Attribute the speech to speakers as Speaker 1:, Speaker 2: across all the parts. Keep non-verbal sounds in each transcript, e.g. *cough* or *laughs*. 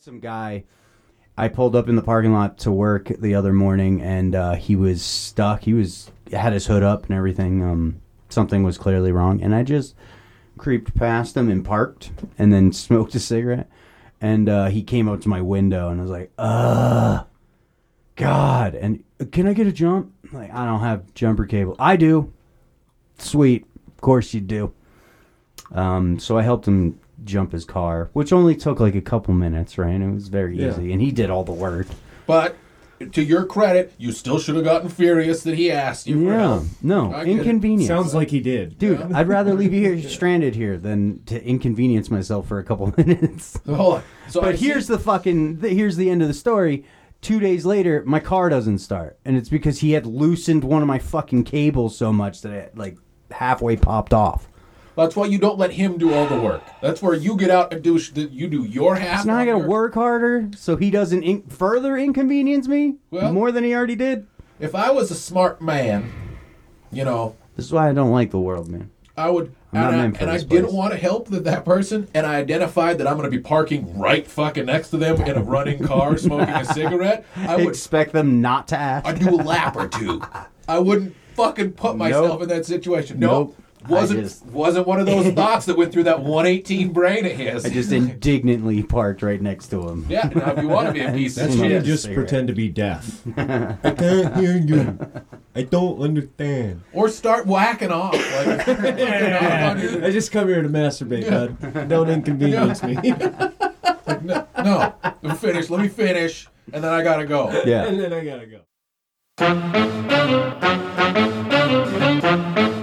Speaker 1: Some guy, I pulled up in the parking lot to work the other morning, and uh, he was stuck. He was had his hood up and everything. Um, something was clearly wrong, and I just creeped past him and parked, and then *laughs* smoked a cigarette. And uh, he came up to my window, and I was like, "Uh, God!" And "Uh, can I get a jump? I'm Like I don't have jumper cable. I do. Sweet, of course you do. Um, so I helped him jump his car, which only took like a couple minutes, right? It was very
Speaker 2: Yeah.
Speaker 1: easy, and he did all the work.
Speaker 2: But to your credit, you still should have gotten furious that he asked you. for
Speaker 1: Yeah,
Speaker 2: help.
Speaker 1: no,
Speaker 2: I get it.
Speaker 1: inconvenience.
Speaker 3: Sounds like he did.
Speaker 1: Dude, I'd rather leave you here *laughs* stranded here than to inconvenience myself for a couple *laughs* minutes.
Speaker 2: So, hold on. So
Speaker 1: But
Speaker 2: I
Speaker 1: here's
Speaker 2: see-
Speaker 1: the fucking th- here's the end of the story. Two days later, my car doesn't start, and it's because he had loosened one of my fucking cables so much that it like halfway popped off.
Speaker 2: That's why you don't let him do all the work. That's where you get out and do. sh- You do your half.
Speaker 1: So now I
Speaker 2: on
Speaker 1: gotta
Speaker 2: your-
Speaker 1: work harder so he doesn't in- further inconvenience me
Speaker 2: Well-
Speaker 1: more than he already did.
Speaker 2: If I was a smart man, you know,
Speaker 1: This is why I don't like the world, man.
Speaker 2: I would.
Speaker 1: I'm not
Speaker 2: and I,
Speaker 1: meant for
Speaker 2: and I
Speaker 1: this
Speaker 2: didn't
Speaker 1: place.
Speaker 2: want to help that, that person, and I identified that I'm going to be parking right fucking next to them in a running
Speaker 1: *laughs*
Speaker 2: car, smoking a cigarette. I would.
Speaker 1: Expect them not to
Speaker 2: I'd
Speaker 1: ask.
Speaker 2: do a lap or two. I wouldn't fucking put myself
Speaker 1: Nope.
Speaker 2: in that situation.
Speaker 1: Nope.
Speaker 2: Nope. Wasn't
Speaker 1: I just-
Speaker 2: wasn't one of those
Speaker 1: *laughs*
Speaker 2: thoughts that went through that 118 brain of his.
Speaker 1: I just indignantly parked right next to him.
Speaker 2: yeah. Now if you want to be a piece of
Speaker 3: That's when you
Speaker 2: shit,
Speaker 1: Yes.
Speaker 3: just pretend to be deaf. *laughs* I can't hear you. I don't understand.
Speaker 2: or start whacking off. Like,
Speaker 3: *laughs*
Speaker 2: *laughs*
Speaker 3: I just come here to masturbate, bud. Don't inconvenience *laughs* me.
Speaker 2: no, no, let me finish. Let me finish, and then I gotta go.
Speaker 1: Yeah.
Speaker 3: and then I gotta go.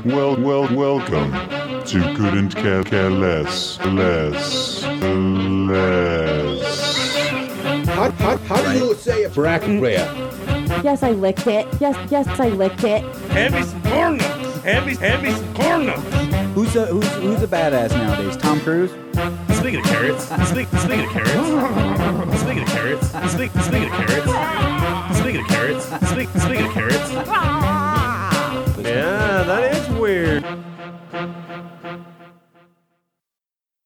Speaker 4: Well, well, welcome to couldn't care, care less, less, less.
Speaker 2: How, how, how do you say a bracket
Speaker 5: Yes, I licked it. Yes, yes, I licked it.
Speaker 6: Hand me some corn nuts. Hand me, hand me some corn nuts.
Speaker 7: Who's a who's who's a badass nowadays? Tom Cruise.
Speaker 6: Speaking of carrots, speak, speaking of carrots, speaking of carrots, speak, speaking of carrots, speaking of carrots, speak, speaking of carrots. Yeah, that is weird.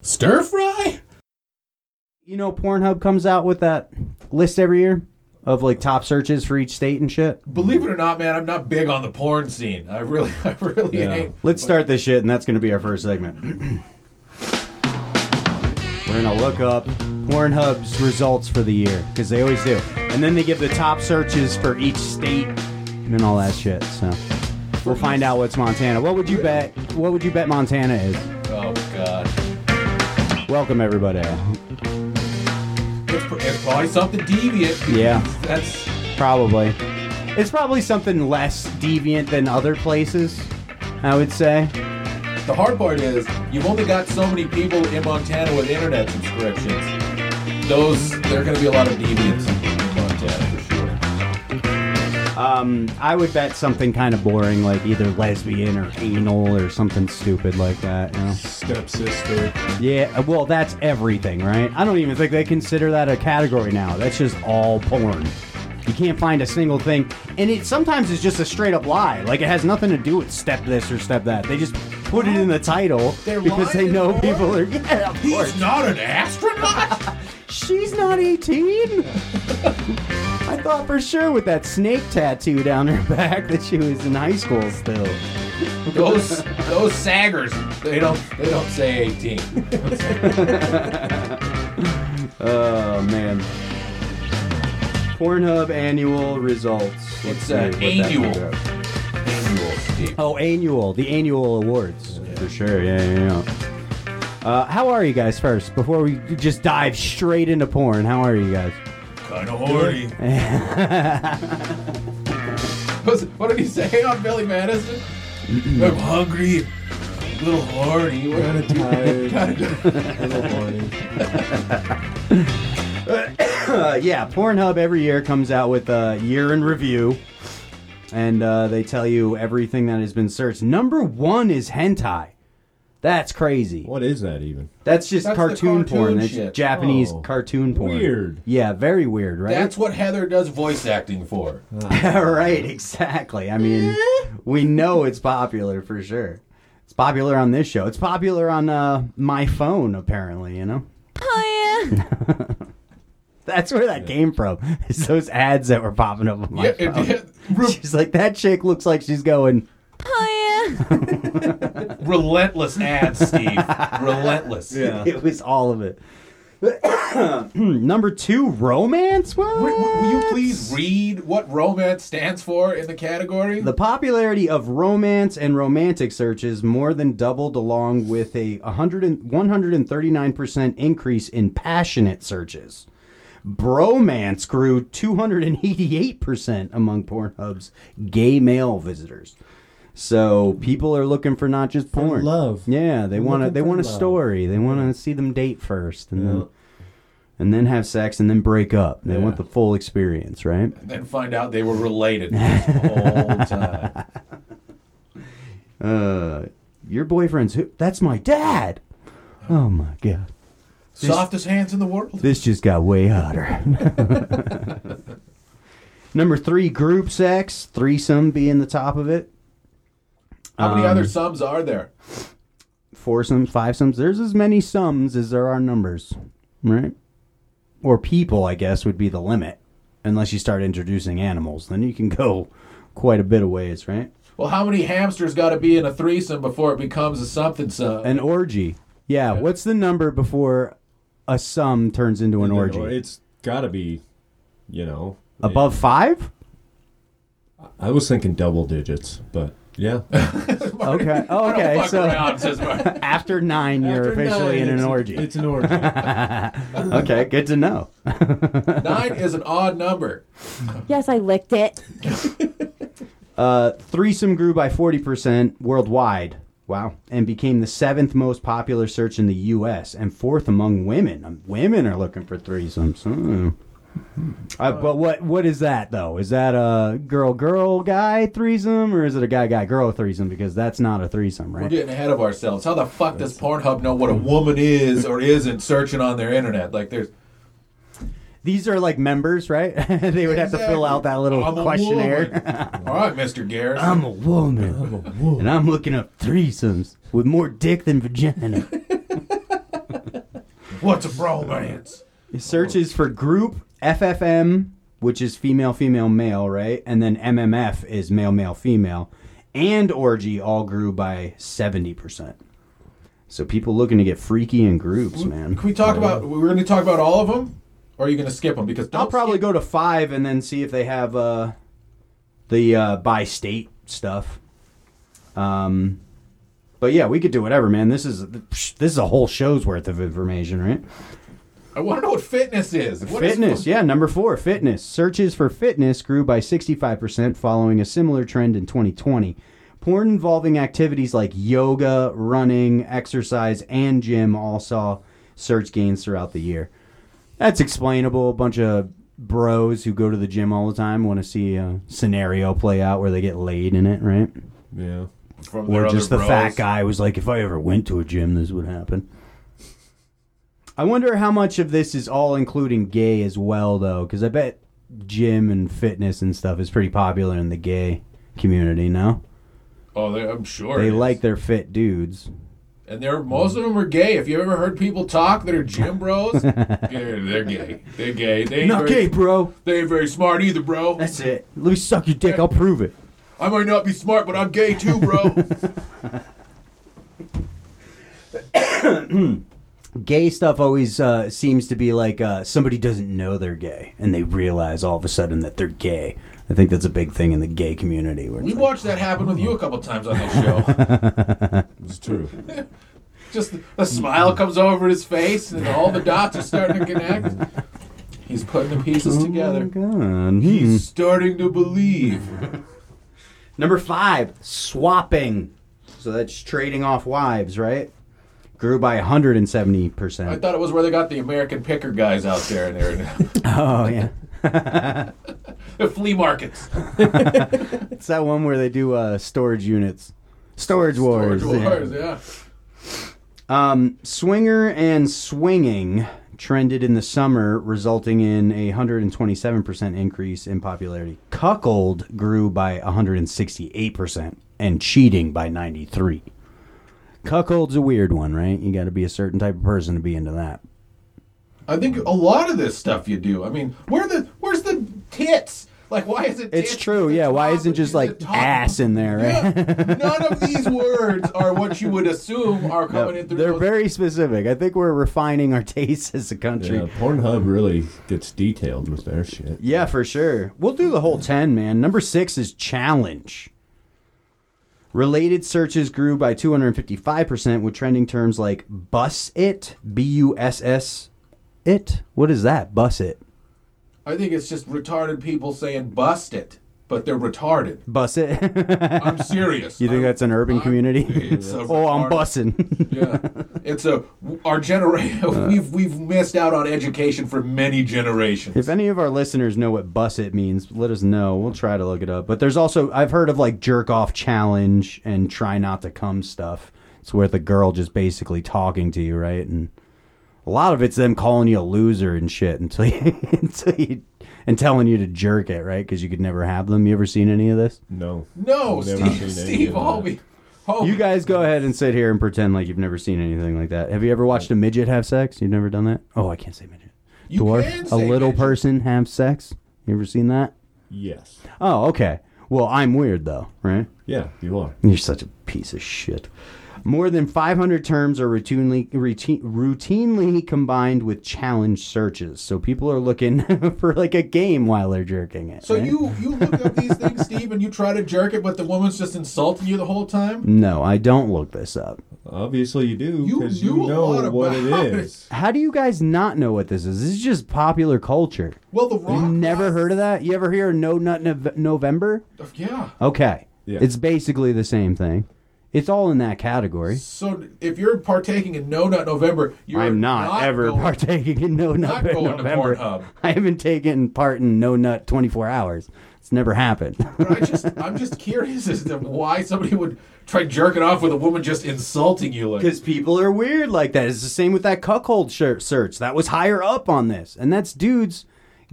Speaker 2: Stir fry?
Speaker 1: You know, Pornhub comes out with that list every year of like top searches for each state and shit.
Speaker 2: Believe it or not, man, I'm not big on the porn scene. I really, *laughs* I really
Speaker 3: Yeah.
Speaker 2: ain't.
Speaker 1: Let's start this shit, and that's gonna be our first segment. *clears throat* We're gonna look up Pornhub's results for the year because they always do, and then they give the top searches for each state and all that shit. So we'll find out what's Montana. What would you bet? What would you bet Montana is?
Speaker 2: Oh god,
Speaker 1: Welcome everybody.
Speaker 2: it's, pr- it's probably something deviant.
Speaker 1: Yeah.
Speaker 2: that's
Speaker 1: Probably. It's probably something less deviant than other places. I would say.
Speaker 2: the hard part is you've only got so many people in Montana with internet subscriptions. Those there are going to be a lot of deviants in Montana for sure.
Speaker 1: Um, I would bet something kind of boring, like either lesbian or anal or something stupid like that. You know?
Speaker 3: Stepsister.
Speaker 1: Yeah, uh, well, that's everything, right? I don't even think they consider that a category now. That's just all porn. You can't find a single thing, and it sometimes is just a straight up lie. Like it has nothing to do with step this or step that. They just put it in the title
Speaker 2: They're
Speaker 1: because they
Speaker 2: lying
Speaker 1: know
Speaker 2: to
Speaker 1: people are. Yeah, of course.
Speaker 2: He's not an astronaut.
Speaker 1: She's not 18? I thought for sure with that snake tattoo down her *laughs* back that she was in high school still.
Speaker 2: *laughs* those those saggers, they don't they don't say 18.
Speaker 1: Oh, man. Pornhub annual results. Let's
Speaker 2: It's
Speaker 1: see
Speaker 2: an
Speaker 1: what that
Speaker 2: annual.
Speaker 1: comes up.
Speaker 2: Annual, Steve.
Speaker 1: Oh, annual. The annual awards. For sure. Yeah, yeah, yeah. Uh, how are you guys first? Before we just dive straight into porn, how are you guys?
Speaker 2: Kind of horny. *laughs* What's- what did he say on Billy Madison? I'm hungry, a little horny.
Speaker 3: *laughs*
Speaker 2: What
Speaker 3: Kinda tired.
Speaker 2: kinda-
Speaker 3: a little horny.
Speaker 1: Uh, yeah, Pornhub every year comes out with a year in review, and uh, they tell you everything that has been searched. Number one is hentai. That's crazy.
Speaker 3: What is that even?
Speaker 1: That's just
Speaker 2: That's the
Speaker 1: cartoon,
Speaker 2: cartoon
Speaker 1: porn. That's
Speaker 2: shit.
Speaker 1: Japanese
Speaker 3: Oh.
Speaker 1: cartoon porn.
Speaker 3: Weird.
Speaker 1: Yeah, very weird, right?
Speaker 2: That's what Heather does voice acting for.
Speaker 1: *laughs* right, exactly. I mean, we know it's popular for sure. It's popular on this show. It's popular on uh, my phone, apparently. You know. *laughs* That's where that came from. It's those ads that were popping up on my
Speaker 2: Yeah, it
Speaker 1: phone.
Speaker 2: did.
Speaker 1: *laughs*
Speaker 2: Re-
Speaker 1: She's like, that chick looks like she's going.
Speaker 5: Oh, yeah.
Speaker 2: relentless
Speaker 1: *laughs*
Speaker 2: ads, Steve. relentless.
Speaker 3: Yeah.
Speaker 1: It was all of it. *clears throat* Number two, romance. What?
Speaker 2: Re- w- will you please read what romance stands for in the category?
Speaker 1: The popularity of romance and romantic searches more than doubled along with a 100 and- 139% increase in passionate searches. Bromance grew 288% among Pornhub's gay male visitors. So people are looking for not just porn.
Speaker 3: love.
Speaker 1: Yeah, they
Speaker 3: They're
Speaker 1: want to
Speaker 3: looking
Speaker 1: they
Speaker 3: for
Speaker 1: want a
Speaker 3: love.
Speaker 1: story. They want to see them date first and then and then have sex and then break up. They want the full experience, right?
Speaker 2: and then find out they
Speaker 1: *laughs*
Speaker 2: were related this whole time.
Speaker 1: uh, your boyfriend's who? That's my dad. Oh my god,
Speaker 2: Softest hands in the world.
Speaker 1: this just got way hotter. *laughs* Number three, group sex, threesome being the top of it.
Speaker 2: How
Speaker 1: Um,
Speaker 2: many other sums are there?
Speaker 1: Foursomes, fivesomes. There's as many sums as there are numbers, right? Or people, I guess, would be the limit, unless you start introducing animals. Then you can *laughs* go quite a bit of ways, right?
Speaker 2: Well, how many hamsters got to be in a threesome before it becomes a something sum?
Speaker 1: An orgy. Yeah. What's the number before a sum turns into an orgy?
Speaker 3: It's gotta be, you know.
Speaker 1: Above five?
Speaker 3: I was thinking double digits, but yeah.
Speaker 1: Okay. Oh,
Speaker 2: Don't
Speaker 1: okay.
Speaker 2: fuck
Speaker 1: So
Speaker 2: around, says
Speaker 1: *laughs*
Speaker 2: Mark.
Speaker 1: after nine, *laughs* you're
Speaker 3: After
Speaker 1: officially in
Speaker 3: nine,
Speaker 1: an
Speaker 3: it's-
Speaker 1: orgy.
Speaker 3: It's an orgy.
Speaker 1: Okay. Good to know.
Speaker 2: Nine is an odd number.
Speaker 5: yes, I licked it.
Speaker 1: Uh, threesome grew by 40% worldwide. Wow. And became the seventh most popular search in the U.S. and fourth among women. Um, women are looking for threesomes. Hmm. Uh, but what what is that though? Is that a girl girl guy threesome or is it a guy guy girl threesome? Because that's not a threesome,
Speaker 2: We're
Speaker 1: right?
Speaker 2: getting ahead of ourselves. How the fuck does Pornhub know what a woman is or isn't searching on their internet? Like, there's
Speaker 1: These are like members, right? *laughs* they would have to fill out that little
Speaker 2: I'm a
Speaker 1: questionnaire. *laughs*
Speaker 2: woman. All right, Mr. Garrison.
Speaker 1: I'm a woman. I'm a woman. And I'm looking up threesomes with more dick than vagina.
Speaker 2: What's a bromance?
Speaker 1: Searches for group FFM, which is female, female, male, right? And then MMF is male, male, female. And orgy all grew by 70%. So people looking to get freaky in groups, man.
Speaker 2: Can we talk about? We're going to talk about all of them, or are you going to skip them? Because don't
Speaker 1: I'll probably
Speaker 2: skip-
Speaker 1: go to five and then see if they have uh, the uh, by state stuff. Um, but yeah, we could do whatever, man. This is this is a whole show's worth of information, right?
Speaker 2: I want to know what fitness is. What is-
Speaker 1: fitness, yeah, number four, fitness. Searches for fitness grew by 65%, following a similar trend in 2020. Porn involving activities like yoga, running, exercise, and gym all saw search gains throughout the year. That's explainable. A bunch of bros who go to the gym all the time want to see a scenario play out where they get laid in it, right?
Speaker 3: *laughs* yeah.
Speaker 2: from
Speaker 1: Or
Speaker 2: their
Speaker 1: just the
Speaker 2: other
Speaker 1: fat
Speaker 2: bros.
Speaker 1: guy was like, if I ever went to a gym, this would happen. I wonder how much of this is all including gay as well, though, because I bet gym and fitness and stuff is pretty popular in the gay community. No,
Speaker 2: Oh, they- I'm sure
Speaker 1: they
Speaker 2: it is.
Speaker 1: like their fit dudes.
Speaker 2: and they're most of them are gay. If you ever heard people talk that are
Speaker 1: *laughs*
Speaker 2: gym bros, they're, they're gay. They're gay. They ain't
Speaker 1: Not
Speaker 2: very,
Speaker 1: gay, bro.
Speaker 2: They ain't very smart either, bro.
Speaker 1: That's it. Let me suck your dick. I'll prove it.
Speaker 2: I might not be smart, but I'm gay too, bro.
Speaker 1: *laughs* Gay stuff always uh, seems to be like uh, somebody doesn't know they're gay and they realize all of a sudden that they're gay. I think that's a big thing in the gay community. Where it's
Speaker 2: we
Speaker 1: like-
Speaker 2: watched that happen with you a couple times on this show.
Speaker 1: *laughs*
Speaker 3: It's true.
Speaker 2: *laughs* just a smile comes over his face, and all the dots are starting to connect. He's putting the pieces together.
Speaker 1: "Oh God. hmm."
Speaker 2: He's starting to believe.
Speaker 1: Number five, swapping. So that's trading off wives, right? Grew by 170%.
Speaker 2: I thought it was where they got the American picker guys out there, and they're
Speaker 1: oh,
Speaker 2: *laughs*
Speaker 1: yeah.
Speaker 2: the *laughs* flea markets.
Speaker 1: It's that one where they do uh, storage units. Storage wars.
Speaker 2: George
Speaker 1: yeah.
Speaker 2: Wars, yeah.
Speaker 1: Um, swinger and swinging trended in the summer, resulting in a 127% increase in popularity. Cuckold grew by 168% and cheating by 93 Cuckold's a weird one, right? You got to be a certain type of person to be into that.
Speaker 2: I think a lot of this stuff you do. I mean, where the where's the tits? Like, why is it?
Speaker 1: It's
Speaker 2: tits
Speaker 1: true,
Speaker 2: at the
Speaker 1: yeah. Why
Speaker 2: top
Speaker 1: isn't
Speaker 2: and
Speaker 1: just
Speaker 2: the
Speaker 1: like
Speaker 2: top?
Speaker 1: ass in there, right?
Speaker 2: Yeah. None of these words are what you would assume are coming in
Speaker 1: *laughs*
Speaker 2: through.
Speaker 1: They're
Speaker 2: those-
Speaker 1: very specific. I think we're refining our *laughs* tastes as a country.
Speaker 3: Yeah,
Speaker 1: Yeah.
Speaker 3: Pornhub really gets detailed with their shit.
Speaker 1: for sure. We'll do the whole 10, man. Number six is challenge. Related searches grew by 255% with trending terms like bus it, B U S S it. What is that? Bus it.
Speaker 2: I think it's just retarded people saying "bust it," but they're retarded.
Speaker 1: Bus it.
Speaker 2: I'm
Speaker 1: *laughs*
Speaker 2: serious.
Speaker 1: you think
Speaker 2: I'm-
Speaker 1: that's an urban
Speaker 2: I'm-
Speaker 1: community?
Speaker 2: It's a
Speaker 1: *laughs* oh, I'm
Speaker 2: retarded-
Speaker 1: bussing. *laughs*
Speaker 2: Yeah, it's a our *laughs*
Speaker 1: Uh.
Speaker 2: generation. We've we've missed out on education for many generations.
Speaker 1: If any of our listeners know what bus it means, let us know. We'll try to look it up. But there's also I've heard of like jerk off challenge and try not to come stuff. It's where the girl just basically talking to you, right? And a lot of it's them calling you a loser and shit until you, *laughs* until you and telling you to jerk it, right? Because you could never have them. You ever seen any of this?
Speaker 3: No.
Speaker 2: no,
Speaker 3: I've never seen
Speaker 2: Steve,
Speaker 3: any
Speaker 2: Steve
Speaker 3: of that.
Speaker 2: Holby, Holby.
Speaker 1: You guys go ahead and sit here and pretend like you've never seen anything like that. Have you ever watched a midget have sex? You've never done that? Oh, I can't say midget.
Speaker 2: You
Speaker 1: Dwarf,
Speaker 2: can
Speaker 1: a
Speaker 2: say
Speaker 1: little
Speaker 2: midget.
Speaker 1: person have sex? You ever seen that?
Speaker 3: Yes.
Speaker 1: Oh, okay. Well, I'm weird though, right?
Speaker 3: Yeah, you are.
Speaker 1: You're such a piece of shit. More than 500 terms are routinely routine, routinely combined with challenge searches, so people are looking *laughs* for like a game while they're jerking it.
Speaker 2: So
Speaker 1: right?
Speaker 2: you you look up these things, Steve, and you try to jerk it, but the woman's just insulting you the whole time.
Speaker 1: No, I don't look this up.
Speaker 3: Obviously, you do
Speaker 2: You
Speaker 3: because
Speaker 2: knew
Speaker 3: you,
Speaker 2: a
Speaker 3: know
Speaker 2: lot
Speaker 3: what
Speaker 2: about
Speaker 3: it
Speaker 2: it.
Speaker 3: is.
Speaker 1: How do you guys not know what this is? This is just popular culture.
Speaker 2: Well, the
Speaker 1: You
Speaker 2: rock.
Speaker 1: never heard of that? You ever hear of No Nut Nov November?
Speaker 2: of yeah.
Speaker 1: Okay.
Speaker 3: Yeah.
Speaker 1: It's basically the same thing. It's all in that category.
Speaker 2: So if you're partaking in No Nut November, you're
Speaker 1: I'm not, ever
Speaker 2: going-
Speaker 1: partaking in No Nut
Speaker 2: not
Speaker 1: in
Speaker 2: going to
Speaker 1: November.
Speaker 2: Pornhub.
Speaker 1: I haven't taken part in No Nut 24 hours. It's never happened. *laughs*
Speaker 2: But I just I'm just curious as to why somebody would try jerking off with a woman just insulting you like.
Speaker 1: Because people are weird like that. It's the same with that cuckold shirt search. That was higher up on this, and that's dudes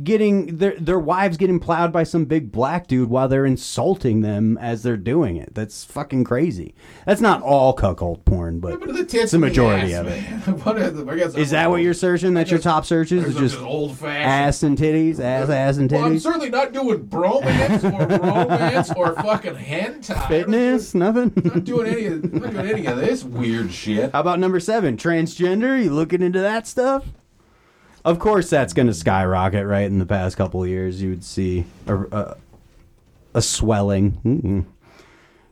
Speaker 1: getting their their wives getting plowed by some big black dude while they're insulting them as they're doing it. That's fucking crazy. That's not all cuckold porn, but
Speaker 2: What are the tits
Speaker 1: it's the
Speaker 2: and
Speaker 1: majority
Speaker 2: ass,
Speaker 1: of it.
Speaker 2: man? *laughs* What are the- I guess
Speaker 1: Is that what you're searching? That's your top searches?
Speaker 2: There's
Speaker 1: Is just
Speaker 2: old fashioned.
Speaker 1: ass and titties, ass, ass and
Speaker 2: Well, I'm
Speaker 1: titties,
Speaker 2: certainly not doing bromance
Speaker 1: *laughs*
Speaker 2: or romance or fucking hentai.
Speaker 1: fitness, nothing.
Speaker 2: I'm not doing any of I'm not doing any of this weird
Speaker 1: *laughs*
Speaker 2: shit.
Speaker 1: How about number seven, transgender? You looking into that stuff? Of course, that's going to skyrocket, right? In the past couple of years, you would see a, a, a swelling. Mm-mm.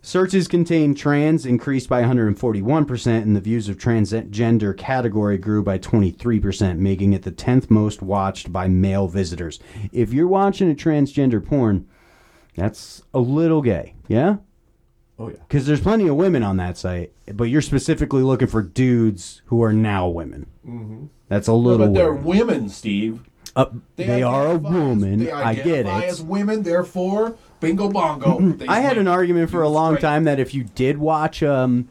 Speaker 1: Searches contain trans increased by 141%, and the views of transgender category grew by 23%, making it the 10th most watched by male visitors. If you're watching a transgender porn, that's a little gay, yeah?
Speaker 3: *laughs* Oh yeah. *laughs*
Speaker 1: Because there's plenty of women on that site, but you're specifically looking for dudes who are now women. That's a little.
Speaker 2: Mm-hmm. but they're
Speaker 1: weird.
Speaker 2: women, Steve.
Speaker 1: Uh, they, are a
Speaker 2: identify as-
Speaker 1: woman.
Speaker 2: they
Speaker 1: I get
Speaker 2: identify As
Speaker 1: it. Mm-hmm.
Speaker 2: women, therefore, bingo bongo. They
Speaker 1: I had an
Speaker 2: win.
Speaker 1: argument for a
Speaker 2: Dude's
Speaker 1: long
Speaker 2: great.
Speaker 1: time that if you did watch, um,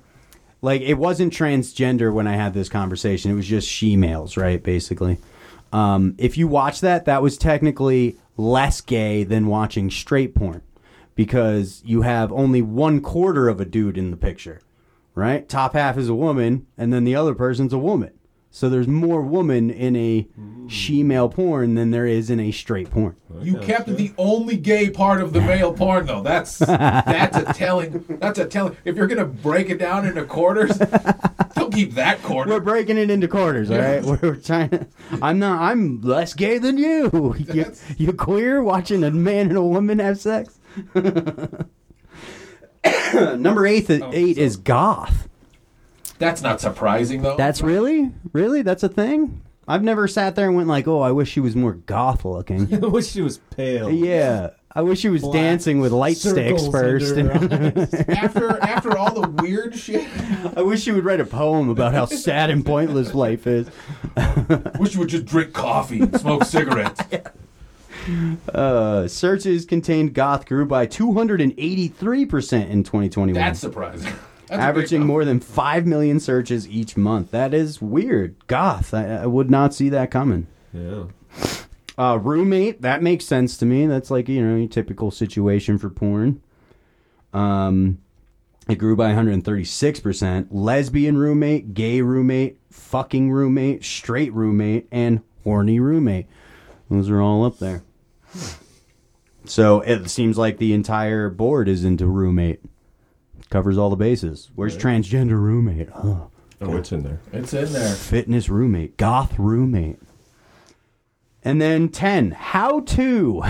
Speaker 1: like it wasn't transgender when I had this conversation. It was just she males, right? Basically, um, if you watch that, that was technically less gay than watching straight porn because you have only one quarter of a dude in the picture, right? Top half is a woman, and then the other person's a woman. So there's more woman in a she male porn than there is in a straight porn.
Speaker 2: You kept the only gay part of the male porn,
Speaker 1: *laughs*
Speaker 2: though. That's that's a telling. That's a telling. If you're gonna break it down into quarters, don't keep that quarter.
Speaker 1: We're breaking it into quarters, all right? We're, we're trying to. I'm not. I'm less gay than you. *laughs* You,
Speaker 2: That's-
Speaker 1: you queer watching a man and a woman have sex. *laughs* Number eight, eight is goth.
Speaker 2: That's not surprising, though.
Speaker 1: That's really, really, that's a thing. I've never sat there and went like, "Oh, I wish she was more goth looking."
Speaker 3: *laughs* I wish she was pale.
Speaker 1: yeah, I wish she was
Speaker 3: Black
Speaker 1: dancing with light sticks
Speaker 3: circles under
Speaker 1: first. *laughs*
Speaker 3: *laughs* her eyes.
Speaker 2: *laughs* after after all the weird shit.
Speaker 1: I wish she would write a poem about how sad and pointless life is.
Speaker 2: Wish you would just drink coffee and
Speaker 1: *laughs*
Speaker 2: smoke cigarettes.
Speaker 1: Uh, searches contained goth grew by 283% in 2021,
Speaker 2: That's surprising. That's a big
Speaker 1: averaging
Speaker 2: number.
Speaker 1: more than 5 million searches each month. That is weird. Goth, I, I would not see that coming.
Speaker 3: Yeah.
Speaker 1: Uh, roommate, that makes sense to me. That's like, you know, your typical situation for porn. Um, it grew by 136%. Lesbian roommate, gay roommate, fucking roommate, straight roommate, and horny roommate. Those are all up there. So it seems like the entire board is into roommate. Covers all the bases. Where's transgender roommate? Oh,
Speaker 3: Oh, it's in there.
Speaker 2: It's in there.
Speaker 1: fitness roommate, goth roommate. And then 10, how *laughs* to.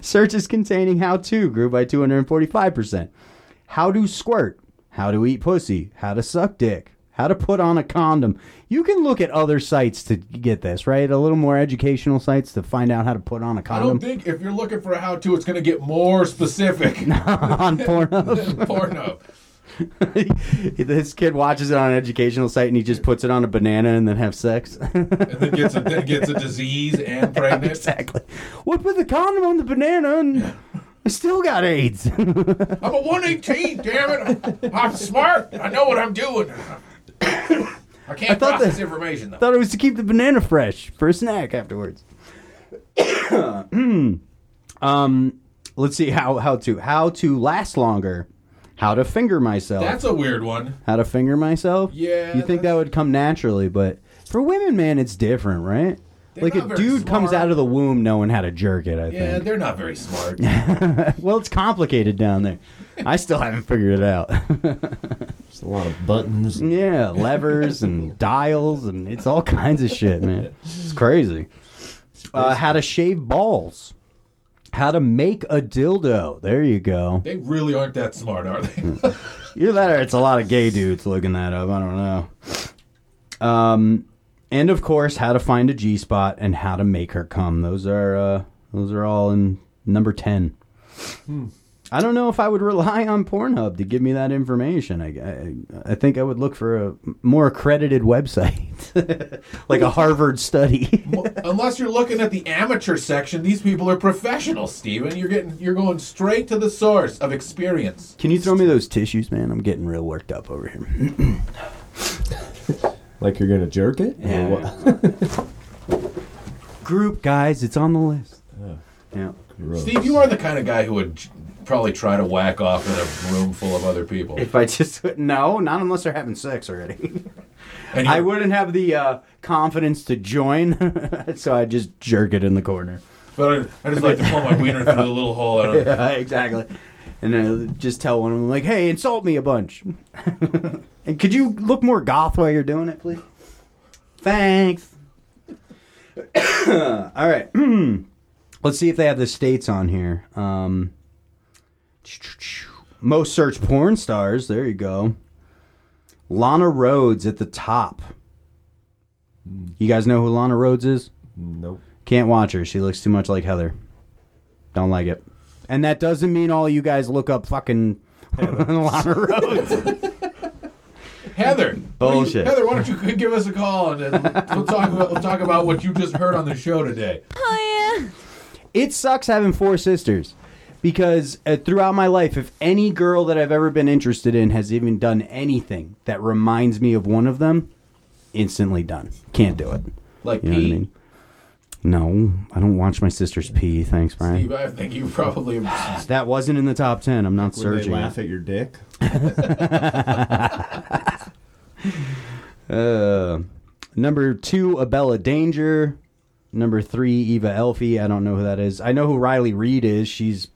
Speaker 1: Searches containing how to grew by 245%. How to squirt, how to eat pussy, how to suck dick, how to put on a condom. You can look at other sites to get this, right? A little more educational sites to find out how to put on a
Speaker 2: I don't
Speaker 1: condom
Speaker 2: think if you're looking for a how-to, it's going to get
Speaker 1: *laughs*
Speaker 2: more specific.
Speaker 1: on Pornhub.
Speaker 2: Porno.
Speaker 1: *laughs* this kid watches it on an educational site and he just puts it on a banana and then have sex. *laughs*
Speaker 2: And then gets a, then gets a disease and pregnant.
Speaker 1: exactly. What put the condom on the banana and I still got AIDS. *laughs*
Speaker 2: I'm a 118, damn it. I'm, I'm smart. I know what I'm doing. I can't
Speaker 1: thought
Speaker 2: process
Speaker 1: that-
Speaker 2: information, though.
Speaker 1: Thought it was to keep the banana fresh for a snack afterwards. *coughs* um, let's see how how to how to last longer. How to finger myself.
Speaker 2: That's a weird one.
Speaker 1: how to finger myself.
Speaker 2: Yeah,
Speaker 1: You think that would come naturally, but for women, man, it's different, right? Like
Speaker 2: not
Speaker 1: a
Speaker 2: very
Speaker 1: dude comes
Speaker 2: smart.
Speaker 1: out of the womb knowing how to jerk it. I
Speaker 2: Yeah,
Speaker 1: think.
Speaker 2: they're not very
Speaker 1: *laughs*
Speaker 2: smart.
Speaker 1: Well, it's complicated down there. I still haven't figured it out. *laughs*
Speaker 3: There's a lot of buttons.
Speaker 1: Yeah, levers and dials and it's all kinds of shit, man. It's crazy. Uh, how to shave balls. How to make a dildo. There you go.
Speaker 2: They really aren't that smart, are they?
Speaker 1: Either that or it's a lot of gay dudes looking that up. I don't know. Um, and of course, how to find a G spot and how to make her come. Those are uh, those are all in number ten. I don't know if I would rely on Pornhub to give me that information. I I, I think I would look for a more accredited website, *laughs* like a Harvard
Speaker 2: *laughs*
Speaker 1: study.
Speaker 2: Well, Unless you're looking at the amateur section, these people are professionals, Steven. You're getting you're going straight to the source of experience.
Speaker 1: Can you throw me those tissues, man? I'm getting real worked up over here. *clears throat*
Speaker 3: Like you're gonna jerk it? Or
Speaker 1: Yeah.
Speaker 3: what?
Speaker 1: Group guys, it's on the list. Yeah.
Speaker 3: *laughs* Gross.
Speaker 2: Steve, you are the kind of guy who would j- probably try to whack off in a room full of other people.
Speaker 1: If I just *laughs* no, not unless they're having sex already.
Speaker 2: And you-
Speaker 1: I wouldn't have the uh, confidence to join, *laughs* so I just jerk it in the corner.
Speaker 2: But I, I just like to pull my wiener through the little hole. I don't,
Speaker 1: Yeah, *laughs* exactly. And I just tell one of them like, "Hey, insult me a bunch." *laughs* and could you look more goth while you're doing it, please? Thanks. *coughs* All right. *clears throat* Let's see if they have the states on here. Um, most searched porn stars. There you go. Lana Rhodes at the top. You guys know who Lana Rhodes is?
Speaker 3: Nope.
Speaker 1: Can't watch her. She looks too much like Heather. Don't like it. And that doesn't mean all you guys look up fucking *laughs* Lana Rhodes.
Speaker 2: Heather,
Speaker 1: Bullshit.
Speaker 2: Heather, why don't you give us a call and then we'll talk about we'll talk about what you just heard on the show today.
Speaker 5: Oh yeah.
Speaker 1: it sucks having four sisters because uh, throughout my life, if any girl that I've ever been interested in has even done anything that reminds me of one of them, instantly done. Can't do it.
Speaker 2: Like
Speaker 1: You know what I mean? No, I don't watch my sister's pee. Thanks, Brian.
Speaker 2: Steve, I think you probably
Speaker 1: That wasn't in the top ten. I'm not
Speaker 3: Would they
Speaker 1: searching. it.
Speaker 3: laugh at your dick?
Speaker 1: Uh, number two, Abella Danger. Number three, Eva Elfie. I don't know who that is. I know who Riley Reed is. She's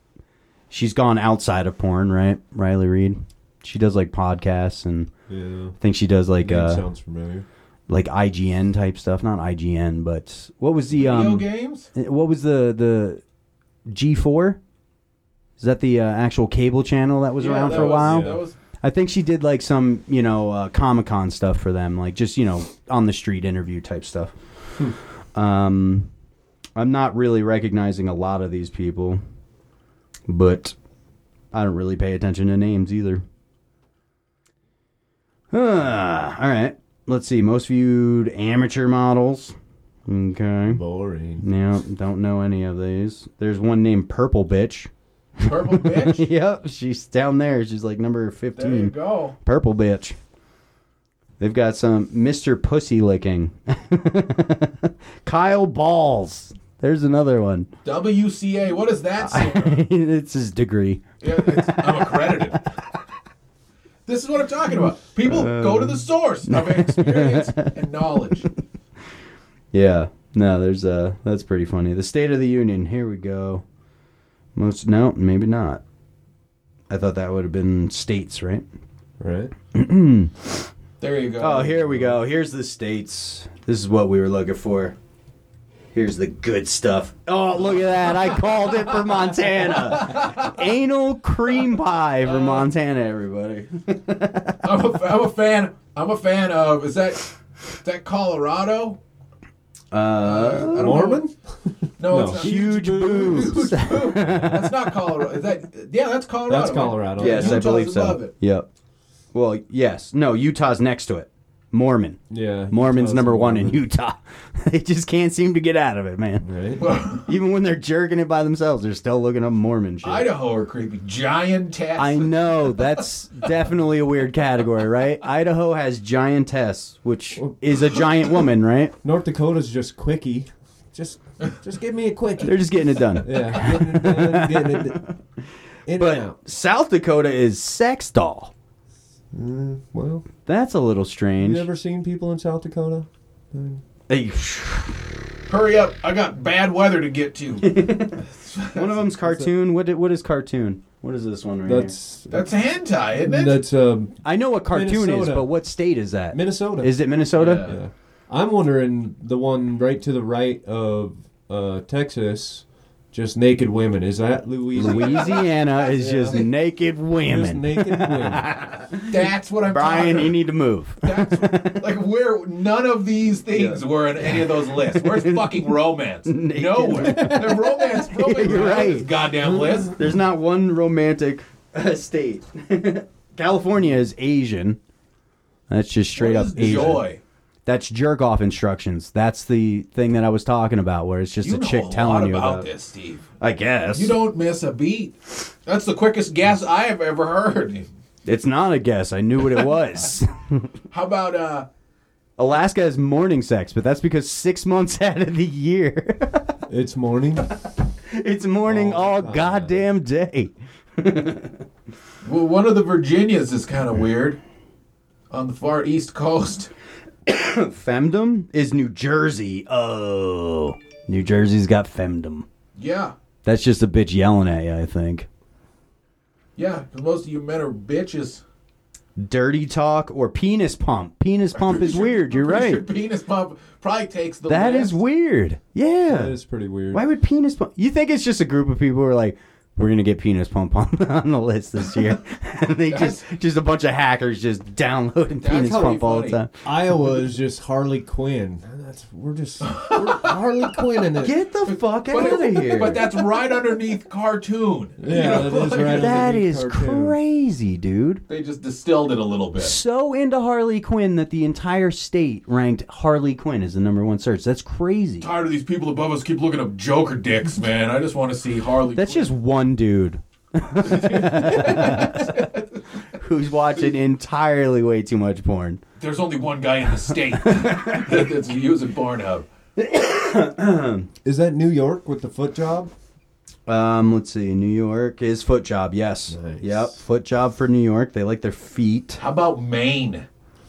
Speaker 1: she's gone outside of porn, right? Riley Reed. She does like podcasts and
Speaker 3: Yeah.
Speaker 1: I think she does like
Speaker 3: That
Speaker 1: uh,
Speaker 3: sounds familiar.
Speaker 1: like IGN type stuff. Not IGN, but what was the
Speaker 2: video
Speaker 1: um
Speaker 2: games.
Speaker 1: what was the the G four? Is that the uh, actual cable channel that was
Speaker 2: Yeah,
Speaker 1: around
Speaker 2: that
Speaker 1: for a
Speaker 2: was-
Speaker 1: while?
Speaker 2: that was-
Speaker 1: I think she did like some, you know, uh, Comic Con stuff for them, like just you know, on the street interview type stuff. um, I'm not really recognizing a lot of these people, but I don't really pay attention to names either. *sighs* Ah, all right, let's see. Most viewed amateur models. Okay.
Speaker 3: Boring.
Speaker 1: No, don't know any of these. There's one named Purple Bitch. *laughs*
Speaker 2: Purple bitch.
Speaker 1: yep, she's down there. She's like number
Speaker 2: There you
Speaker 1: fifteen.
Speaker 2: go.
Speaker 1: Purple bitch. They've got some Mr. Pussy Licking. *laughs* Kyle Balls. There's another one. *laughs*
Speaker 2: WCA. What is that? stand for?
Speaker 1: it's his degree.
Speaker 2: Yeah, it's- I'm accredited.
Speaker 1: Um. *laughs*
Speaker 2: This is what I'm talking about. People go to the source of experience and knowledge.
Speaker 1: Yeah. No, there's uh that's pretty funny. The State of the Union. Here we go. Most no, maybe not. I thought that would have been states, right?
Speaker 3: Right.
Speaker 2: There you go.
Speaker 1: Oh, here we go. Here's the states. This is what we were looking for. Here's the good stuff. Oh, look at that. I called it for Montana. Anal cream pie for Montana, everybody.
Speaker 2: I'm a, I'm a fan. I'm a fan of. Is that is that Colorado?
Speaker 1: Uh,
Speaker 2: I don't
Speaker 3: Mormon?
Speaker 2: No,
Speaker 3: No.
Speaker 2: it's not.
Speaker 1: huge boobs.
Speaker 2: That's not Colorado. Is that? Yeah, that's Colorado.
Speaker 3: That's
Speaker 2: right?
Speaker 3: Colorado.
Speaker 1: Yes, I
Speaker 2: Utah's
Speaker 1: believe
Speaker 2: above
Speaker 1: so.
Speaker 2: it.
Speaker 1: Yep. Well, yes. No, Utah's next to it. Mormon.
Speaker 3: Yeah.
Speaker 1: Mormon's
Speaker 3: Utah's
Speaker 1: number one in
Speaker 3: Mormon.
Speaker 1: Utah. *laughs* they just can't seem to get out of it, man.
Speaker 3: Right.
Speaker 1: Even when they're jerking it by themselves, they're still looking up Mormon shit.
Speaker 2: Idaho are creepy. Giant tats.
Speaker 1: I know that's definitely a weird category, right? Idaho has giantess, which is a giant woman, right?
Speaker 3: *laughs* North Dakota's just quickie. Just, just give me a
Speaker 1: *laughs*
Speaker 3: quickie.
Speaker 1: They're just getting it done.
Speaker 3: Yeah. Getting it done, getting it done. In and out.
Speaker 1: But South Dakota is sex doll.
Speaker 3: Well,
Speaker 1: That's a little
Speaker 3: you
Speaker 1: strange.
Speaker 3: ever seen people in South Dakota?
Speaker 1: Hey,
Speaker 2: Hurry up! I got bad weather to
Speaker 1: *laughs*
Speaker 2: get to.
Speaker 1: one of them's cartoon. What i- what is cartoon? What is this one right here?
Speaker 3: That's
Speaker 2: That's hentai, isn't it?
Speaker 3: that's um,
Speaker 1: I know what cartoon is,
Speaker 3: Minnesota.
Speaker 1: but what state is that?
Speaker 3: Minnesota.
Speaker 1: Is it Minnesota?
Speaker 2: Yeah.
Speaker 3: Yeah. I'm wondering the one right to the right of uh, Texas, just naked women. Is that Louisiana?
Speaker 1: Louisiana is just
Speaker 3: Yeah.
Speaker 1: naked women.
Speaker 3: Just
Speaker 1: *laughs*
Speaker 3: naked women.
Speaker 2: that's what I'm
Speaker 1: Brian,
Speaker 2: talking
Speaker 1: you need to move.
Speaker 2: That's like where none of these things were in any of those lists.
Speaker 1: *laughs*
Speaker 2: Where's fucking romance? Nowhere. The romance, romance
Speaker 1: You're
Speaker 2: right.
Speaker 1: right.
Speaker 2: goddamn list.
Speaker 1: There's not one
Speaker 2: *laughs*
Speaker 1: romantic uh, state. *laughs* California is Asian. That's just straight
Speaker 2: What
Speaker 1: up
Speaker 2: is
Speaker 1: Asian.
Speaker 2: joy.
Speaker 1: That's jerk off instructions. That's the thing that I was talking about, where it's just
Speaker 2: You
Speaker 1: a
Speaker 2: know
Speaker 1: chick
Speaker 2: a
Speaker 1: telling
Speaker 2: lot
Speaker 1: you
Speaker 2: about,
Speaker 1: about.
Speaker 2: this, Steve.
Speaker 1: I guess
Speaker 2: You don't miss a beat. That's the quickest guess I have ever heard.
Speaker 1: it's not a guess. I knew what
Speaker 2: *laughs*
Speaker 1: it was.
Speaker 2: How about uh
Speaker 1: Alaska has morning sex, but that's because six months *laughs* out of the year, *laughs*
Speaker 3: it's morning.
Speaker 1: it's morning
Speaker 3: Oh,
Speaker 1: all
Speaker 3: God.
Speaker 1: goddamn day.
Speaker 2: well, one of the Virginias is kind of weird on the far east coast. *laughs*
Speaker 1: Femdom is New Jersey. Oh, New Jersey's got femdom.
Speaker 2: Yeah.
Speaker 1: That's just a bitch yelling at you. I think.
Speaker 2: Yeah, 'cause most of you men are bitches.
Speaker 1: dirty talk or penis pump. Penis pump is weird. You're
Speaker 2: Your
Speaker 1: right.
Speaker 2: penis pump probably takes the
Speaker 1: That is
Speaker 2: last.
Speaker 1: weird.
Speaker 3: That
Speaker 1: Yeah.
Speaker 3: is pretty weird.
Speaker 1: Why would penis pump? You think it's just a group of people who are like, we're gonna get penis pump on, *laughs* on the list this year, *laughs* and they just just a bunch of hackers just downloading
Speaker 2: That's
Speaker 1: penis
Speaker 2: gotta be
Speaker 1: pump all the
Speaker 2: funny.
Speaker 1: time.
Speaker 3: Iowa is just Harley Quinn. That's we're just we're Harley Quinn in it.
Speaker 1: Get the fuck
Speaker 2: But,
Speaker 1: out of here.
Speaker 2: but that's right underneath cartoon.
Speaker 3: yeah, that is right.
Speaker 1: that
Speaker 3: underneath
Speaker 1: is
Speaker 3: cartoon.
Speaker 1: crazy, dude.
Speaker 2: They just distilled it a little bit.
Speaker 1: So into Harley Quinn that the entire state ranked Harley Quinn as the number one search. That's crazy.
Speaker 2: Tired of these people above us keep looking up Joker dicks, man. I just want to see Harley.
Speaker 1: That's
Speaker 2: Quinn.
Speaker 1: just one dude *laughs* who's watching entirely way too much porn.
Speaker 2: There's only one guy in
Speaker 1: *laughs*
Speaker 2: the state that's using Pornhub.
Speaker 3: Is that New York with the foot job?
Speaker 1: Um, let's see. New York is foot job. Yes.
Speaker 3: Nice.
Speaker 1: Yep. Foot job for New York. They like their feet.
Speaker 2: How about Maine?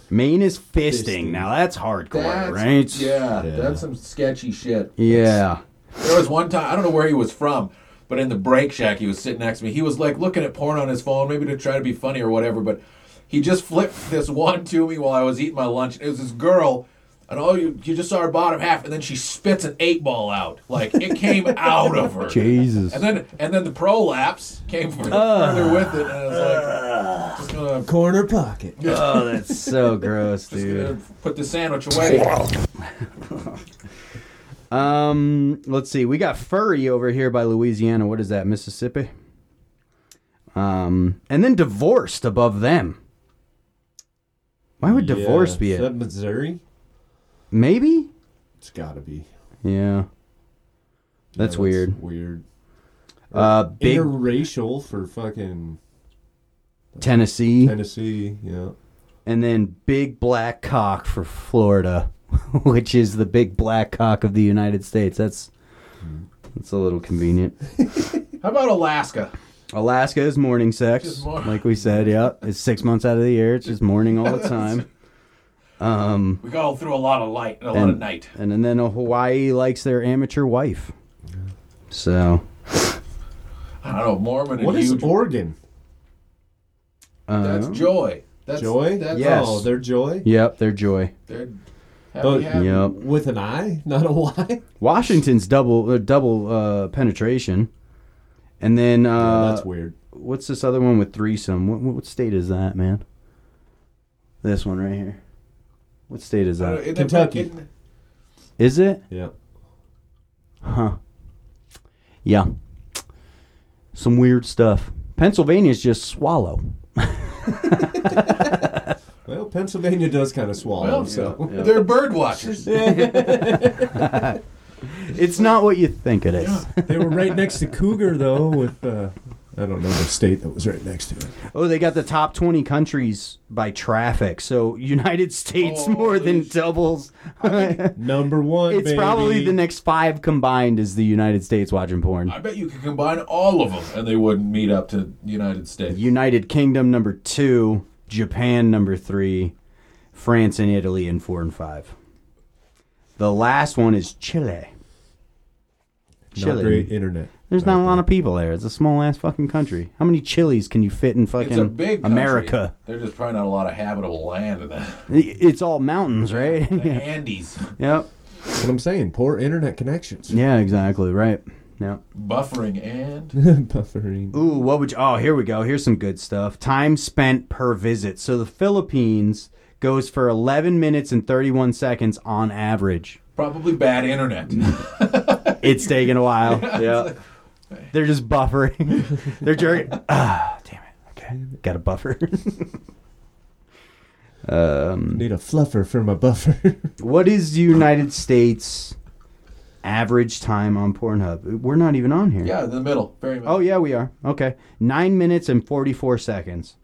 Speaker 1: Maine is fisting.
Speaker 3: Fisting.
Speaker 1: Now that's hardcore,
Speaker 2: That's,
Speaker 1: right?
Speaker 2: Yeah,
Speaker 3: Yeah.
Speaker 2: that's some sketchy shit.
Speaker 1: Yeah.
Speaker 2: There was one time I don't know where he was from, but in the break shack he was sitting next to me. He was like looking at porn on his phone, maybe to try to be funny or whatever, but he just flipped this *laughs* one to me while I was eating my lunch. It was this girl and all you you just saw her bottom half and then she spits an eight ball out. Like it came out of her.
Speaker 1: Jesus. Ah.
Speaker 2: And then and then the prolapse came further, further with it and I was like just gonna
Speaker 3: Corner pocket.
Speaker 1: Oh, that's so gross,
Speaker 2: just
Speaker 1: dude.
Speaker 2: gonna put the sandwich away.
Speaker 1: Um, let's see. We got furry over here by Louisiana. What is that? Mississippi. Um, and then divorced above them. Why would divorce be
Speaker 3: Is
Speaker 1: it?
Speaker 3: that Missouri?
Speaker 1: Maybe.
Speaker 3: It's got to be.
Speaker 1: Yeah. That's
Speaker 3: Yeah,
Speaker 1: weird.
Speaker 3: Weird.
Speaker 1: Uh, big
Speaker 3: Interracial for fucking
Speaker 1: Tennessee,
Speaker 3: Tennessee. Yeah.
Speaker 1: and then big black cock for Florida, *laughs* which is the big black cock of the United States. That's Hmm. that's a little convenient.
Speaker 2: How about Alaska?
Speaker 1: Alaska is morning sex,
Speaker 2: Just mor- *laughs*
Speaker 1: like we said. Yeah, it's six months out of the year. It's just morning all the time. Um,
Speaker 2: We go through a lot of light and a lot
Speaker 1: and,
Speaker 2: of night.
Speaker 1: and and then uh, Hawaii likes their amateur wife. So
Speaker 2: I don't know, Mormon and
Speaker 3: What is
Speaker 2: huge-
Speaker 3: Oregon?
Speaker 1: uh,
Speaker 2: That's joy. That's
Speaker 3: Joy?
Speaker 2: That's
Speaker 1: Yes.
Speaker 3: Oh, they're joy?
Speaker 1: Yep, their joy.
Speaker 2: They're happy,
Speaker 3: Oh,
Speaker 2: happy.
Speaker 1: Yep.
Speaker 3: With an I, not a Y?
Speaker 1: Washington's double uh, double uh, penetration, and then uh,
Speaker 3: Oh, that's weird.
Speaker 1: what's this other one with threesome? What, what state is that, man? This one right here. What state is
Speaker 2: Uh,
Speaker 1: that?
Speaker 2: it-
Speaker 3: Kentucky.
Speaker 2: it-
Speaker 1: Is it?
Speaker 3: Yeah.
Speaker 1: Huh. Yeah. Some weird stuff. Pennsylvania's just swallow.
Speaker 3: Well, Pennsylvania does kind of swallow,
Speaker 2: well,
Speaker 3: so.
Speaker 2: *laughs* they're bird watchers.
Speaker 1: It's not what you think it is.
Speaker 3: they were right next to Cougar, though, with, uh, I don't know the state that was right next to it.
Speaker 1: *laughs* Oh, they got the top 20 countries by traffic. So United *laughs* States
Speaker 2: Oh,
Speaker 1: more than
Speaker 2: shit.
Speaker 1: doubles.
Speaker 3: Number one,
Speaker 1: It's probably
Speaker 3: baby.
Speaker 1: the next five combined is the United States watching porn.
Speaker 2: I bet you could combine all of them and they wouldn't meet up to United States.
Speaker 1: United Kingdom number two, Japan number three, France and Italy in four and five. The last one is Chile.
Speaker 3: Not great internet.
Speaker 1: There's not a lot of people there. It's a small ass fucking country. How many Chiles can you fit in fucking
Speaker 2: It's a big country.
Speaker 1: America?
Speaker 2: There's just probably not a lot of habitable land in that.
Speaker 1: I- It's all mountains, right?
Speaker 2: The
Speaker 1: yeah.
Speaker 2: Andes
Speaker 1: *laughs* Yep.
Speaker 3: That's what I'm saying. Poor internet connections.
Speaker 1: Yeah, exactly. Right. Yep.
Speaker 2: buffering
Speaker 3: *laughs*
Speaker 2: and
Speaker 3: Buffering.
Speaker 1: Ooh, what would you? Oh, here we go. Here's some good stuff. Time spent per visit. So the Philippines goes for 11 minutes and 31 seconds on average.
Speaker 2: probably bad
Speaker 1: *laughs*
Speaker 2: internet.
Speaker 1: It's taking a
Speaker 2: *laughs*
Speaker 1: while. yeah. They're just buffering. *laughs* They're jerking. Ah, damn it. Okay. Got a buffer.
Speaker 3: Need a fluffer for my buffer.
Speaker 1: What is the United States average time on Pornhub? We're not even on here.
Speaker 2: yeah, in the middle. Very much.
Speaker 1: Oh yeah, we are. Okay. Nine minutes and forty-four seconds.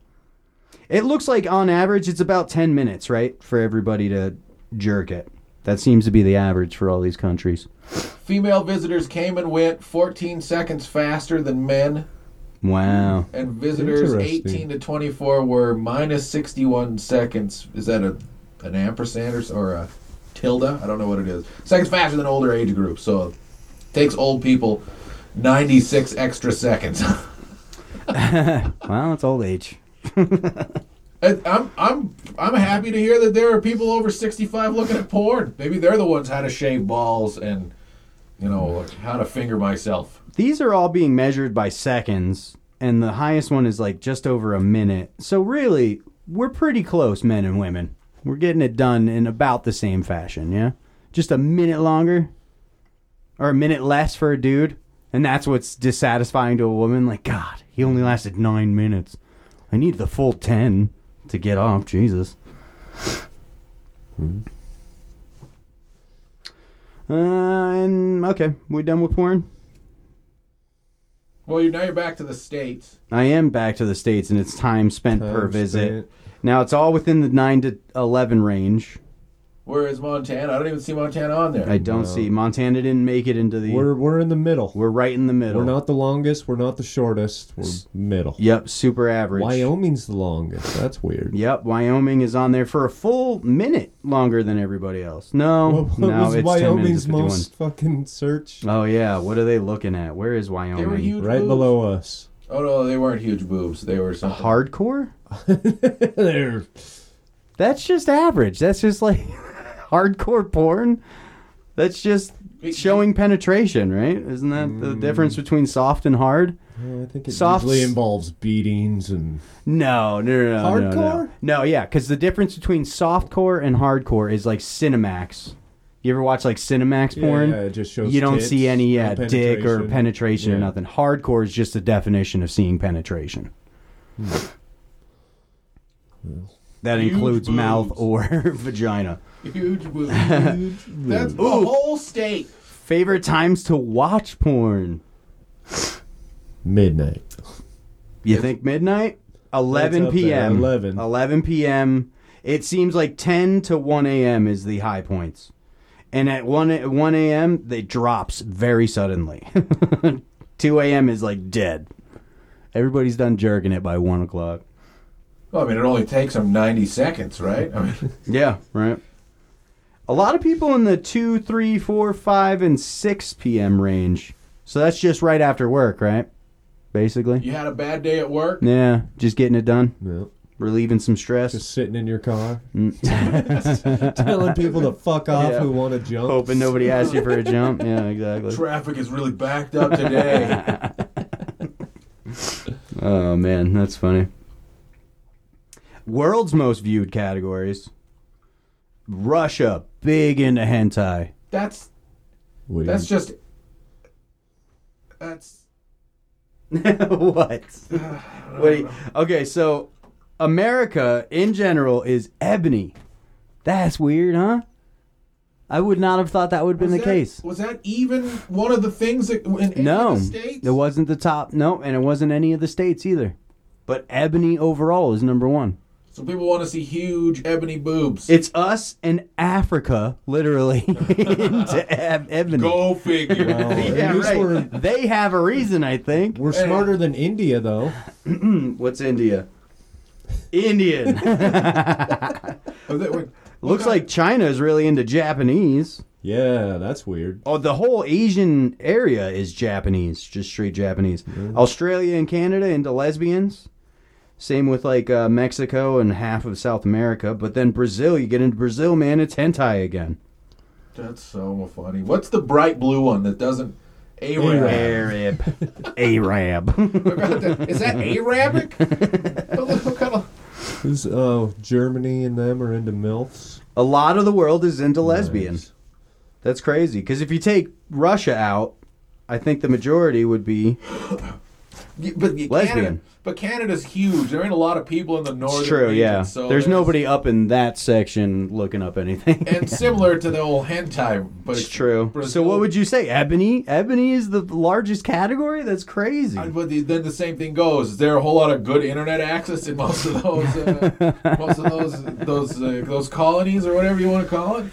Speaker 1: It looks like on average it's about ten minutes, right, for everybody to jerk it. That seems to be the average for all these countries.
Speaker 2: Female visitors came and went 14 seconds faster than men,
Speaker 1: Wow.
Speaker 2: and visitors
Speaker 3: Interesting.
Speaker 2: 18 to 24 were minus 61 seconds. Is that a an ampersand or, s- or a tilde? I don't know what it is. Seconds faster than older age groups. So it takes old people 96 extra seconds. *laughs*
Speaker 1: Wow, it's old age.
Speaker 2: I- I'm I'm I'm happy to hear that there are people over 65 looking at porn. Maybe they're the ones how to shave balls and you know how to finger myself.
Speaker 1: These are all being measured by seconds, and the highest one is like just over a minute. So really, we're pretty close, men and women. We're getting it done in about the same fashion, yeah? Just a minute longer or a minute less for a dude. And that's what's dissatisfying to a woman. Like, God, he only lasted nine minutes. I need the full ten to get off, Jesus. Hmm. Uh, and okay, we done with porn?
Speaker 2: Well, you now you're back to the states.
Speaker 1: I am back to the states, and it's time spent per
Speaker 3: *laughs* Time
Speaker 1: visit.
Speaker 3: spent.
Speaker 1: Now it's all within the nine to eleven range.
Speaker 2: Where is Montana? I don't even see Montana on there.
Speaker 1: I don't see Montana didn't make it into the. We're,
Speaker 3: We're we're in the middle.
Speaker 1: right in the middle.
Speaker 3: We're not the longest. We're not the shortest. We're middle.
Speaker 1: Yep, super average.
Speaker 3: Wyoming's the longest. That's weird.
Speaker 1: Yep, Wyoming is on there for a full minute longer than everybody else. No,
Speaker 3: What, what
Speaker 1: no,
Speaker 3: was
Speaker 1: it's ten minutes
Speaker 3: Wyoming's
Speaker 1: and 51.
Speaker 3: most fucking search?
Speaker 1: Oh yeah, what are they looking at? Where is Wyoming?
Speaker 2: they were huge.
Speaker 3: Right
Speaker 2: boobs.
Speaker 1: *laughs*
Speaker 3: below us.
Speaker 2: Oh no, they weren't huge boobs. They were something.
Speaker 1: Hardcore?
Speaker 3: there.
Speaker 1: That's just average. That's just like *laughs* hardcore porn. That's just showing penetration, right? Isn't that the difference between soft and hard?
Speaker 3: Well, I think it
Speaker 1: Softs.
Speaker 3: usually involves beatings and
Speaker 1: No, no, no, no, no,
Speaker 3: Hardcore?
Speaker 1: No, no yeah, because the difference between softcore and hardcore is like Cinemax. You ever watch like Cinemax porn?
Speaker 3: Yeah, it just shows
Speaker 1: you don't
Speaker 3: tits,
Speaker 1: see any
Speaker 3: no
Speaker 1: yeah, dick or
Speaker 3: penetration.
Speaker 1: penetration or
Speaker 3: Yeah.
Speaker 1: nothing. Hardcore is just the definition of seeing penetration.
Speaker 3: Hmm.
Speaker 1: That
Speaker 2: Huge
Speaker 1: includes
Speaker 2: boobs.
Speaker 1: mouth or *laughs* vagina.
Speaker 2: Huge boobs. Huge
Speaker 1: *laughs*
Speaker 2: boobs. That's the whole state.
Speaker 1: Favorite times to watch porn?
Speaker 3: midnight.
Speaker 1: You think midnight? 11
Speaker 3: up there,
Speaker 1: p.m.
Speaker 3: 11.
Speaker 1: 11 p.m. It seems like 10 to 1 a.m. is the high points. And at 1 a- 1 a.m., they drops very suddenly. *laughs* 2 a.m. is like dead. Everybody's done jerking it by 1 o'clock.
Speaker 2: Well, I mean, it only takes them 90 seconds, right? I
Speaker 1: *laughs*
Speaker 2: mean,
Speaker 1: Yeah, right. A lot of people in the 2, 3, 4, 5, and 6 p.m. range. So that's just right after work, right? Basically.
Speaker 2: you had a bad day at work?
Speaker 1: Yeah, just getting it done,
Speaker 3: Yeah.
Speaker 1: relieving some stress.
Speaker 3: Just sitting in your car, *laughs* telling people to fuck off
Speaker 1: Mm. Yeah.
Speaker 3: who want to jump.
Speaker 1: Hoping nobody asks you for a jump. Yeah, exactly.
Speaker 2: Traffic is really backed
Speaker 1: *laughs*
Speaker 2: up today.
Speaker 1: Oh man, that's funny. World's most viewed categories. Russia, big into hentai. *laughs*
Speaker 2: that's
Speaker 3: Weird.
Speaker 2: that's just that's
Speaker 1: what? what do you- okay, so America in general is ebony. That's weird, huh? I would not have thought that would have been
Speaker 2: was
Speaker 1: the
Speaker 2: that-
Speaker 1: case.
Speaker 2: Was that even one of the things that in any
Speaker 1: No,
Speaker 2: of the states?
Speaker 1: it wasn't the top. No, and it wasn't any of the states either. But ebony overall is number one.
Speaker 2: So people want to see huge ebony boobs.
Speaker 1: It's us and Africa, literally, *laughs* into eb- ebony.
Speaker 2: Go figure. *laughs*
Speaker 1: Yeah,
Speaker 3: At least
Speaker 1: right.
Speaker 3: we're-
Speaker 1: They have a reason, I think.
Speaker 3: We're smarter than India, though.
Speaker 1: What's India? *laughs* Indian.
Speaker 2: Oh, that would-
Speaker 1: Looks like China is really into Japanese.
Speaker 3: Yeah, that's weird.
Speaker 1: Oh, the whole Asian area is Japanese, just straight Japanese. Australia and Canada into lesbians. Same with like uh, Mexico and half of South America. But then Brazil, you get into Brazil, man, it's hentai again.
Speaker 2: That's so funny. What's the bright blue one that doesn't Arab?
Speaker 1: Arab. *laughs* Arab. *laughs*
Speaker 2: Is that Arabic? What kind of-
Speaker 3: Who's oh Germany and them are into milfs?
Speaker 1: a lot of the world is into lesbian.
Speaker 3: Nice.
Speaker 1: That's crazy. Because if you take Russia out, I think the majority would be
Speaker 2: Yeah, But yeah,
Speaker 1: Lesbian.
Speaker 2: Canada, but Canada's huge. There ain't a lot of people in the northern.
Speaker 1: It's true,
Speaker 2: region,
Speaker 1: yeah.
Speaker 2: So
Speaker 1: there's nobody up in that section looking up anything.
Speaker 2: *laughs* And similar to the old hentai, but
Speaker 1: it's true. So what would you say? Ebony? Ebony is the largest category? That's crazy.
Speaker 2: But the, then the same thing goes. Is there a whole lot of good internet access in most of those,
Speaker 1: *laughs*
Speaker 2: uh, most of those, those, uh, those colonies or whatever you want to call it?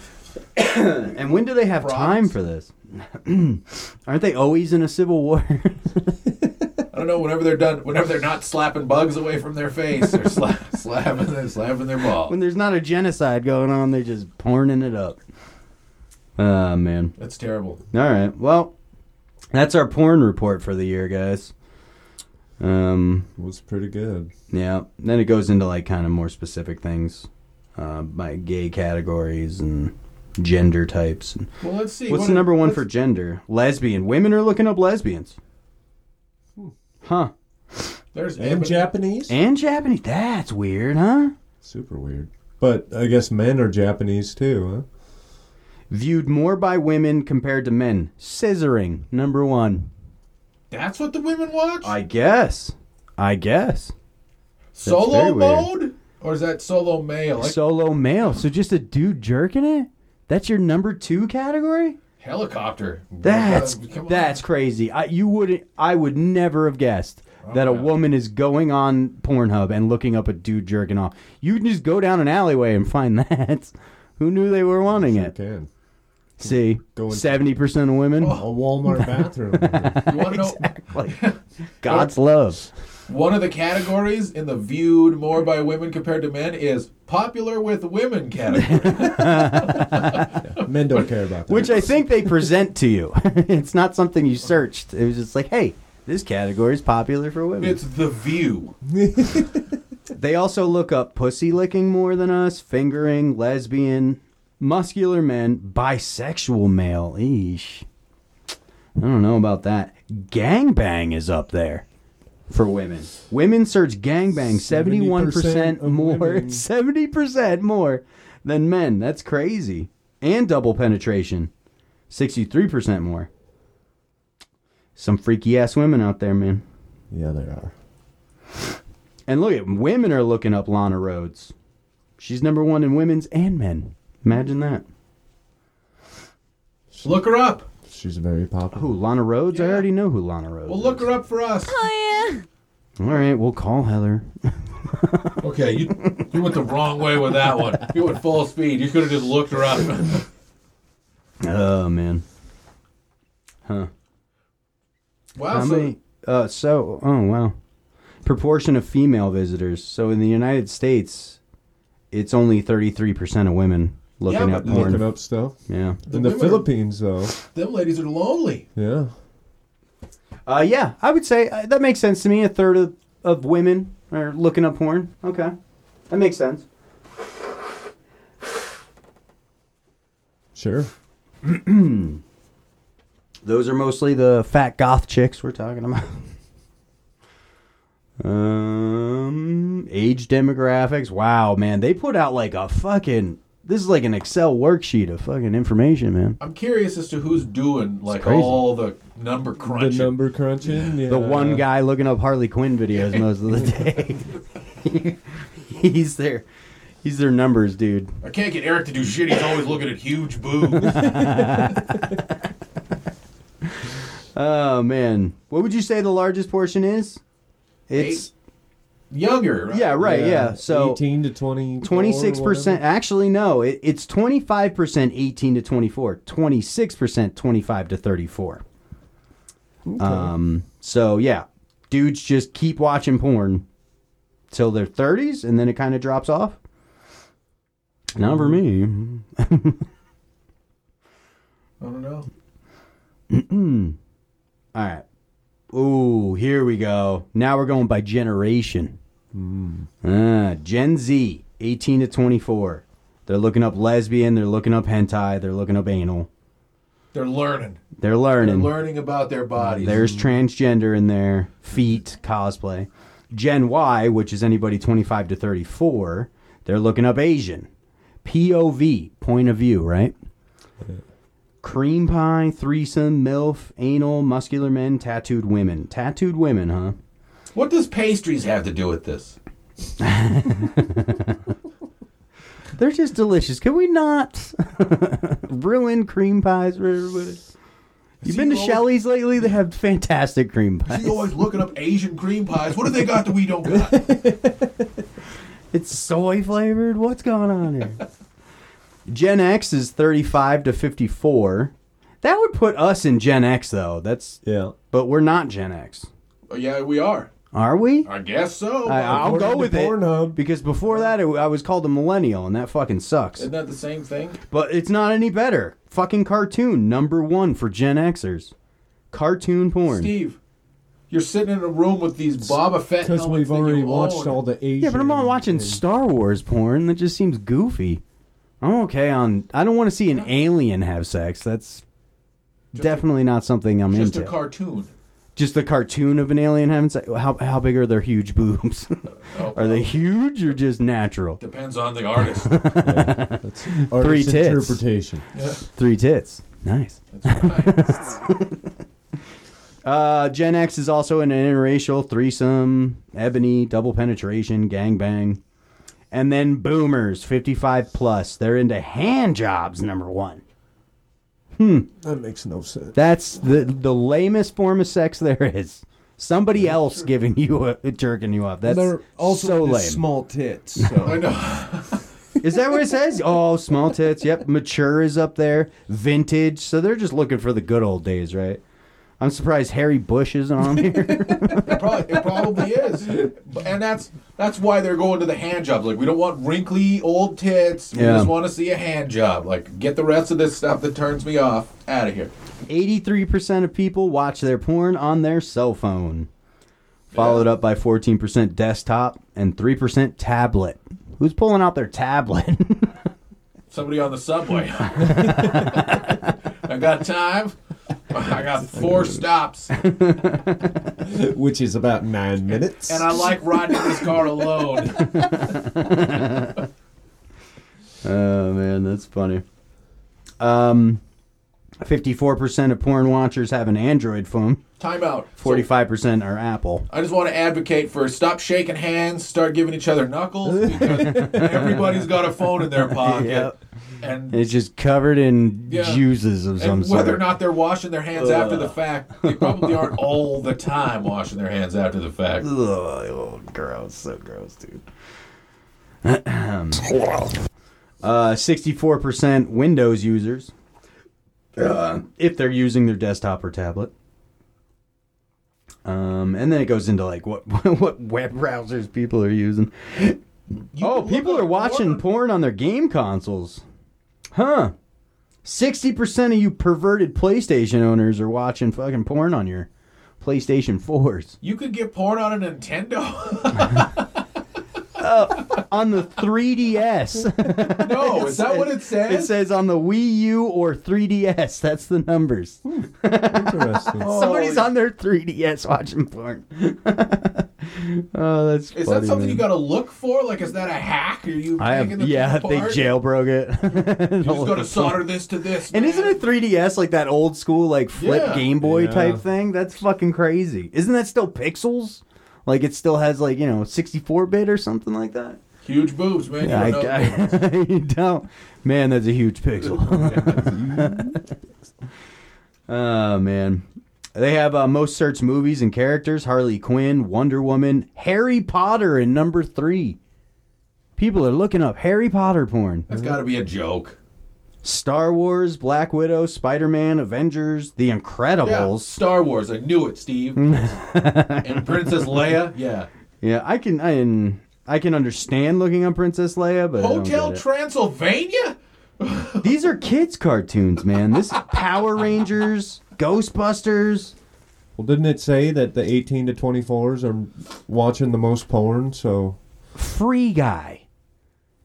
Speaker 1: And when do they have
Speaker 2: Bronze?
Speaker 1: time for this? *clears throat* Aren't they always in a civil war? *laughs*
Speaker 2: I don't know. Whenever they're done, whenever they're not slapping bugs away from their face, they're sla- *laughs* slapping, they're slapping their ball.
Speaker 1: when there's not a genocide going on, they're just porning it up. Oh, man.
Speaker 2: That's terrible.
Speaker 1: All right. Well, that's our porn report for the year, guys. Um,
Speaker 3: Was pretty good.
Speaker 1: yeah. Then it goes into like kind of more specific things, uh, by gay categories and gender types. And
Speaker 2: Well, let's see.
Speaker 1: what's
Speaker 2: What
Speaker 1: the
Speaker 2: are-
Speaker 1: number one
Speaker 2: let's-
Speaker 1: for gender? Lesbian. Women are looking up lesbians. Huh.
Speaker 2: There's
Speaker 3: And
Speaker 2: Ebony.
Speaker 3: Japanese?
Speaker 1: And Japanese. That's weird, huh?
Speaker 3: Super weird. But I guess men are Japanese too,
Speaker 1: Viewed more by women compared to men. Scissoring, number one.
Speaker 2: That's what the women watch.
Speaker 1: I guess. I guess. very
Speaker 2: solo
Speaker 1: weird.
Speaker 2: mode, or is that solo male? Like
Speaker 1: solo male. So just a dude jerking it? That's your number two category?
Speaker 2: helicopter.
Speaker 1: That's
Speaker 2: Come on.
Speaker 1: that's crazy. I you wouldn't I would never have guessed
Speaker 2: Oh,
Speaker 1: that a woman is going on Pornhub and looking up a dude jerking off. You can just go down an alleyway and find *laughs* that. Who knew they were wanting
Speaker 3: huh?
Speaker 1: it?
Speaker 3: Can.
Speaker 1: See,
Speaker 3: Go and-
Speaker 1: seventy percent of women.
Speaker 2: Oh.
Speaker 1: *laughs*
Speaker 3: A Walmart bathroom.
Speaker 2: *laughs* You want to know *laughs*
Speaker 1: Like, God's love.
Speaker 2: one of the categories in the viewed more by women compared to men is popular with
Speaker 1: *laughs*
Speaker 2: women category.
Speaker 3: men don't care about that.
Speaker 1: Which I think they present to you. *laughs* it's not something you searched. It was just like, hey, this category is popular for women.
Speaker 2: it's the view.
Speaker 1: They also look up pussy licking more than us, fingering, lesbian, muscular men, bisexual male. Eesh. I don't know about that. Gangbang is up there for women. Women search gangbang 71%
Speaker 3: 70% of
Speaker 1: more, *laughs*
Speaker 3: women.
Speaker 1: 70% more than men. That's crazy. And double penetration, 63% more. Some freaky ass women out there, man.
Speaker 3: yeah, they are.
Speaker 1: And look at women are looking up Lana Rhodes. She's number one in women's and men. Imagine that.
Speaker 2: Look her up.
Speaker 3: She's very popular.
Speaker 1: Who Lana Rhodes? I
Speaker 2: Yeah.
Speaker 1: already know who Lana Rhodes.
Speaker 2: Well, look
Speaker 1: Is.
Speaker 2: her up for us.
Speaker 5: Oh,
Speaker 1: All right, we'll call Heather.
Speaker 2: Okay, you you went the wrong way with that one. You went full speed. You could have just
Speaker 1: *laughs*
Speaker 2: looked her up.
Speaker 1: Oh man.
Speaker 2: Wow.
Speaker 1: How
Speaker 2: so
Speaker 1: many? Uh, so oh wow. proportion of female visitors. So in the United States, it's only 33% of women looking
Speaker 2: Yeah,
Speaker 1: up
Speaker 2: but
Speaker 1: porn.
Speaker 3: Looking up stuff.
Speaker 1: Yeah.
Speaker 2: The
Speaker 3: In the
Speaker 2: women-
Speaker 3: Philippines, though.
Speaker 2: Them ladies are lonely.
Speaker 3: Yeah.
Speaker 1: Uh, yeah, I would say uh, that makes sense to me. A third of, of women are looking up porn. Okay. That makes sense.
Speaker 3: Sure.
Speaker 1: Those are mostly the fat goth chicks we're talking about. *laughs* um, age demographics. Wow, man, they put out like a fucking. This is like an Excel worksheet of fucking information, man.
Speaker 2: I'm curious as to who's doing like
Speaker 1: crazy.
Speaker 2: all the number crunching.
Speaker 3: The number crunching. Yeah.
Speaker 1: The one guy looking up Harley Quinn videos most of the day. *laughs* he's their, he's their numbers, dude.
Speaker 2: I can't get Eric to do shit. He's always looking at huge boobs.
Speaker 1: Oh man, what would you say the largest portion is? It's
Speaker 2: Younger, right?
Speaker 1: yeah, right, yeah. So
Speaker 3: 18 to 20.
Speaker 1: Twenty-six percent. Actually, no. It, it's twenty-five percent, eighteen to twenty-four. Twenty-six percent, twenty-five to thirty-four. Um. So yeah, dudes just keep watching porn till their thirties, and then it kind of drops off. Not for me.
Speaker 2: I don't know.
Speaker 1: All right. Ooh, here we go. Now we're going by generation. Ah, Gen Z, 18 to 24. They're looking up lesbian. They're looking up hentai. They're looking up anal.
Speaker 2: They're learning.
Speaker 1: They're
Speaker 2: They're
Speaker 1: learning.
Speaker 2: learning about their bodies.
Speaker 1: There's transgender in there, feet, cosplay. Gen Y, which is anybody 25 to 34, they're looking up Asian. POV, point of view, right? Cream pie, threesome, MILF, anal, muscular men, tattooed women. Tattooed women, huh?
Speaker 2: what does pastries have to do with this?
Speaker 1: They're just delicious. Can we not *laughs* ruin cream pies for everybody? You've been to
Speaker 2: always-
Speaker 1: Shelley's lately? They have fantastic cream pies.
Speaker 2: He's always looking up Asian cream pies. What do they got that we
Speaker 1: *laughs*
Speaker 2: don't got? Uh,
Speaker 1: It's soy flavored. What's going on here? *laughs* Gen X is 35 to 54. That would put us in Gen X though. That's
Speaker 3: Yeah.
Speaker 1: but we're not Gen X.
Speaker 2: Oh, yeah, we are.
Speaker 1: Are we?
Speaker 2: I guess so.
Speaker 1: I, I'll
Speaker 3: According
Speaker 1: go
Speaker 3: to
Speaker 1: with it
Speaker 3: Pornhub.
Speaker 1: because before that it, I was called a millennial and that fucking sucks.
Speaker 2: Isn't that the same thing?
Speaker 1: But it's not any better. Fucking cartoon number 1 for Gen Xers. Cartoon porn.
Speaker 2: Steve, you're sitting in a room with these Boba Fett
Speaker 3: Because
Speaker 2: helmets
Speaker 3: we've
Speaker 2: that you
Speaker 3: already watched
Speaker 2: own.
Speaker 3: all the Asian.
Speaker 1: Yeah, but I'm not watching
Speaker 3: and-
Speaker 1: Star Wars porn. That just seems goofy. I'm okay on. I don't want to see an alien have sex. That's definitely not something I'm
Speaker 2: Just a
Speaker 1: into.
Speaker 2: cartoon.
Speaker 1: just the cartoon of an alien having sex. How how big are their huge boobs? *laughs*
Speaker 2: Oh,
Speaker 1: are they huge or just natural?
Speaker 2: Depends on
Speaker 1: *laughs*
Speaker 2: the artist. *laughs*
Speaker 3: That's artist's
Speaker 1: tits.
Speaker 3: interpretation.
Speaker 1: Three tits. Nice.
Speaker 2: That's right.
Speaker 1: Uh, Gen X is also in an interracial threesome, ebony, double penetration, gangbang. And then boomers, 55 plus. They're into hand jobs, number one.
Speaker 3: That makes no sense.
Speaker 1: That's the the lamest form of sex there is. Somebody else giving you a jerking you up. That's
Speaker 8: They're also
Speaker 1: so lame.
Speaker 8: small tits. So.
Speaker 2: I know.
Speaker 1: Is that what
Speaker 8: *laughs*
Speaker 1: it says? Oh, small tits. Yep, mature is up there. Vintage. So they're just looking for the good old days, right? I'm surprised Harry Bush isn't on here.
Speaker 2: It probably, it probably is. And that's that's why they're going to the hand jobs. Like we don't want wrinkly old tits. We
Speaker 1: Yeah.
Speaker 2: just want to see a hand job. Like get the rest of this stuff that turns me off out of here.
Speaker 1: 83% of people watch their porn on their cell phone. Followed up by 14% desktop and 3% tablet. Who's pulling out their tablet? *laughs*
Speaker 2: Somebody on the subway. *laughs* I got time. I got four stops, and
Speaker 3: *laughs* Which is about nine minutes.
Speaker 2: I like riding in this car alone.
Speaker 1: Oh man, that's funny. Um, fifty-four percent of porn watchers have an Android phone.
Speaker 2: Time out.
Speaker 1: Forty-five percent are Apple.
Speaker 2: I just want to advocate for stop shaking hands, start giving each other knuckles because everybody's got a phone in their
Speaker 1: *laughs*
Speaker 2: pocket,
Speaker 1: Yep.
Speaker 2: and
Speaker 1: And it's just covered in
Speaker 2: Yeah.
Speaker 1: juices of some
Speaker 2: and whether
Speaker 1: sort.
Speaker 2: or not they're washing their hands after the fact, they probably
Speaker 1: *laughs*
Speaker 2: aren't all the time washing their hands after the fact.
Speaker 1: Ugh, oh, gross, so gross, dude. *clears throat* Uh, sixty-four percent Windows users, uh, if they're using their desktop or tablet. Um, and then it goes into like what *laughs* what web browsers people are using. oh,
Speaker 2: can look
Speaker 1: people are
Speaker 2: up
Speaker 1: watching
Speaker 2: porn.
Speaker 1: porn. on their game consoles, huh? Sixty percent of you perverted PlayStation owners are watching fucking porn on your PlayStation fours
Speaker 2: You could get porn on a
Speaker 1: *laughs*
Speaker 2: Nintendo. *laughs*
Speaker 1: on the
Speaker 2: *laughs*
Speaker 1: 3DS.
Speaker 2: no, is that what it
Speaker 1: it
Speaker 2: says?
Speaker 1: says on the Wii U or 3DS. That's the numbers.
Speaker 3: Interesting.
Speaker 1: Somebody's
Speaker 2: Hmm. Oh,
Speaker 1: on their 3DS watching porn. *laughs* oh, that's
Speaker 2: Is
Speaker 1: funny,
Speaker 2: that something
Speaker 1: man.
Speaker 2: you got to look for? Like, is that a hack? Are you?
Speaker 1: I
Speaker 2: taking
Speaker 1: have,
Speaker 2: the
Speaker 1: yeah,
Speaker 2: thing
Speaker 1: they
Speaker 2: apart?
Speaker 1: jailbroke *laughs* it.
Speaker 2: You just got to solder this to this.
Speaker 1: and
Speaker 2: man.
Speaker 1: isn't a 3DS like that old school like flip
Speaker 2: Yeah.
Speaker 1: Game Boy
Speaker 3: Yeah.
Speaker 1: type thing? That's fucking crazy. Isn't that still pixels? Like it still has like you know 64 bit or something like that.
Speaker 2: huge boobs, man?
Speaker 1: Yeah,
Speaker 2: you
Speaker 1: I,
Speaker 2: don't know.
Speaker 1: I- *laughs* you don't. Man, that's a huge
Speaker 2: *laughs*
Speaker 1: pixel. oh man, they have uh, most searched movies and characters: Harley Quinn, Wonder Woman, Harry Potter, and number three. People are looking up Harry Potter porn.
Speaker 2: That's got to be a joke.
Speaker 1: Star Wars, Black Widow, Spider Man, Avengers, The Incredibles.
Speaker 2: Star Wars. I knew
Speaker 1: *laughs*
Speaker 2: it, Steve. and Princess Leia. Yeah.
Speaker 1: Yeah, I can I can I can understand looking up Princess Leia, but I don't
Speaker 2: Hotel
Speaker 1: get it.
Speaker 2: Transylvania.
Speaker 1: These are kids' cartoons, man.
Speaker 3: *laughs*
Speaker 1: This is Power Rangers, Ghostbusters.
Speaker 3: Well, didn't it say that the 18 to 24s are watching the most porn? So,
Speaker 1: Free Guy.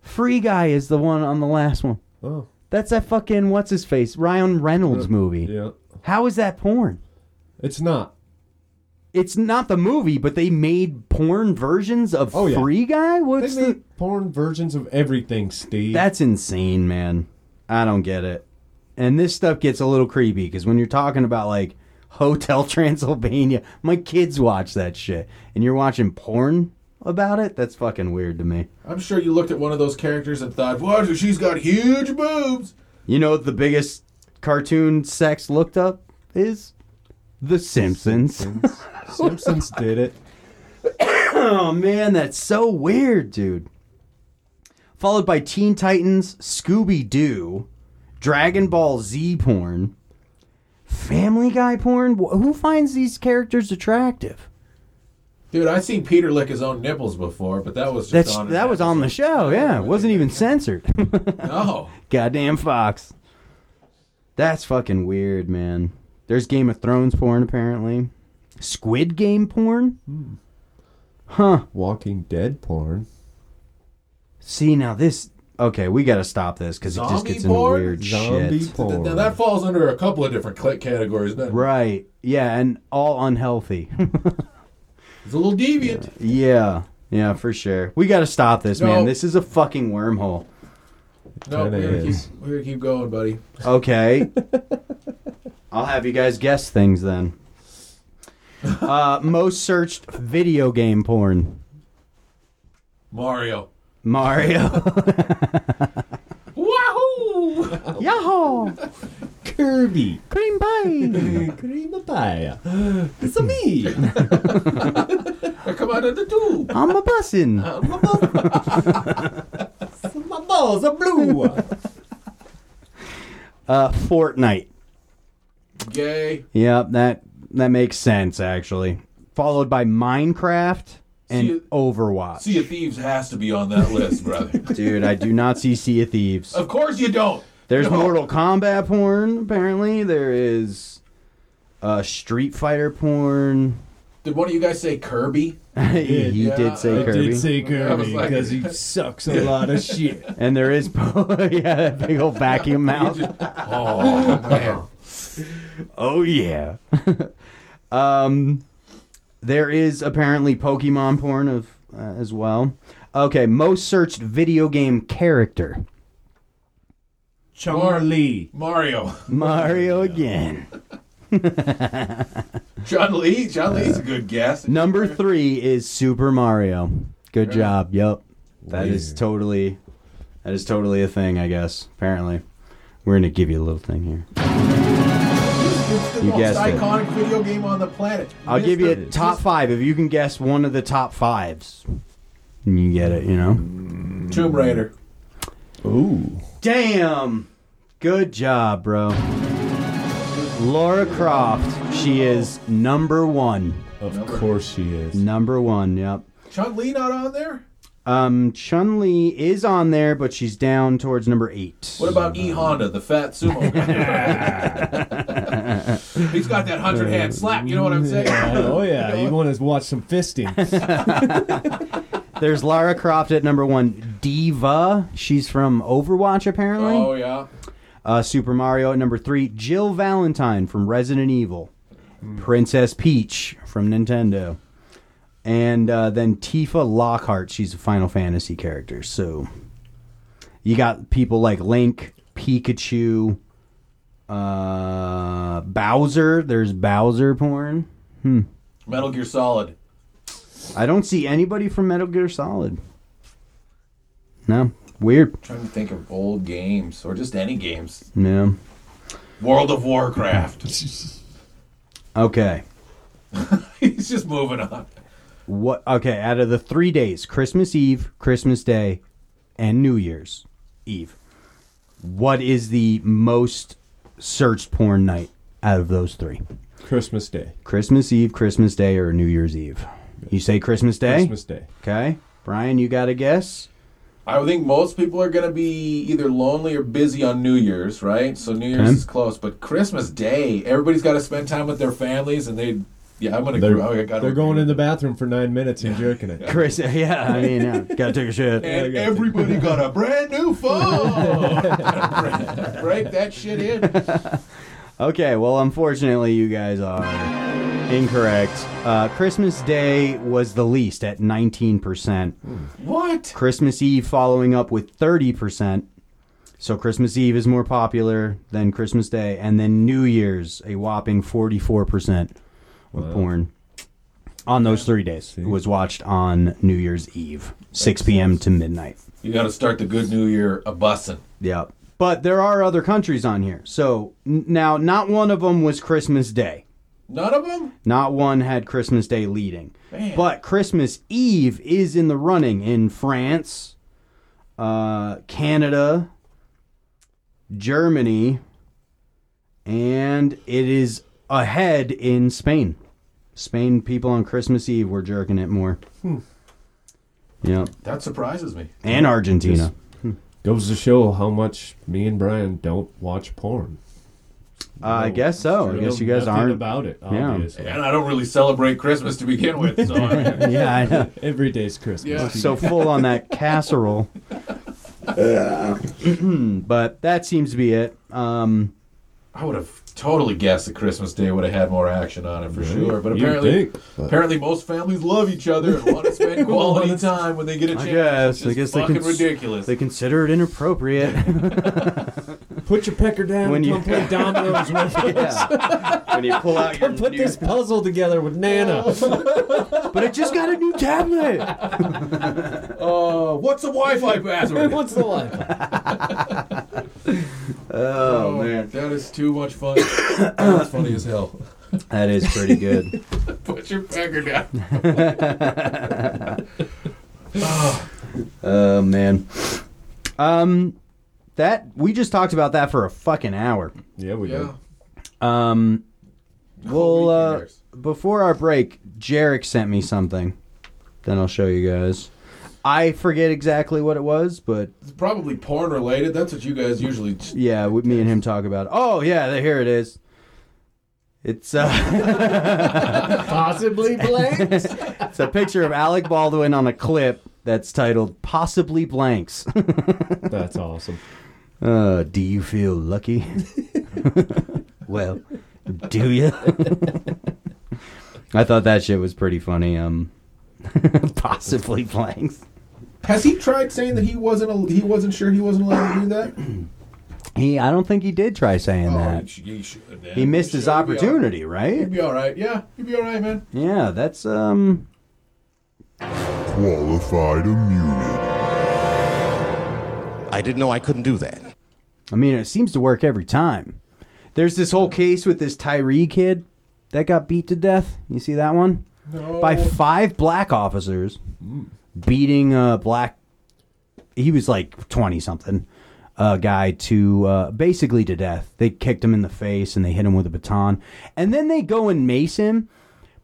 Speaker 1: Free Guy is the one on the last one.
Speaker 3: oh,
Speaker 1: That's that fucking what's his face Ryan Reynolds movie.
Speaker 3: yeah.
Speaker 1: How is that porn?
Speaker 3: It's not.
Speaker 1: It's not the movie, but they made porn versions of
Speaker 3: Oh, yeah.
Speaker 1: Free Guy.
Speaker 3: They
Speaker 1: What's the?
Speaker 3: make porn versions of everything, Steve.
Speaker 1: That's insane, man. I don't get it. And this stuff gets a little creepy because when you're talking about like *laughs* Hotel Transylvania, my kids watch that shit, and you're watching porn about it. That's fucking weird to me.
Speaker 2: I'm sure you looked at one of those characters and thought, "What? She's got huge boobs."
Speaker 1: You know what the biggest cartoon sex looked up is? The Simpsons.
Speaker 3: Simpsons, Simpsons did it.
Speaker 1: oh man, that's so weird, dude. Followed by Teen Titans, Scooby Doo, Dragon Ball Z porn, Family Guy porn. Wh- Who finds these characters attractive?
Speaker 2: Dude, I've seen Peter lick his own nipples before, but that was just
Speaker 1: That's
Speaker 2: on an
Speaker 1: that was on the
Speaker 2: episode.
Speaker 1: show. Yeah, it wasn't even censored. *laughs*
Speaker 2: No.
Speaker 1: Goddamn Fox. That's fucking weird, man. There's Game of Thrones porn apparently. Squid Game porn?
Speaker 3: Walking Dead porn.
Speaker 1: See now this. Okay, we gotta stop this because it just
Speaker 2: Zombie
Speaker 1: gets
Speaker 2: porn?
Speaker 1: into weird
Speaker 3: Zombie
Speaker 1: shit.
Speaker 3: porn.
Speaker 2: Now that falls under a couple of different cl- categories. doesn't it?
Speaker 1: Right. Yeah, and all unhealthy. *laughs*
Speaker 2: It's a little deviant.
Speaker 1: yeah. Yeah, for sure. We got to stop this,
Speaker 2: No.
Speaker 1: man. This is a fucking wormhole.
Speaker 2: No,
Speaker 3: Kinda
Speaker 2: we're gonna, keep,
Speaker 3: is.
Speaker 2: we're gonna keep going, buddy. *laughs*
Speaker 1: Okay. I'll have you guys guess things then. Uh, most searched video game porn.
Speaker 2: Mario. *laughs*
Speaker 1: Mario.
Speaker 2: Wahoo!
Speaker 1: Yahoo!
Speaker 3: Kirby.
Speaker 1: Cream pie.
Speaker 3: Cream pie. It's a me.
Speaker 2: I come out of the tube.
Speaker 1: I'm a bussin'.
Speaker 2: Um.
Speaker 3: My balls are blue.
Speaker 1: Uh, Fortnite.
Speaker 2: Gay.
Speaker 1: Yep, that that makes sense actually. Followed by Minecraft and
Speaker 2: See you-
Speaker 1: Overwatch.
Speaker 2: Sea of Thieves has to be on that list, brother.
Speaker 1: *laughs* Dude, I do not see Sea of
Speaker 2: *laughs*
Speaker 1: Thieves.
Speaker 2: Of course you don't.
Speaker 1: There's Mortal Kombat porn, apparently. There is uh, Street Fighter porn. *laughs*
Speaker 2: Did one of you guys say Kirby?
Speaker 1: he
Speaker 3: Yeah,
Speaker 1: did say
Speaker 2: I
Speaker 1: Kirby.
Speaker 3: say
Speaker 2: I was like-
Speaker 3: he sucks a lot of shit.
Speaker 1: *laughs* And there is, yeah, that big old
Speaker 3: *laughs*
Speaker 1: vacuum mouth.
Speaker 2: Oh man.
Speaker 1: oh, yeah. *laughs* um, there is apparently Pokemon porn of uh, as well. Okay, most searched video game character.
Speaker 3: Charlie.
Speaker 2: Mario.
Speaker 1: Mario again.
Speaker 2: John Lee. John Lee's a good guess.
Speaker 1: Number three is Super Mario. Good job. Yep. that is
Speaker 3: Weird.
Speaker 1: totally that is totally a thing, I guess. Apparently. We're gonna give you a little thing here.
Speaker 2: It's the
Speaker 1: You
Speaker 2: most
Speaker 1: guessed it.
Speaker 2: iconic video game on the planet.
Speaker 1: I'll give you a
Speaker 3: Mr.
Speaker 1: top five if you can guess one of the top fives. And you get it, you know?
Speaker 2: Tomb Raider.
Speaker 3: Ooh.
Speaker 1: Damn! Good job, bro. Laura Croft. She is number one.
Speaker 3: Of course she is.
Speaker 1: Number one. Yep.
Speaker 2: Chun Li not on there?
Speaker 1: Um, Chun Li is on there, but she's down towards number eight.
Speaker 2: What about E Honda, the fat sumo guy? *laughs* He's got that hundred hand slap. You know what I'm saying?
Speaker 3: Oh yeah, you want to watch some fisting?
Speaker 1: There's Lara Croft at number one. Diva. She's from Overwatch, apparently.
Speaker 2: oh yeah.
Speaker 1: Uh, Super Mario at number three. Jill Valentine from Resident Evil. Princess Peach from Nintendo. And uh, then Tifa Lockhart. She's a Final Fantasy character. So you got people like Link, Pikachu, uh, Bowser. There's Bowser porn.
Speaker 2: Metal Gear Solid.
Speaker 1: I don't see anybody from Metal Gear Solid. No. Weird.
Speaker 2: trying to think of old games or just any games.
Speaker 1: No.
Speaker 2: World of Warcraft. *laughs*
Speaker 1: Okay.
Speaker 2: He's just moving on.
Speaker 1: What? Okay, out of the three days, Christmas Eve, Christmas Day, and New Year's Eve, what is the most searched porn night out of those three?
Speaker 3: Christmas Day.
Speaker 1: Christmas Eve, Christmas Day, or New Year's Eve? You say Christmas Day?
Speaker 3: Christmas Day.
Speaker 1: Okay, Brian, you got a guess?
Speaker 2: I think most people are going to be either lonely or busy on New Year's, right? So New Year's
Speaker 1: Okay.
Speaker 2: is close, but Christmas Day, everybody's got to spend time with their families, and they, yeah, I'm going to.
Speaker 3: They're,
Speaker 2: Oh, I gotta
Speaker 3: they're going in the bathroom for nine minutes and jerking it.
Speaker 1: Chris, yeah, I mean, yeah, gotta take a shit.
Speaker 2: *laughs* *laughs* And everybody got a
Speaker 3: *laughs*
Speaker 2: brand new phone. Break- Break that shit in.
Speaker 1: Okay, well, unfortunately, you guys are incorrect. Uh, Christmas Day was the least at nineteen percent.
Speaker 2: What?
Speaker 1: Christmas Eve following up with 30%. So Christmas Eve is more popular than Christmas Day. And then New Year's, a whopping 44% of porn on those three days. It was watched on New Year's Eve, 6 p.m. to midnight.
Speaker 2: You got to start the good New Year a bussin'.
Speaker 1: Yeah. But there are other countries on here. So n- now, not one of them was Christmas Day.
Speaker 2: None of them.
Speaker 1: Not one had Christmas Day leading.
Speaker 2: Man.
Speaker 1: But Christmas Eve is in the running in France, uh, Canada, Germany, and it is ahead in Spain. Spain people on Christmas Eve were jerking it more. Yeah.
Speaker 2: That surprises me.
Speaker 1: And Argentina.
Speaker 3: *laughs* Goes to show how much me and Brian don't watch porn.
Speaker 1: Uh, I guess so. I
Speaker 3: Know
Speaker 1: guess you guys
Speaker 3: nothing
Speaker 1: aren't.
Speaker 3: about it.
Speaker 1: Yeah.
Speaker 3: Obviously,
Speaker 2: And I don't really celebrate Christmas to begin with, so I mean,
Speaker 1: yeah, I know.
Speaker 3: every day's Christmas.
Speaker 2: Yeah.
Speaker 1: so full on that casserole. *clears throat* but that seems to be it. Um,
Speaker 2: I would have totally guessed that Christmas Day would have had more action on it for sure. But
Speaker 3: You'd
Speaker 2: apparently,
Speaker 3: think.
Speaker 2: apparently most families love each other
Speaker 1: *laughs*
Speaker 2: and want to spend quality time when they get a
Speaker 1: I
Speaker 2: chance.
Speaker 1: guess.
Speaker 2: It's
Speaker 1: I
Speaker 2: just
Speaker 1: guess they
Speaker 2: fucking
Speaker 1: can.
Speaker 2: ridiculous.
Speaker 1: They consider it *laughs* inappropriate.
Speaker 3: Put your pecker down
Speaker 1: When
Speaker 3: and
Speaker 1: you-
Speaker 3: come
Speaker 1: *laughs*
Speaker 3: play dominoes with us.
Speaker 1: yeah. When you pull out your
Speaker 3: Put this puzzle together with Nana.
Speaker 1: *laughs*
Speaker 3: *laughs*
Speaker 1: but I just got a new tablet.
Speaker 2: Uh, what's the
Speaker 1: *laughs*
Speaker 2: Wi-Fi password?
Speaker 3: What's the life?
Speaker 2: oh man, that is too much fun. That's funny as
Speaker 1: *laughs*
Speaker 2: hell.
Speaker 1: That is pretty good.
Speaker 2: Put your pecker down.
Speaker 1: Oh man. Um, that we just talked about that for a fucking hour.
Speaker 3: Yeah, we
Speaker 2: *laughs* Yeah.
Speaker 1: Um, well,
Speaker 2: Who
Speaker 1: uh,
Speaker 2: cares?
Speaker 1: before our break, Jarek sent me something. Then I'll show you guys. I forget exactly what it was, but
Speaker 2: it's probably porn related. That's what you guys usually. Ch-
Speaker 1: Yeah, we, me and him talk about it. Oh yeah, there- here it is. It's uh, *laughs*
Speaker 3: *laughs* Possibly blanks.
Speaker 1: it's a picture of Alec Baldwin on a clip that's titled "Possibly Blanks." *laughs*
Speaker 3: That's awesome.
Speaker 1: uh, do you feel lucky? *laughs* well, do you? *laughs* I thought that shit was pretty funny. Um, *laughs* possibly blanks.
Speaker 2: Has he tried saying that he wasn't? Al- he wasn't sure he wasn't allowed to do that.
Speaker 1: *clears throat* He, I don't think he did try saying
Speaker 2: Oh,
Speaker 1: that.
Speaker 2: he, sh- he, should, man.
Speaker 1: He missed his
Speaker 2: should be all-
Speaker 1: opportunity, right?
Speaker 2: He'd be all right. Yeah, he'd be all right, man.
Speaker 1: Yeah, that's um.
Speaker 4: Qualified immunity.
Speaker 8: I didn't know I couldn't do that.
Speaker 1: I mean, it seems to work every time. There's this whole case with this Tyree kid that got beat to death. You see that one?
Speaker 2: No.
Speaker 1: By five black officers beating a black. He was like 20 something. uh, guy to uh, basically to death. They kicked him in the face and they hit him with a baton, and then they go and mace him.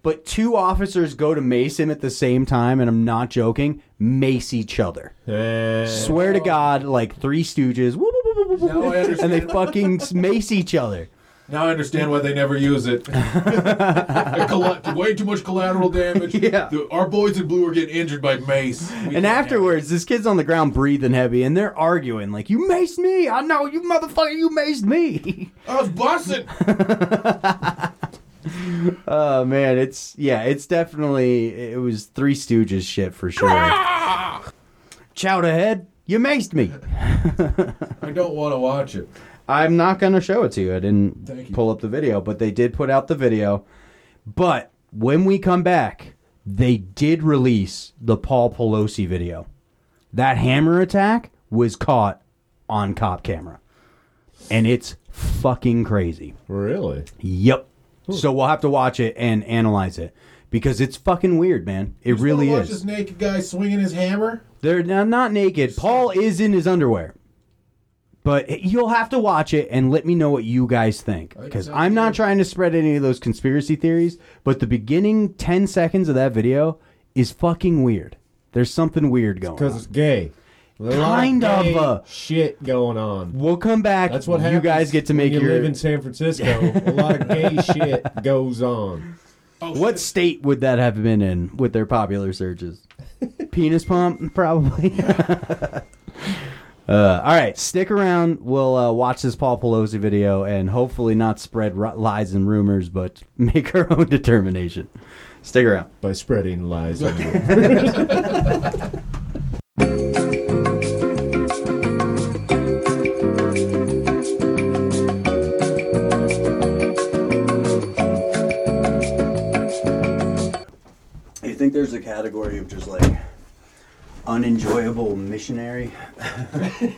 Speaker 1: But two officers go to mace him at the same time, and I'm not joking. Mace each other.
Speaker 3: Eh.
Speaker 1: Swear to God, like Three Stooges, whoop, whoop, whop, whoop, whoop,
Speaker 2: Now I
Speaker 1: whoop, and they
Speaker 2: understand.
Speaker 1: fucking mace each other.
Speaker 2: Now I understand why they never
Speaker 1: *laughs*
Speaker 2: use it. They collect- way too much collateral damage.
Speaker 1: *laughs* Yeah.
Speaker 2: The- our boys in blue are getting injured by mace. We can't
Speaker 1: And
Speaker 2: have
Speaker 1: afterwards, this kid's on the ground breathing heavy, and they're arguing like, "You maced me! I know you motherfucker! You maced me!" *laughs*
Speaker 2: it. I was busting.
Speaker 1: Oh man, it's yeah, it's definitely it was Three Stooges shit for sure.
Speaker 2: Ah!
Speaker 1: Chowder head, you maced me.
Speaker 2: I don't want to watch it.
Speaker 1: I'm not gonna show it to you. I didn't
Speaker 2: Thank you.
Speaker 1: pull up the video, but they did put out the video. But when we come back, they did release the Paul Pelosi video. That hammer attack was caught on cop camera, and it's fucking crazy.
Speaker 3: Really?
Speaker 1: Yep. So we'll have to watch it and analyze it because it's fucking weird, man. It *laughs* really
Speaker 2: Wanna watch
Speaker 1: is.
Speaker 2: This naked guy swinging his hammer.
Speaker 1: They're n- not naked. Paul is in his underwear. But you'll have to watch it and let me know what you guys think. Because I'm not trying to spread any of those conspiracy theories, but the beginning 10 seconds of that video is fucking weird. There's something weird going
Speaker 3: Because
Speaker 1: on.
Speaker 3: it's gay. There's a lot
Speaker 1: Kind of,
Speaker 3: gay
Speaker 1: uh,
Speaker 3: shit going on.
Speaker 1: We'll come back.
Speaker 3: That's what happens.
Speaker 1: You guys get to
Speaker 3: when
Speaker 1: make
Speaker 3: you
Speaker 1: your.
Speaker 3: live in San Francisco. a lot *laughs* of gay shit goes on.
Speaker 1: what state would that have been in with their popular searches? Penis pump, probably. *laughs* Uh, all right, stick around. We'll uh, watch this Paul Pelosi video and hopefully not spread ru- lies and rumors, but *laughs* make our own determination. Stick around.
Speaker 3: By spreading lies.
Speaker 1: You think there's a category of just like unenjoyable missionary?
Speaker 9: *laughs* That's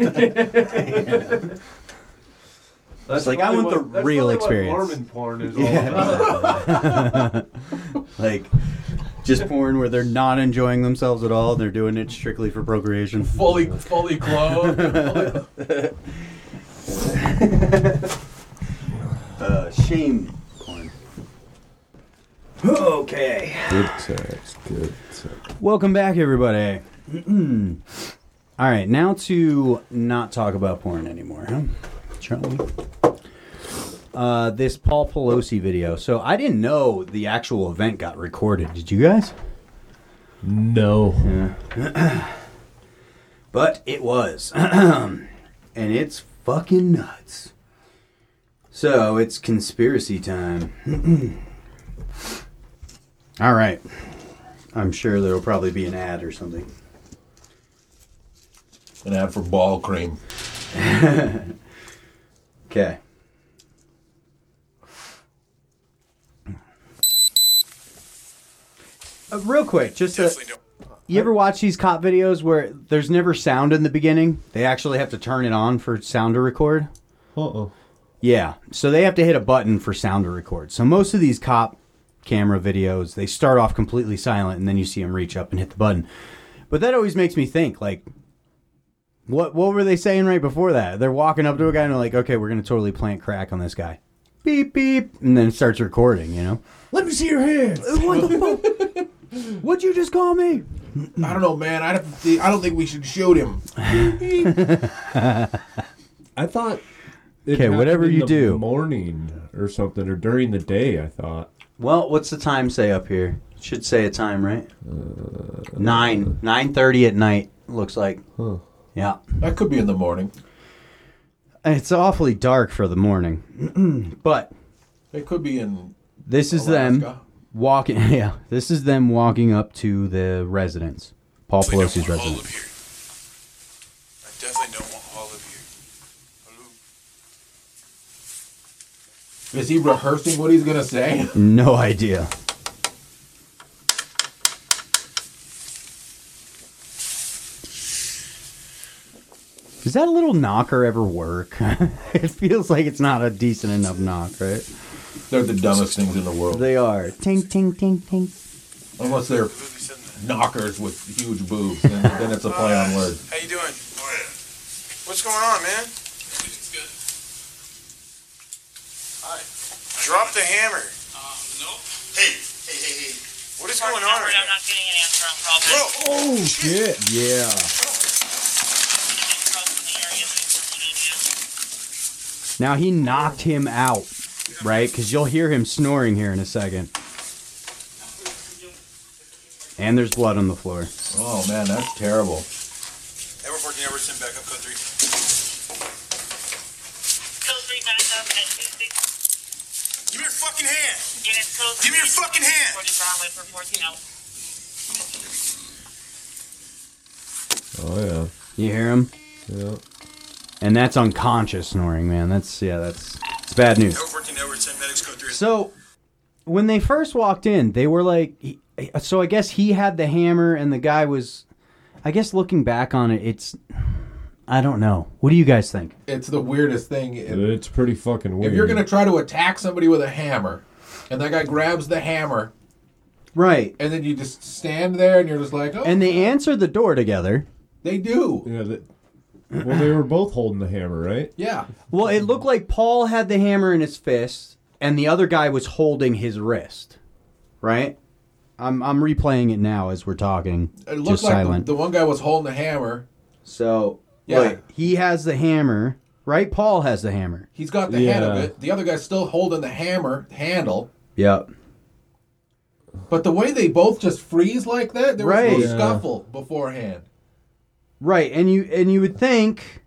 Speaker 1: like, I
Speaker 9: probably
Speaker 1: want the
Speaker 9: what- that's
Speaker 1: real
Speaker 9: probably
Speaker 1: experience.
Speaker 9: What
Speaker 1: *laughs*
Speaker 9: Mormon porn is all about.
Speaker 1: like just porn where they're not enjoying themselves at all. They're doing it strictly for procreation.
Speaker 2: Fully, fully clothed.
Speaker 1: *laughs*
Speaker 2: Fully-
Speaker 1: Uh, shame porn. Okay.
Speaker 3: good times. Good times.
Speaker 1: Welcome back, everybody. *clears throat* All right, now to not talk about porn anymore, huh? Shall we? Uh, this Paul Pelosi video. So I didn't know the actual event got recorded. Did you guys?
Speaker 3: No.
Speaker 1: But it was. *clears throat* and it's fucking nuts. So it's conspiracy time. *clears throat* All right. I'm sure there'll probably be an ad or something.
Speaker 2: An ad for ball cream.
Speaker 1: Okay. Uh, real quick, just a, you ever watch these cop videos where there's never sound in the beginning? They actually have to turn it on for sound to record.
Speaker 3: Uh oh.
Speaker 1: Yeah, so they have to hit a button for sound to record. So most of these cop camera videos, they start off completely silent, and then you see them reach up and hit the button. But that always makes me think, like, what what were they saying right before that? They're walking up to a guy and they're like, "Okay, we're gonna totally plant crack on this guy." Beep beep, and then it starts recording. You know,
Speaker 3: Let me see your
Speaker 1: *laughs*
Speaker 3: hands. *laughs*
Speaker 1: what the fuck? What'd you just call me?
Speaker 2: I don't know, man. I don't, thi- I don't think we should shoot him.
Speaker 3: I thought. it
Speaker 1: Okay,
Speaker 3: happened
Speaker 1: whatever
Speaker 3: in
Speaker 1: you
Speaker 3: the
Speaker 1: do.
Speaker 3: morning or something, or during the day. I thought
Speaker 1: Well, what's the time say up here? Should say a time, right? nine nine thirty at night looks like. Yeah.
Speaker 2: That could be in the morning.
Speaker 1: It's awfully dark for the morning, *clears throat* but
Speaker 2: It could be in.
Speaker 1: this is them
Speaker 2: Alaska.
Speaker 1: walking. *laughs* Yeah, this is them walking up to the residence, Paul Pelosi's residence.
Speaker 10: here. I definitely don't want all of you.
Speaker 2: Is he rehearsing what he's gonna say? *laughs*
Speaker 1: No idea. Does that little knocker ever work? *laughs* it feels like it's not a decent enough knock, right?
Speaker 2: They're the dumbest things in the world.
Speaker 1: They are. Tink, tink, tink, tink.
Speaker 2: Unless they're knockers with huge boobs, then, then it's a play on words.
Speaker 10: How you doing? What's What's going on, man?
Speaker 9: Everything's good.
Speaker 10: Hi. Drop the hammer.
Speaker 9: Um, nope.
Speaker 10: Hey, hey, hey, hey. What is going on?
Speaker 9: Sorry, I'm not getting an answer on problems.
Speaker 10: Bro,
Speaker 3: Oh shit! Yeah.
Speaker 1: Now he knocked him out, right? Because you'll hear him snoring here in a second. And there's blood on the floor.
Speaker 2: Oh man, that's terrible.
Speaker 10: Ever 14 Everson, back up code 3.
Speaker 9: Code 3 back up at 26.
Speaker 10: Give me your fucking hand.
Speaker 9: And it's code
Speaker 10: Give me your
Speaker 9: 3,
Speaker 10: fucking hand.
Speaker 9: Forty Broadway for 14
Speaker 3: Oh
Speaker 9: hours.
Speaker 1: You hear him?
Speaker 3: yeah. Yeah.
Speaker 1: And that's unconscious snoring, man. That's, yeah, that's, it's bad news.
Speaker 10: Ever 14 Everson, medics code 3.
Speaker 1: So when they first walked in, they were like, he- so I guess he had the hammer and the guy was, I guess looking back on it, it's, I don't know. What do you guys think?
Speaker 2: It's the weirdest thing. If,
Speaker 3: It's pretty fucking weird.
Speaker 2: if you're gonna try to attack somebody with a hammer, and that guy grabs the hammer,
Speaker 1: Right.
Speaker 2: and then you just stand there and you're just like, oh,
Speaker 1: And they answered the door together.
Speaker 2: they do.
Speaker 3: Yeah. That, well, they were both holding the hammer, right?
Speaker 2: Yeah.
Speaker 1: Well, it looked like Paul had the hammer in his fist, and the other guy was holding his wrist. Right? I'm I'm replaying it now as we're talking.
Speaker 2: It
Speaker 1: just
Speaker 2: looked like the,
Speaker 1: silent.
Speaker 2: the one guy was holding the hammer.
Speaker 1: so
Speaker 2: Yeah.
Speaker 1: look, he has the hammer, right? Paul has the hammer.
Speaker 2: He's got the head of
Speaker 3: Yeah.
Speaker 2: it. The other guy's still holding the hammer handle.
Speaker 1: Yep.
Speaker 2: But the way they both just freeze like that, there was
Speaker 1: Right.
Speaker 2: no
Speaker 1: Yeah.
Speaker 2: scuffle beforehand.
Speaker 1: Right, and you and you would think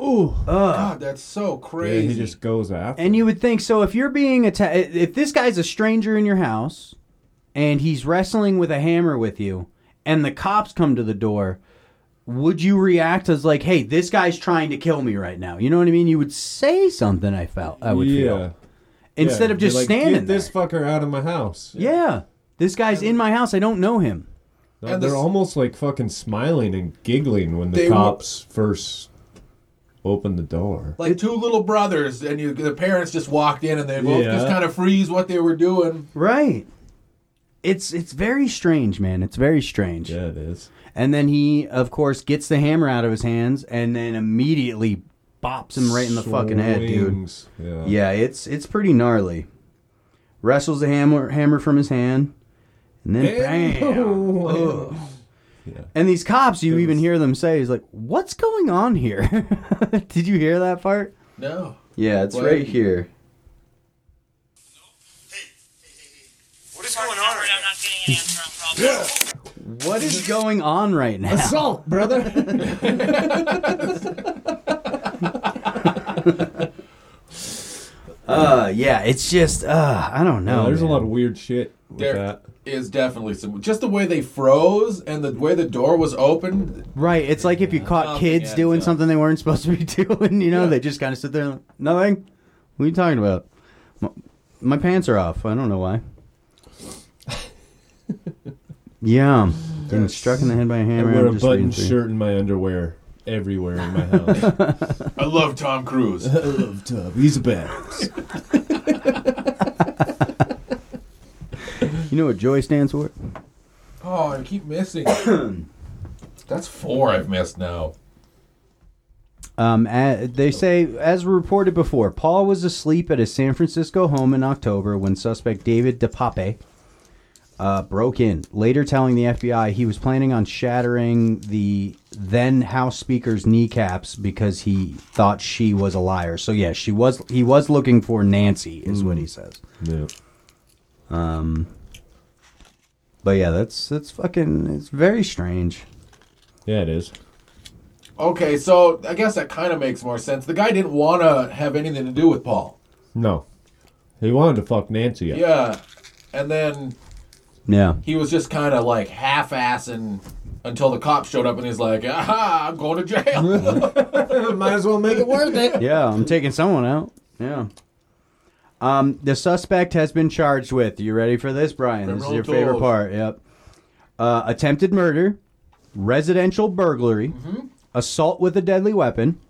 Speaker 3: Ooh.
Speaker 2: God, that's so
Speaker 3: Yeah,
Speaker 2: crazy.
Speaker 3: he just goes after.
Speaker 1: and you would think so if you're being attacked if this guy's a stranger in your house and he's wrestling with a hammer with you and the cops come to the door would you react as like hey this guy's trying to kill me right now you know what i mean you would say something i felt i would
Speaker 3: yeah.
Speaker 1: feel instead
Speaker 3: Yeah,
Speaker 1: of just
Speaker 3: like,
Speaker 1: standing
Speaker 3: Get this
Speaker 1: there.
Speaker 3: fucker out of my house.
Speaker 1: yeah this guy's in my house i don't know him
Speaker 3: No,
Speaker 2: And
Speaker 3: they're
Speaker 2: this-
Speaker 3: almost like fucking smiling and giggling when the
Speaker 2: They were-
Speaker 3: cops first open the door.
Speaker 2: like two little brothers, and you, the parents just walked in, and they both
Speaker 3: Yeah.
Speaker 2: just kind of freeze what they were doing.
Speaker 1: right it's it's very strange man it's very strange
Speaker 3: Yeah, it is.
Speaker 1: And then he, of course, gets the hammer out of his hands and then immediately bops him right in the fucking head, dude.
Speaker 3: Swings. Yeah. *laughs*
Speaker 1: Yeah, it's it's pretty gnarly. Wrestles the hammer hammer from his hand, and then
Speaker 3: Bam.
Speaker 1: bam. Ugh. And these cops, you even hear them say, "Is like, what's going on here?" *laughs* Did you hear that part?
Speaker 2: No.
Speaker 1: Yeah, it's
Speaker 2: What? right
Speaker 1: here.
Speaker 10: What is going on right
Speaker 9: I'm not getting an answer on problems.
Speaker 1: What is going on right now?
Speaker 3: Assault,
Speaker 1: *laughs*
Speaker 3: brother. *laughs*
Speaker 1: Uh, yeah, it's just uh, I don't know.
Speaker 3: there's a
Speaker 1: man.
Speaker 3: lot of weird shit with
Speaker 2: There-
Speaker 3: that.
Speaker 2: Is definitely some. Just the way they froze and the way the door was opened.
Speaker 1: Right, it's like if you caught
Speaker 2: Something
Speaker 1: kids
Speaker 2: adds
Speaker 1: doing
Speaker 2: up.
Speaker 1: something they weren't supposed to be *laughs* doing, you know,
Speaker 2: Yeah.
Speaker 1: they just kind of sit there and, nothing. What are you talking about? My, my pants are off. I don't know why. yeah, getting struck in the head by a
Speaker 3: I
Speaker 1: hammer.
Speaker 3: wear a
Speaker 1: I'm just reading
Speaker 3: button
Speaker 1: through.
Speaker 3: shirt and my underwear everywhere
Speaker 1: *laughs*
Speaker 3: in my house.
Speaker 2: I love Tom
Speaker 3: *laughs*
Speaker 2: Cruise.
Speaker 3: I love Tub. He's a badass.
Speaker 1: You know what joy stands for?
Speaker 2: oh, I keep missing.
Speaker 3: *clears throat*
Speaker 2: That's four I've missed now.
Speaker 1: Um, a they say, as reported before, Paul was asleep at his San Francisco home in October when suspect David DePape uh, broke in, later telling the FBI he was planning on shattering the then House Speaker's kneecaps because he thought she was a liar. So, yeah, she was. he was looking for Nancy, is what he says.
Speaker 3: yeah.
Speaker 1: But, yeah, that's, that's fucking, it's very strange.
Speaker 3: yeah, it is.
Speaker 2: Okay, so I guess that kind of makes more sense. The guy didn't want to have anything to do with Paul.
Speaker 3: No. He wanted to fuck Nancy up.
Speaker 2: Yeah. And then
Speaker 1: Yeah.
Speaker 2: he was just kind of like half assing until the cops showed up and he's like, aha, I'm going to
Speaker 3: *laughs*
Speaker 2: jail.
Speaker 3: Might as well make it worth it.
Speaker 1: yeah, I'm taking someone out. Yeah. Um, the suspect has been charged with. You ready for this, Brian? this is
Speaker 2: Criminal
Speaker 1: your favorite
Speaker 2: tools.
Speaker 1: part. Yep. Uh, attempted murder, residential burglary,
Speaker 2: Mm-hmm.
Speaker 1: assault with a deadly weapon,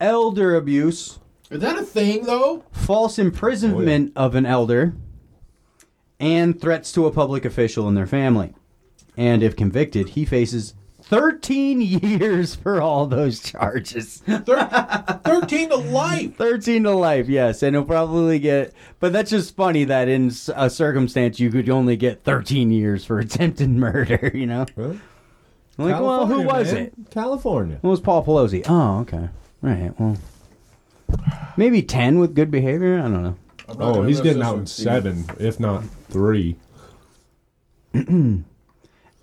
Speaker 1: elder abuse,
Speaker 2: Is that a thing, though?
Speaker 1: false imprisonment
Speaker 2: Oh,
Speaker 1: of an elder, and threats to a public official and their family. And if convicted, he faces 13 *laughs* years for all those charges.
Speaker 2: Thir- Thirteen to life.
Speaker 1: 13 to life, yes. And he'll probably get, but that's just funny that in s- a circumstance you could only get 13 years for *laughs* attempted murder, you know?
Speaker 3: Really?
Speaker 1: I'm like, well, who
Speaker 3: California,
Speaker 1: was
Speaker 3: man.
Speaker 1: it?
Speaker 3: California.
Speaker 1: What was Paul Pelosi? Oh, okay. Right, well, maybe 10 with good behavior? I don't know.
Speaker 2: I'm not
Speaker 3: Oh,
Speaker 2: gonna
Speaker 3: he's
Speaker 2: miss
Speaker 3: getting
Speaker 2: this
Speaker 3: out
Speaker 2: one,
Speaker 3: in
Speaker 2: Steve.
Speaker 3: seven, if not three.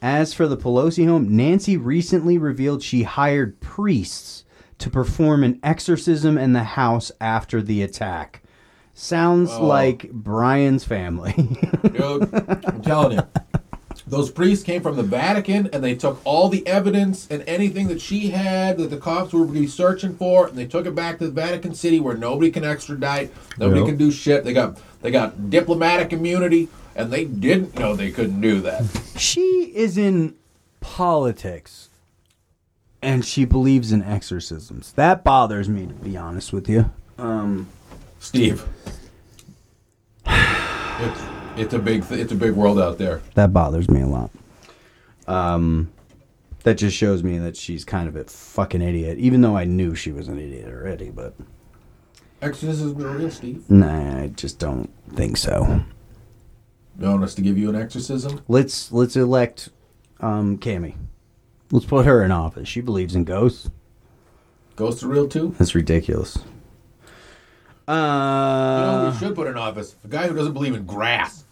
Speaker 1: As for the Pelosi home, Nancy recently revealed she hired priests to perform an exorcism in the house after the attack. Sounds
Speaker 2: Oh.
Speaker 1: like Brian's family. *laughs*
Speaker 2: Dude, I'm telling you. Those priests came from the Vatican and they took all the evidence and anything that she had that the cops were be searching for and they took it back to the Vatican City where nobody can extradite, nobody
Speaker 3: Yep.
Speaker 2: can do shit. They got they got diplomatic immunity and they didn't know they couldn't do that.
Speaker 1: she is in politics and she believes in exorcisms. That bothers me, to be honest with you.
Speaker 2: Steve. It's it's a big th- it's a big world out there.
Speaker 1: That bothers me a lot. Um, that just shows me that she's kind of a fucking idiot, even though I knew she was an idiot already, but.
Speaker 2: Exorcisms are real, Steve.
Speaker 1: Nah, I just don't think so.
Speaker 2: You want us to give you an exorcism?
Speaker 1: Let's let's elect um Cammy. Let's put her in office. She believes in ghosts.
Speaker 2: Ghosts are real too?
Speaker 1: That's ridiculous.
Speaker 2: You know,
Speaker 1: Uh,
Speaker 2: we should put in office a guy who doesn't believe
Speaker 1: *laughs*
Speaker 2: in grass.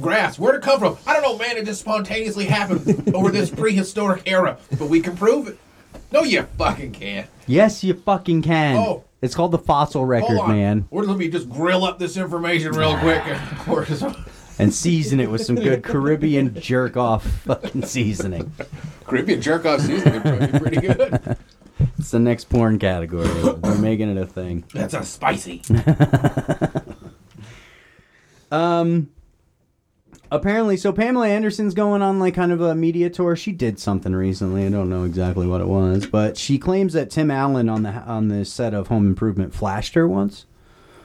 Speaker 2: grass, where'd it come from? I don't know, man. It just spontaneously happened over this prehistoric era, but we can prove it. No, you fucking can't.
Speaker 1: yes, you fucking can.
Speaker 2: Oh.
Speaker 1: It's called the fossil
Speaker 2: Hold
Speaker 1: record,
Speaker 2: on.
Speaker 1: man,
Speaker 2: Or let me just grill up this information real quick. and- or just-
Speaker 1: and season it with some good Caribbean jerk off fucking seasoning.
Speaker 2: Caribbean jerk off season would probably be
Speaker 1: *laughs*
Speaker 2: pretty good.
Speaker 1: It's the next porn category. We're making it a thing.
Speaker 2: That's a spicy.
Speaker 1: apparently so pamela anderson's going on like kind of a media tour she did something recently i don't know exactly what it was but she claims that tim allen on the on the set of home improvement flashed her once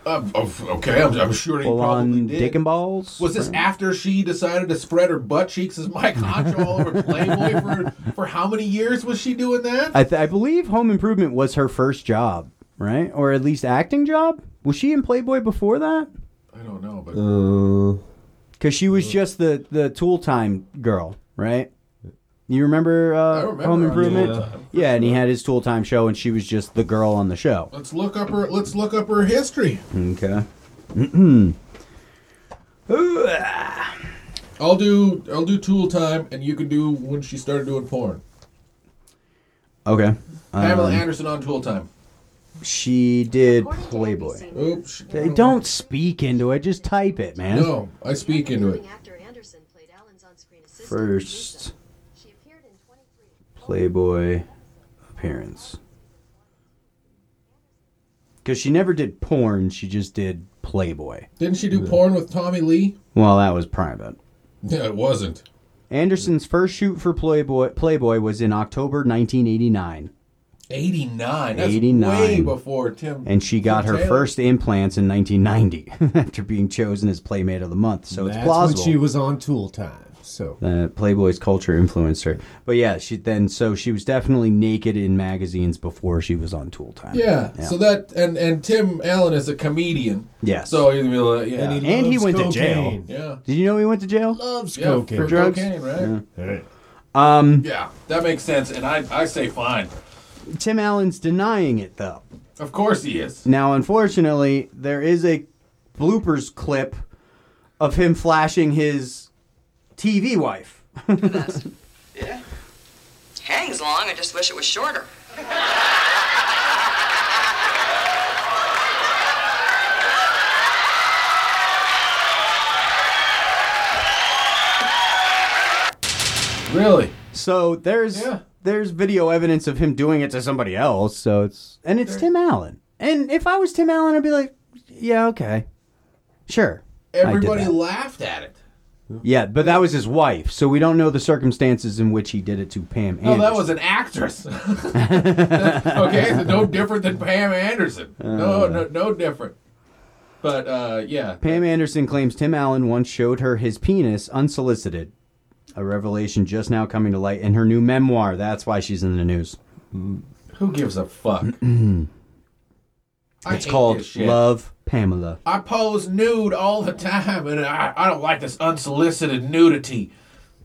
Speaker 2: Um, oh, okay, I'm, I'm sure he
Speaker 1: Full
Speaker 2: probably
Speaker 1: on
Speaker 2: did.
Speaker 1: dick and balls
Speaker 2: Was this after she decided to spread her butt cheeks as
Speaker 1: *laughs*
Speaker 2: Mike Honcho all over Playboy for, for how many years was she doing that?
Speaker 1: I, th- I believe home improvement was her first job right or at least acting job was she in playboy before that
Speaker 2: I don't know, but
Speaker 3: Uh,
Speaker 1: because she
Speaker 2: Mm.
Speaker 1: was just the the tool time girl right you remember, uh,
Speaker 2: I remember
Speaker 1: home
Speaker 2: on Tool
Speaker 1: improvement
Speaker 2: Time, for
Speaker 1: yeah and he had his tool time show and she was just the girl on the show
Speaker 2: let's look up her. Let's look up her history.
Speaker 1: okay
Speaker 2: I'll do. I'll do Tool time, and you can do when she started doing porn.
Speaker 1: okay Uh,
Speaker 2: Pamela Anderson on Tool time.
Speaker 1: She did Playboy.
Speaker 2: Oops.
Speaker 1: They don't speak into it, just type it, man.
Speaker 2: No, I speak into it.
Speaker 5: Actor Anderson played Allen's on-screen assistant.
Speaker 1: First
Speaker 5: She appeared in 23.
Speaker 1: Playboy appearance. Because she never did porn, she just did Playboy.
Speaker 2: Didn't she do porn with Tommy Lee?
Speaker 1: Well, that was private.
Speaker 2: Yeah, it wasn't.
Speaker 1: Anderson's first shoot for Playboy, Playboy was in October 1989,
Speaker 2: Eighty nine. That's
Speaker 1: 89.
Speaker 2: way before Tim.
Speaker 1: and she got
Speaker 2: Tim
Speaker 1: her
Speaker 2: Taylor.
Speaker 1: first implants in 1990 *laughs* after being chosen as Playmate of the Month. So it's
Speaker 3: that's
Speaker 1: plausible.
Speaker 3: when she was on Tool Time. So
Speaker 1: uh, Playboy's culture influenced her. But yeah, she then so she was definitely naked in magazines before she was on Tool Time.
Speaker 2: Yeah, So that and and Tim Allen is a comedian.
Speaker 1: Yes.
Speaker 2: So he'd be like, yeah.
Speaker 3: And
Speaker 1: and he
Speaker 3: Loves
Speaker 1: went to jail.
Speaker 3: cocaine.
Speaker 2: yeah.
Speaker 1: Did you know he went to jail?
Speaker 3: loves
Speaker 2: Yeah,
Speaker 3: cocaine.
Speaker 2: for
Speaker 1: drugs?
Speaker 2: cocaine, right?
Speaker 3: Hey.
Speaker 2: Yeah, that makes sense, and I, I say fine.
Speaker 1: Tim Allen's denying it though.
Speaker 2: Of course he is.
Speaker 1: Now, unfortunately, there is a bloopers clip of him flashing his TV wife.
Speaker 9: Hangs long. I just wish it was shorter.
Speaker 2: Really?
Speaker 1: So there's
Speaker 2: Yeah.
Speaker 1: there's video evidence of him doing it to somebody else. So it's and it's Tim Allen. And if I was Tim Allen, I'd be like, yeah, okay, sure. I did
Speaker 2: Everybody
Speaker 1: that.
Speaker 2: laughed at it.
Speaker 1: Yeah, but that was his wife, so we don't know the circumstances in which he did it to Pam.
Speaker 2: No, Oh, that was an
Speaker 1: *laughs*
Speaker 2: actress. okay, so no different than Pam Anderson.
Speaker 1: Uh.
Speaker 2: No, no, no different. But uh, yeah,
Speaker 1: Pam Anderson claims Tim Allen once showed her his penis unsolicited. a revelation just now coming to light in her new memoir. That's why she's in the news.
Speaker 2: Who gives a fuck? I
Speaker 1: It's
Speaker 2: hate this
Speaker 1: called
Speaker 2: shit.
Speaker 1: Love Pamela.
Speaker 2: I pose nude all the time, and I, I don't like this unsolicited nudity.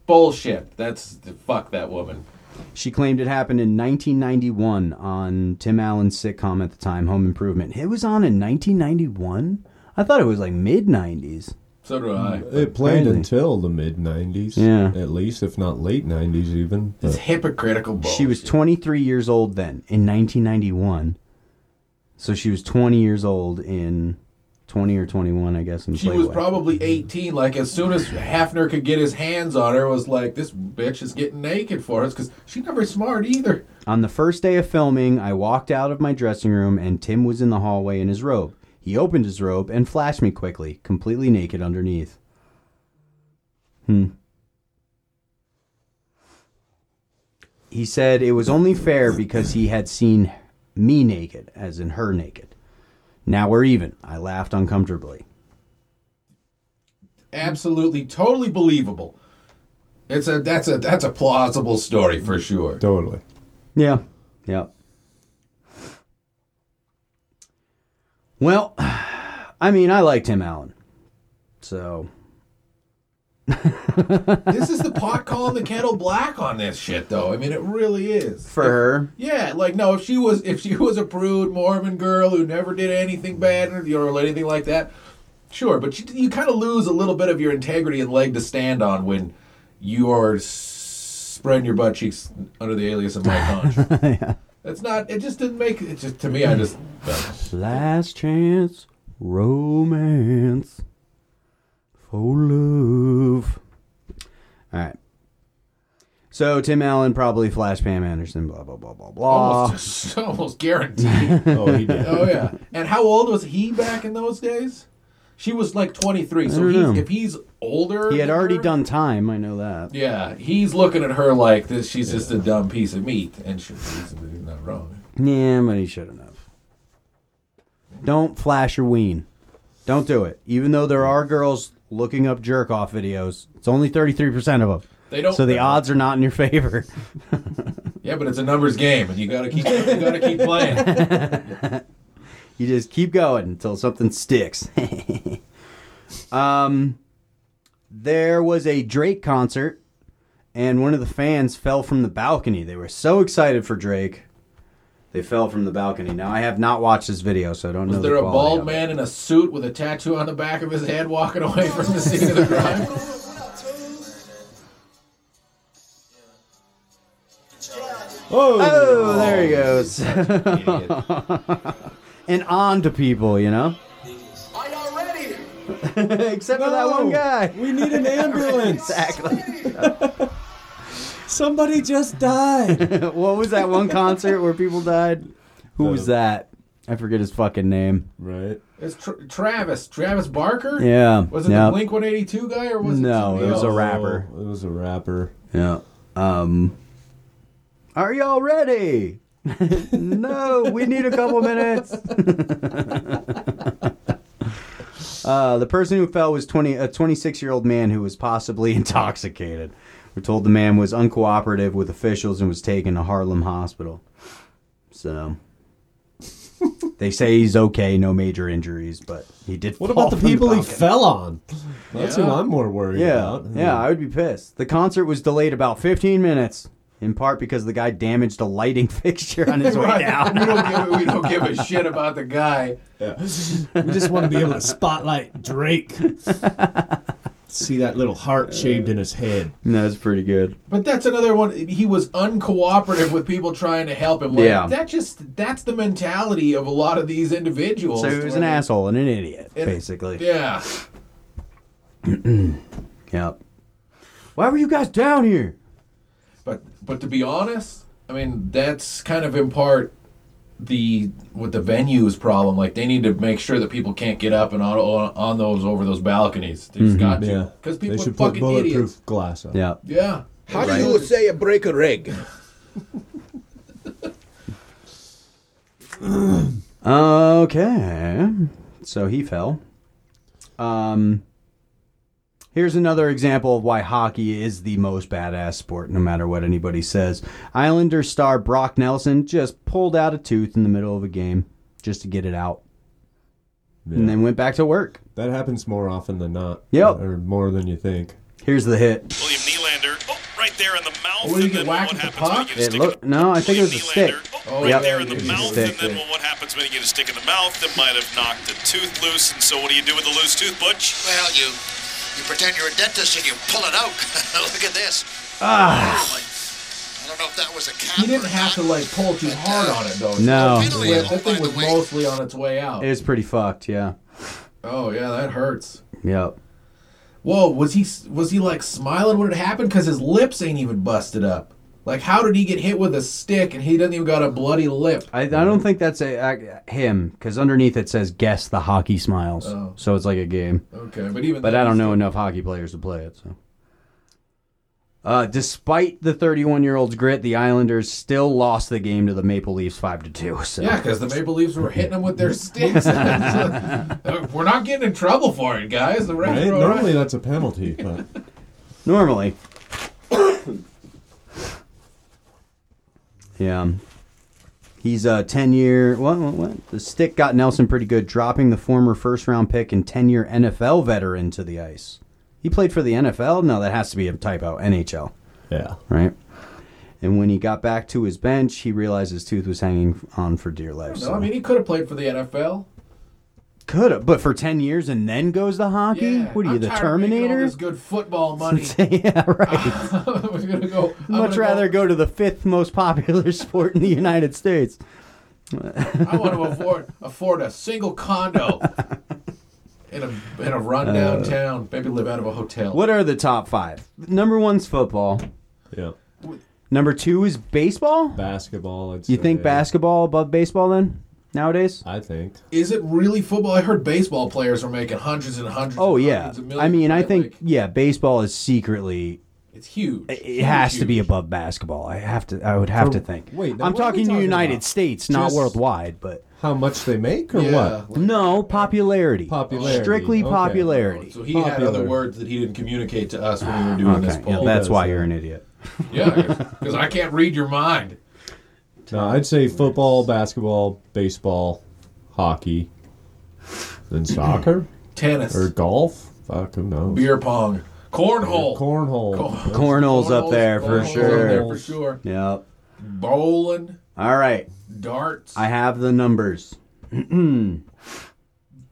Speaker 2: Bullshit. That's fuck that woman.
Speaker 1: She claimed it happened in 1991 on Tim Allen's sitcom at the time, Home Improvement. It was on in 1991? I thought it was like mid 90s.
Speaker 2: So do I.
Speaker 3: It played
Speaker 1: Apparently.
Speaker 3: until the mid '90s,
Speaker 1: Yeah.
Speaker 3: at least, if not late '90s, even. *laughs*
Speaker 2: It's
Speaker 3: But
Speaker 2: hypocritical bullshit.
Speaker 1: She was 23 years old then in 1991. So she was 20 years old in 20 or 21, I guess. In
Speaker 2: She was
Speaker 1: Playboy.
Speaker 2: probably 18. Like, as soon as Hafner could get his hands on her, was like, this bitch is getting naked for us because she's not very smart either.
Speaker 1: On the first day of filming, I walked out of my dressing room and Tim was in the hallway in his robe. He opened his robe and flashed me quickly, completely naked underneath. Hmm. He said it was only fair because he had seen me naked, as in her naked. Now we're even. I laughed uncomfortably.
Speaker 2: Absolutely, totally believable. It's a that's a that's a plausible story for sure.
Speaker 3: totally.
Speaker 1: Yeah. Yeah. Well, I mean, I like Tim Allen. So,
Speaker 2: this is the pot calling the kettle black on this shit, though. I mean, it really is.
Speaker 1: for her,
Speaker 2: Yeah, like no, if she was if she *laughs* was a prude Mormon girl who never did anything bad or, you know, or anything like that, sure. But you, you kind of lose a little bit of your integrity and leg to stand on when you are s- spreading your butt cheeks under the
Speaker 1: *laughs*
Speaker 2: alias of Mike Hunch. That's not. It just didn't make it. Just to me,
Speaker 1: *laughs*
Speaker 2: I just
Speaker 1: last chance romance for love. All right. So, Tim Allen probably flashed Pam Anderson, blah, blah, blah, blah, blah.
Speaker 2: almost *laughs* almost guaranteed.
Speaker 1: *laughs*
Speaker 3: Oh, he did.
Speaker 2: oh yeah. And how old was he back in those days? She was like twenty three. So
Speaker 1: don't
Speaker 2: he's,
Speaker 1: know.
Speaker 2: if he's older,
Speaker 1: he had
Speaker 2: than
Speaker 1: already
Speaker 2: her-
Speaker 1: done time. I know that.
Speaker 2: Yeah, he's looking at her like this. She's just a dumb piece of meat, and she, he's not wrong.
Speaker 1: Yeah, but he shouldn't have. Don't flash your ween. Don't do it. Even though there are girls looking up jerk off videos, it's only 33% of them.
Speaker 2: They don't.
Speaker 1: So the odds are not in your *laughs* favor.
Speaker 2: Yeah, but it's a numbers game, and you gotta keep you gotta keep
Speaker 1: *laughs*
Speaker 2: playing.
Speaker 1: You just keep going until something sticks. *laughs* um, there was a Drake concert, and one of the fans fell from the balcony. They were so excited for Drake, they fell from the balcony. Now I have not watched this video, so I don't know.
Speaker 2: Is
Speaker 1: the
Speaker 2: there a
Speaker 1: quality
Speaker 2: bald
Speaker 1: of it.
Speaker 2: man in a suit with a tattoo on the back of his head walking away from the scene of the crime?
Speaker 3: Oh,
Speaker 1: Oh, there he goes.
Speaker 2: Idiot.
Speaker 1: *laughs* and on to people, you know?
Speaker 10: Are y'all ready?
Speaker 1: *laughs* Except for that
Speaker 3: No.
Speaker 1: one guy.
Speaker 3: we need an *laughs* ambulance.
Speaker 1: *laughs* Exactly.
Speaker 3: Somebody just died.
Speaker 1: *laughs* what was that one concert where people died? Who was that? I forget his fucking name.
Speaker 3: right.
Speaker 2: It's Tr- Travis, Travis Barker.
Speaker 1: Yeah.
Speaker 2: Was it
Speaker 1: yeah.
Speaker 2: the Blink One Eighty Two guy or was it?
Speaker 1: No,
Speaker 2: somebody
Speaker 1: it was a
Speaker 2: else?
Speaker 1: rapper.
Speaker 3: Oh, it was a rapper.
Speaker 1: Yeah. Um Are y'all ready? *laughs* no, we need a couple minutes. *laughs* uh, the person who fell was 20, a 26 year old man who was possibly *laughs* intoxicated. We're told the man was uncooperative with officials and was taken to Harlem Hospital.
Speaker 3: *laughs*
Speaker 1: So they say he's okay, no major injuries, but he did.
Speaker 3: What
Speaker 1: fall
Speaker 3: about the
Speaker 1: from
Speaker 3: people he
Speaker 1: balcony.
Speaker 3: fell on? Oh, That's who I'm more worried
Speaker 1: Yeah,
Speaker 3: about.
Speaker 1: yeah, I would be pissed. The concert was delayed about 15 minutes, in part because the guy damaged a lighting *laughs* fixture on his way
Speaker 2: Right. *laughs* we
Speaker 1: *laughs* down.
Speaker 2: don't give a, we don't give a shit about the guy.
Speaker 3: *laughs* We just want to be able to spotlight *laughs* Drake. See that little heart shaved in his head.
Speaker 1: That's pretty good.
Speaker 2: But that's another one. He was uncooperative with people trying to help him. Like,
Speaker 1: Yeah.
Speaker 2: That just that's the mentality of a lot of these individuals.
Speaker 1: So he was an
Speaker 2: Like,
Speaker 1: asshole and an idiot, basically.
Speaker 2: Yeah.
Speaker 1: Yep. Why were you guys down here?
Speaker 2: But but to be honest, I mean that's kind of in part the with the venues problem. Like they need to make sure that people can't get up and on on, on those over those balconies. They just got
Speaker 3: Yeah.
Speaker 2: to because
Speaker 3: They
Speaker 2: people are
Speaker 3: should put
Speaker 2: fucking
Speaker 3: bulletproof
Speaker 2: idiots.
Speaker 3: glass on.
Speaker 1: Yeah.
Speaker 2: Yeah.
Speaker 10: How do you say a break a leg?
Speaker 1: Okay. So he fell. Um, Here's another example of why hockey is the most badass sport, no matter what anybody says. Islander star Brock Nelson just pulled out a tooth in the middle of a game just to get it out and then went back to work.
Speaker 3: That happens more often than not.
Speaker 1: Yep.
Speaker 3: Or more than you think.
Speaker 1: Here's the hit.
Speaker 10: William Nylander. Oh, right there in the mouth.
Speaker 2: Oh, did he
Speaker 10: and
Speaker 2: get
Speaker 10: then
Speaker 2: whacked
Speaker 10: what
Speaker 2: with the
Speaker 10: happens when
Speaker 2: puck?
Speaker 10: you
Speaker 1: It
Speaker 10: get a stick in
Speaker 1: looked, no, I think it was a stick.
Speaker 10: Nylander. Oh,
Speaker 2: Oh,
Speaker 10: right
Speaker 1: yeah,
Speaker 10: there in the
Speaker 1: it was a
Speaker 10: mouth.
Speaker 1: stick.
Speaker 10: And then well, what happens when you get a stick in the mouth? That might have knocked the tooth loose. And so what do you do with a loose tooth, Butch?
Speaker 11: Well, you you pretend you're a dentist and you pull it out. *laughs* Look at this. Oh, my- I don't know if that was a cap.
Speaker 2: He
Speaker 11: or
Speaker 2: didn't have to
Speaker 11: not.
Speaker 2: like pull too hard on it though.
Speaker 1: No.
Speaker 2: That thing was- that thing was mostly on its way out.
Speaker 1: It was pretty fucked, yeah.
Speaker 2: Oh yeah, that hurts.
Speaker 1: Yep.
Speaker 2: Whoa, was he was he like smiling when it happened? Because his lips ain't even busted up. Like, how did he get hit with a stick and he doesn't even got a bloody lip?
Speaker 1: I, I don't think that's a, a him because underneath it says guess the hockey smiles,
Speaker 2: Oh.
Speaker 1: so it's like a game.
Speaker 2: Okay, but even
Speaker 1: But
Speaker 2: then,
Speaker 1: I don't
Speaker 2: he's-
Speaker 1: know enough hockey players to play it. So, uh, despite the 31-year-old's grit, the Islanders still lost the game to the Maple Leafs five to two. So
Speaker 2: Yeah, because the Maple Leafs were hitting him with their sticks. *laughs* uh, we're not getting in trouble for it, guys. The refs
Speaker 3: Right?
Speaker 2: were all right.
Speaker 3: Normally that's a
Speaker 2: *laughs*
Speaker 3: penalty, but
Speaker 1: normally, *coughs* yeah, he's a 10-year. What, what, what? The stick got Nelson pretty good, dropping the former first-round pick and 10-year NFL veteran to the ice. He played for the NFL. No, that has to be a typo. NHL.
Speaker 3: yeah.
Speaker 1: right? And when he got back to his bench, he realized his tooth was hanging on for dear life.
Speaker 2: No, I
Speaker 1: So.
Speaker 2: mean he could have played for the NFL.
Speaker 1: Could have, but for ten years and then goes to hockey.
Speaker 2: Yeah,
Speaker 1: what are you,
Speaker 2: I'm
Speaker 1: the
Speaker 2: tired of making all
Speaker 1: Terminator?
Speaker 2: this good
Speaker 1: *laughs*
Speaker 2: football money. *laughs*
Speaker 1: yeah, right.
Speaker 2: I'm gonna go.
Speaker 1: Much
Speaker 2: I'm gonna go-
Speaker 1: rather go to the fifth most popular *laughs* sport in the United States.
Speaker 2: I want to afford afford a single condo in a in a rundown town. Maybe live out of a hotel.
Speaker 1: Uh, What are the top five? Number one's football.
Speaker 3: Yeah.
Speaker 1: Number two is baseball.
Speaker 3: Basketball I'd
Speaker 1: You
Speaker 3: say.
Speaker 1: think basketball above baseball then nowadays?
Speaker 3: I think.
Speaker 2: is it really football? I heard baseball players are making hundreds and hundreds.
Speaker 1: Oh
Speaker 2: and
Speaker 1: yeah.
Speaker 2: hundreds of millions,
Speaker 1: I mean, I
Speaker 2: right?
Speaker 1: think
Speaker 2: Like,
Speaker 1: yeah, baseball is secretly
Speaker 2: it's huge.
Speaker 1: It has to be
Speaker 2: huge.
Speaker 1: above basketball. I have to. I would have
Speaker 3: For-
Speaker 1: to think.
Speaker 3: wait, then
Speaker 1: I'm
Speaker 3: what are we
Speaker 1: talking,
Speaker 3: talking
Speaker 1: United
Speaker 3: about?
Speaker 1: States, not
Speaker 3: Just-
Speaker 1: worldwide, but
Speaker 3: How much they make or
Speaker 2: Yeah,
Speaker 3: what?
Speaker 2: like-
Speaker 1: no popularity.
Speaker 3: Popularity,
Speaker 1: Strictly
Speaker 3: okay.
Speaker 1: popularity.
Speaker 2: Oh, So he had
Speaker 3: Popular.
Speaker 2: other words that he didn't communicate to us when we were doing this
Speaker 1: Okay, yeah,
Speaker 2: poll.
Speaker 1: that's
Speaker 3: does,
Speaker 1: why
Speaker 3: yeah.
Speaker 1: you're an idiot.
Speaker 2: yeah, because I can't read your mind.
Speaker 3: No, I'd say football, basketball, baseball, hockey,
Speaker 2: *coughs*
Speaker 3: then soccer
Speaker 2: Tennis,
Speaker 3: or golf. Fuck, who knows?
Speaker 2: beer pong, cornhole,
Speaker 3: Cornhole.
Speaker 1: Cornholes up there for
Speaker 2: cornholes up
Speaker 1: sure.
Speaker 2: there for sure.
Speaker 1: Yep.
Speaker 2: Bowling,
Speaker 1: All right,
Speaker 2: darts.
Speaker 1: I have the numbers. *clears throat*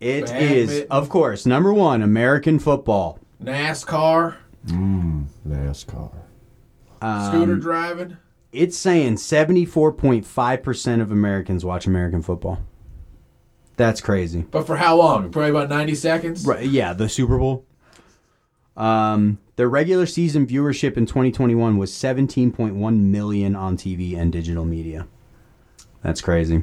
Speaker 1: It is,
Speaker 2: Badminton.
Speaker 1: of course, number one American football.
Speaker 2: NASCAR,
Speaker 3: NASCAR.
Speaker 1: Um,
Speaker 2: scooter driving.
Speaker 1: It's saying 74.5% of Americans watch American football. That's crazy.
Speaker 2: But for how long? Probably about 90 seconds?
Speaker 1: Right, yeah, the Super Bowl. Um, their regular season viewership in 2021 was 17.1 million on TV and digital media. That's crazy.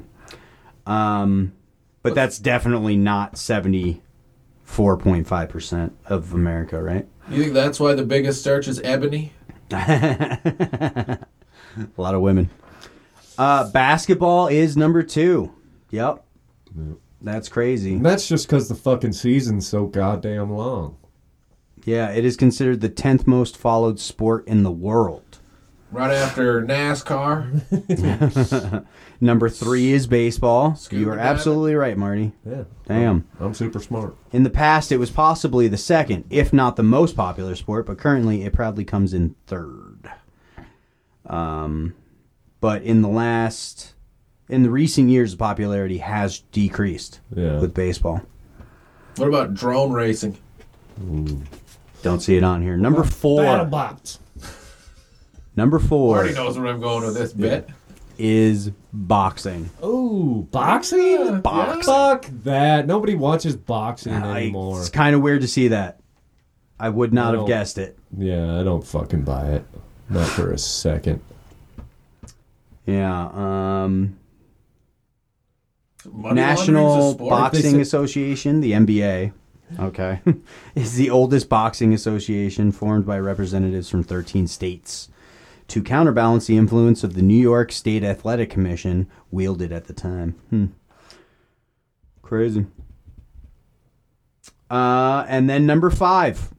Speaker 1: Um, but that's definitely not 74.5% of America, right?
Speaker 2: You think that's why the biggest search is ebony?
Speaker 1: A lot of women. Uh, basketball is number two. Yep. That's crazy.
Speaker 3: And that's just because the fucking season's so goddamn long.
Speaker 1: Yeah, it is considered the 10th most followed sport in the world.
Speaker 2: Right after NASCAR?
Speaker 1: Number three is baseball.
Speaker 2: Scuba
Speaker 1: you are
Speaker 2: diving.
Speaker 1: absolutely right, Marty.
Speaker 3: Yeah.
Speaker 1: Damn.
Speaker 3: I'm super smart.
Speaker 1: In the past, it was possibly the second, if not the most popular sport, but currently it proudly comes in third. Um, but in the last, in the recent years, the popularity has decreased
Speaker 3: Yeah.
Speaker 1: with baseball.
Speaker 2: What about drone racing?
Speaker 1: Don't see it on here. Number four.
Speaker 3: bots.
Speaker 1: Number four
Speaker 2: Marty knows where I'm going with this bit.
Speaker 1: is boxing.
Speaker 3: Oh, boxing?
Speaker 1: Boxing.
Speaker 3: Fuck that. Nobody watches boxing
Speaker 1: I,
Speaker 3: anymore.
Speaker 1: it's kind of weird to see that. I would not
Speaker 3: No.
Speaker 1: have guessed it.
Speaker 3: Yeah, I don't fucking buy it. Not for a second.
Speaker 1: Yeah. Um,
Speaker 2: Money laundering's a
Speaker 1: National
Speaker 2: sport.
Speaker 1: Boxing
Speaker 3: They say-
Speaker 1: Association, the NBA, okay, *laughs* is the oldest boxing association formed by representatives from 13 states to counterbalance the influence of the New York State Athletic Commission wielded at the time. Hmm. Crazy. Uh, and then number five,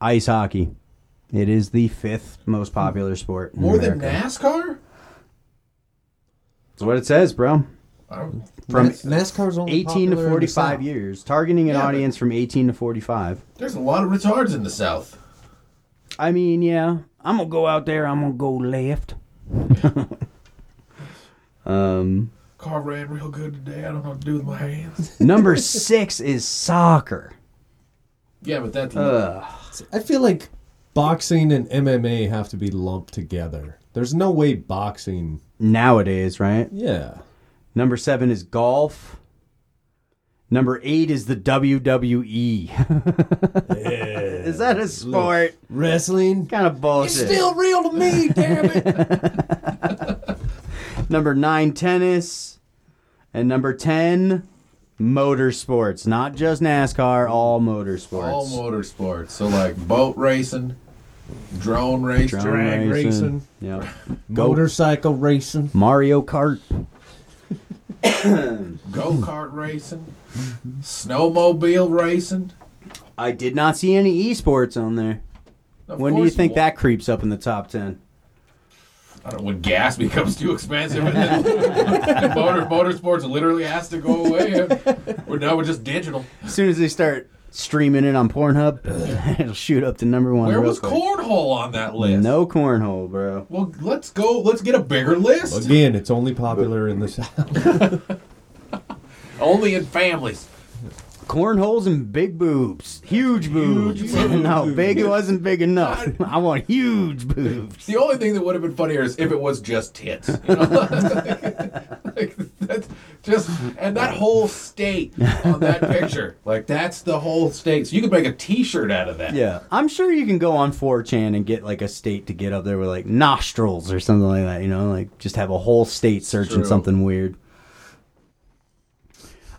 Speaker 1: ice hockey. It is the fifth most popular sport. in
Speaker 2: More than
Speaker 1: America.
Speaker 2: NASCAR?
Speaker 1: That's what it says, bro.
Speaker 2: I'm-
Speaker 1: From
Speaker 3: NASCAR's only
Speaker 1: 18 to
Speaker 3: popular in the
Speaker 1: 45
Speaker 3: South.
Speaker 1: years, targeting an
Speaker 2: Yeah, but-
Speaker 1: audience from 18 to 45.
Speaker 2: There's a lot of retards in the South.
Speaker 1: I mean, yeah, I'm gonna go out there. I'm gonna go left. *laughs* um,
Speaker 2: Car ran real good today. I don't know what to do with my hands.
Speaker 1: number six is soccer.
Speaker 2: Yeah, but that's
Speaker 1: Uh.
Speaker 3: I feel like boxing and MMA have to be lumped together. There's no way boxing.
Speaker 1: Nowadays, right?
Speaker 3: Yeah.
Speaker 1: Number seven is golf. Number eight is the *laughs* WWE. Is that a sport?
Speaker 3: Wrestling.
Speaker 1: Kind of bullshit.
Speaker 3: real
Speaker 1: *laughs*
Speaker 3: to me, damn it.
Speaker 1: Number nine, tennis. And number 10, motorsports. Not just NASCAR, all motorsports.
Speaker 2: all motorsports. So like boat racing, drone racing.
Speaker 1: Drone
Speaker 3: drag racing.
Speaker 1: Yep.
Speaker 3: Motorcycle racing.
Speaker 1: Mario Kart.
Speaker 2: go kart racing, snowmobile racing.
Speaker 1: I did not see any esports on there.
Speaker 2: Of
Speaker 1: When do you
Speaker 2: course
Speaker 1: think
Speaker 2: will.
Speaker 1: that creeps up in the top 10?
Speaker 2: I don't. When gas *laughs* becomes
Speaker 1: *laughs*
Speaker 2: too expensive, and then motor motorsports literally has to go away. We're now we're just digital.
Speaker 1: As soon as they start streaming it on Pornhub, *laughs* it'll shoot up to number one.
Speaker 2: Where
Speaker 1: real
Speaker 2: was
Speaker 1: quick.
Speaker 2: cornhole on that list?
Speaker 1: No cornhole, bro.
Speaker 2: Well, let's go. Let's get a bigger list.
Speaker 3: Again, it's only popular in the South. *laughs*
Speaker 2: Only in families.
Speaker 1: Cornholes and big boobs. Huge boobs. *laughs* no, big it wasn't big enough. *laughs* I want huge boobs.
Speaker 2: The only thing that would have been funnier is if it was just tits. You know? *laughs* like, that's just and that whole state on that
Speaker 1: *laughs*
Speaker 2: picture, like that's the whole state. So you could make a T-shirt out of that.
Speaker 1: Yeah. I'm sure you can go on 4chan and get like a state to get up there with like nostrils or something like that, you know? Like just have a whole state searching
Speaker 2: True.
Speaker 1: something weird.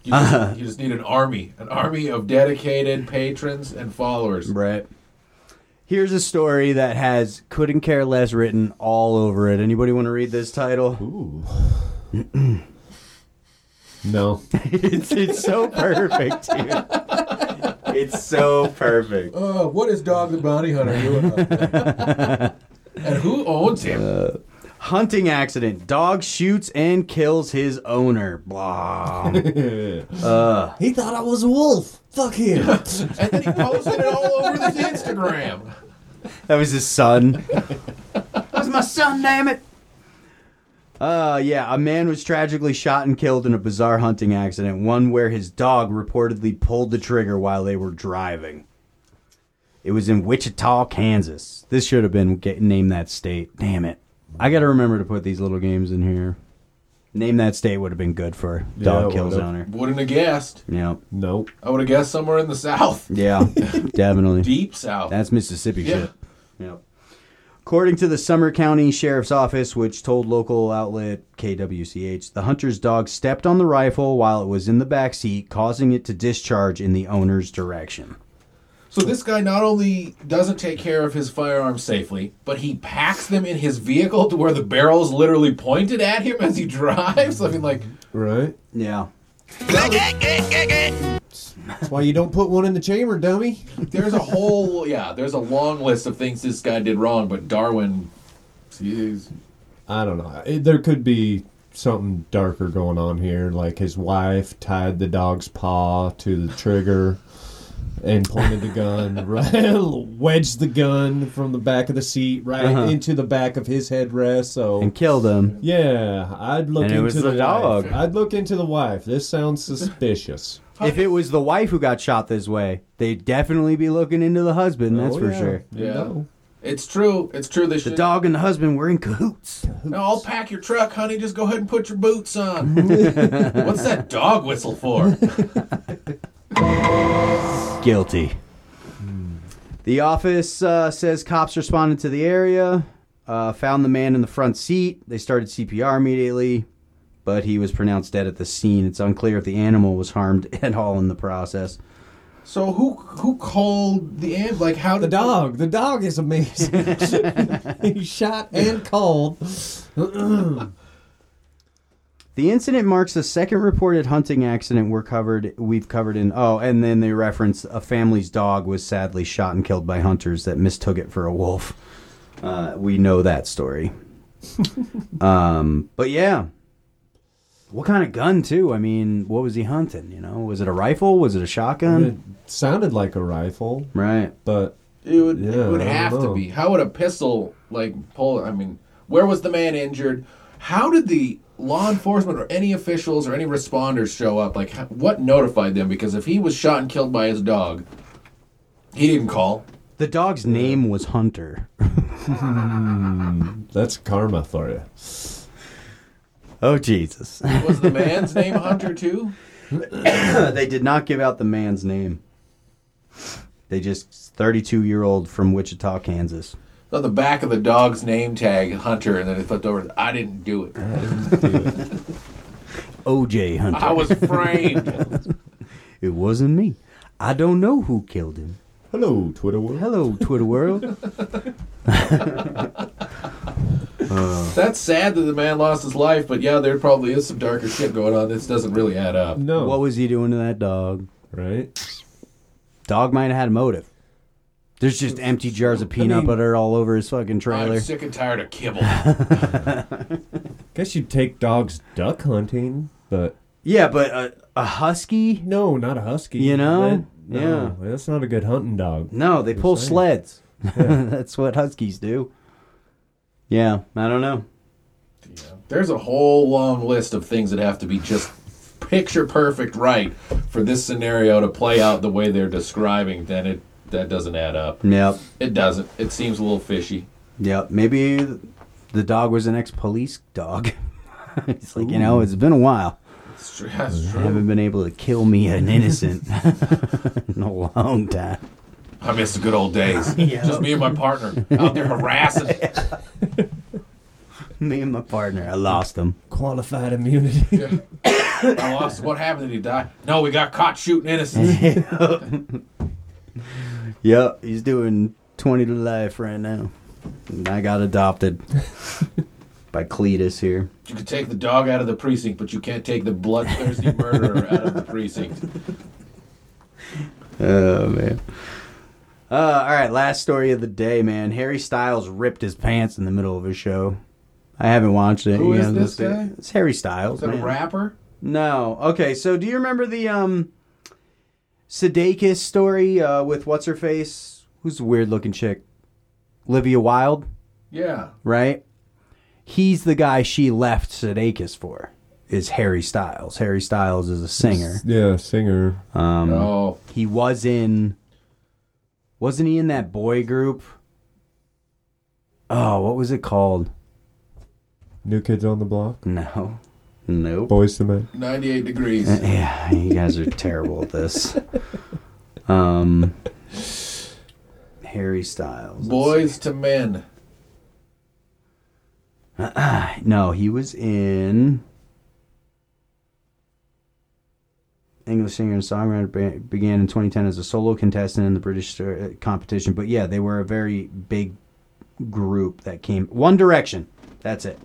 Speaker 2: You just, you just need an army, an army of dedicated patrons and followers.
Speaker 1: Right. Here's a story that has couldn't care less written all over it. Anybody want to read this title?
Speaker 3: No.
Speaker 1: *laughs* it's, it's so perfect, dude. It's so perfect.
Speaker 2: Uh, what is Dog the Bounty Hunter doing up there? *laughs* and who owns him?
Speaker 1: Hunting accident. Dog shoots and kills his owner. Blah.
Speaker 3: He thought I was a wolf. Fuck him.
Speaker 2: and then he posted it all over his Instagram.
Speaker 1: that was his son. *laughs* that was my son, damn it. Uh, yeah, a man was tragically shot and killed in a bizarre hunting accident, one where his dog reportedly pulled the trigger while they were driving. It was in Wichita, Kansas. This should have been get, name that state. Damn it. I got to remember to put these little games in here. Name that state would have been good for dog
Speaker 3: it
Speaker 1: kills
Speaker 3: would've.
Speaker 1: owner.
Speaker 2: Wouldn't have guessed.
Speaker 1: Yep.
Speaker 3: nope.
Speaker 2: I would have guessed somewhere in the South,
Speaker 1: Yeah, *laughs* definitely.
Speaker 2: deep South.
Speaker 1: That's Mississippi
Speaker 2: Yeah.
Speaker 1: shit. Yep. According to the Summer County Sheriff's Office, which told local outlet KWCH, the hunter's dog stepped on the rifle while it was in the back seat, causing it to discharge in the owner's direction.
Speaker 2: So this guy not only doesn't take care of his firearms safely, but he packs them in his vehicle to where the barrel's literally pointed at him as he drives. I mean, like,
Speaker 3: Right?
Speaker 1: Yeah.
Speaker 3: That's why you don't put one in the chamber, dummy.
Speaker 2: there's a whole yeah, there's a long list of things this guy did wrong. But Darwin, he's
Speaker 3: I don't know. It, there could be something darker going on here. Like his wife tied the dog's paw to the trigger and pointed the gun, *laughs* right, wedged the gun from the back of the seat right
Speaker 1: Uh-huh.
Speaker 3: into the back of his headrest. So
Speaker 1: And killed him.
Speaker 3: yeah, I'd look
Speaker 1: And it
Speaker 3: into
Speaker 1: was
Speaker 3: the,
Speaker 1: the dog.
Speaker 3: wife. I'd look into the wife. This sounds suspicious.
Speaker 1: If it was the wife who got shot this way, they'd definitely be looking into the husband, *laughs* that's
Speaker 3: Oh,
Speaker 1: for
Speaker 3: yeah.
Speaker 1: sure.
Speaker 3: You
Speaker 2: Yeah.
Speaker 3: know.
Speaker 2: it's true, it's true. They
Speaker 1: The
Speaker 2: should.
Speaker 1: dog and the husband were in cahoots.
Speaker 2: No, I'll pack your truck, honey. Just go ahead and put your boots on. What's that dog whistle for?
Speaker 1: Guilty. The office uh, says cops responded to the area, uh, found the man in the front seat. They started CPR immediately, but he was pronounced dead at the scene. It's unclear if the animal was harmed *laughs* at all in the process.
Speaker 2: So who who called the amp? Like how
Speaker 3: The
Speaker 2: did
Speaker 3: dog. The dog is amazing. *laughs* he shot and called.
Speaker 1: The incident marks the second reported hunting accident we're covered we've covered in oh, and then they reference a family's dog was sadly shot and killed by hunters that mistook it for a wolf. Uh, we know that story. um, but yeah. What kind of gun too? I mean, what was he hunting, you know? Was it a rifle? Was it a
Speaker 3: It
Speaker 1: shotgun?
Speaker 3: sounded like a rifle,
Speaker 1: Right.
Speaker 3: but
Speaker 2: It would,
Speaker 3: Yeah,
Speaker 2: it would
Speaker 3: I don't
Speaker 2: have to
Speaker 3: know.
Speaker 2: be. How would a pistol like pull? I mean, where was the man injured? How did the law enforcement or any officials or any responders show up? Like, how, what notified them? Because if he was shot and killed by his dog, he didn't call.
Speaker 1: The dog's name was Hunter. *laughs*
Speaker 3: that's karma for you.
Speaker 1: Oh Jesus.
Speaker 2: Was the man's
Speaker 3: *laughs*
Speaker 2: name Hunter too?
Speaker 1: they did not give out the man's name. They just 32 year old from Wichita, Kansas.
Speaker 2: On the back of the dog's name tag, Hunter, and then it flipped over. I didn't do it.
Speaker 1: OJ Hunter.
Speaker 3: *laughs*
Speaker 2: I was framed.
Speaker 1: It wasn't me. I don't know who killed him.
Speaker 3: Hello, Twitter world.
Speaker 1: Hello, Twitter
Speaker 3: *laughs*
Speaker 1: world.
Speaker 2: That's sad that the man lost his life, but yeah, there probably is some darker shit going on. This doesn't really add up.
Speaker 3: No,
Speaker 1: What was he doing to that dog?
Speaker 3: right?
Speaker 1: Dog might have had a motive. There's just empty jars of peanut
Speaker 3: mean-
Speaker 1: butter all over his fucking trailer.
Speaker 2: I'm sick and tired of kibble.
Speaker 3: Guess you'd take dogs duck hunting, but
Speaker 1: Yeah, but a, a husky?
Speaker 3: no, not a husky.
Speaker 1: You know?
Speaker 3: That- no, that's not a good hunting dog.
Speaker 1: No, they pull
Speaker 3: saying.
Speaker 1: sleds. *laughs* That's what huskies do. Yeah, I don't know.
Speaker 2: There's a whole long list of things that have to be just picture perfect right for this scenario to play out the way they're describing. Then it that doesn't add up.
Speaker 1: Yep.
Speaker 2: It doesn't. It seems a little fishy.
Speaker 1: Yeah, maybe the dog was an ex-police dog. *laughs* it's like you know, it's been a while.
Speaker 2: It's true. That's
Speaker 1: I haven't
Speaker 2: true.
Speaker 1: been able to kill me an innocent *laughs* in a long time.
Speaker 2: I miss the good old days. Just me and my partner out there harassing.
Speaker 1: Me and my partner, I lost him. *laughs*
Speaker 3: Qualified immunity. *laughs*
Speaker 2: I lost. What happened? Did he die? No, we got caught shooting innocents.
Speaker 1: Yep, he's doing twenty to life right now. And I got adopted by Cletus here.
Speaker 2: You could take the dog out of the precinct, but you can't take the bloodthirsty murderer out of the precinct.
Speaker 1: Oh man. Uh, all right, last story of the day, man. Harry Styles ripped his pants in the middle of his show. I haven't watched it.
Speaker 2: Who
Speaker 1: You
Speaker 2: is
Speaker 1: know,
Speaker 2: this
Speaker 1: let's see.
Speaker 2: guy?
Speaker 1: It's Harry Styles.
Speaker 2: Is that a
Speaker 1: man.
Speaker 2: rapper?
Speaker 1: No. Okay. So do you remember the um Sudeikis story uh, with what's her face? Who's the weird looking chick? Olivia Wilde,
Speaker 2: Yeah.
Speaker 1: right? He's the guy she left Sudeikis for. Is Harry Styles? Harry Styles is a singer.
Speaker 3: yeah, singer.
Speaker 1: Um,
Speaker 2: Oh,
Speaker 1: He was in. Wasn't he in that boy group? Oh, what was it called?
Speaker 3: New Kids on the Block.
Speaker 1: No. Nope.
Speaker 3: Boys to Men.
Speaker 2: 98 degrees.
Speaker 1: *laughs* Yeah, you guys are terrible at this. Um, Harry Styles.
Speaker 2: Boys to men.
Speaker 1: No, he was in English singer and songwriter. Be- began in 2010 as a solo contestant in the British uh, competition. But yeah, they were a very big group that came. One Direction. That's it.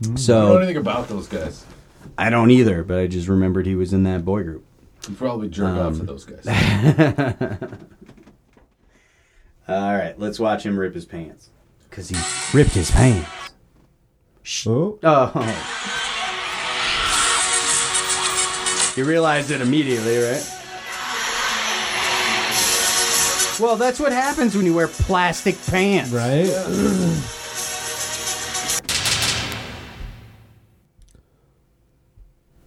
Speaker 2: I don't know
Speaker 1: So
Speaker 2: anything about those guys.
Speaker 1: I don't either, but I just remembered he was in that boy group. *laughs*
Speaker 2: You probably jerk off to those guys.
Speaker 1: All right, let's watch him rip his pants. Cause he ripped his pants.
Speaker 3: Oh,
Speaker 1: Oh. You realized it immediately, right? Well, that's what happens when you wear plastic pants.
Speaker 3: right.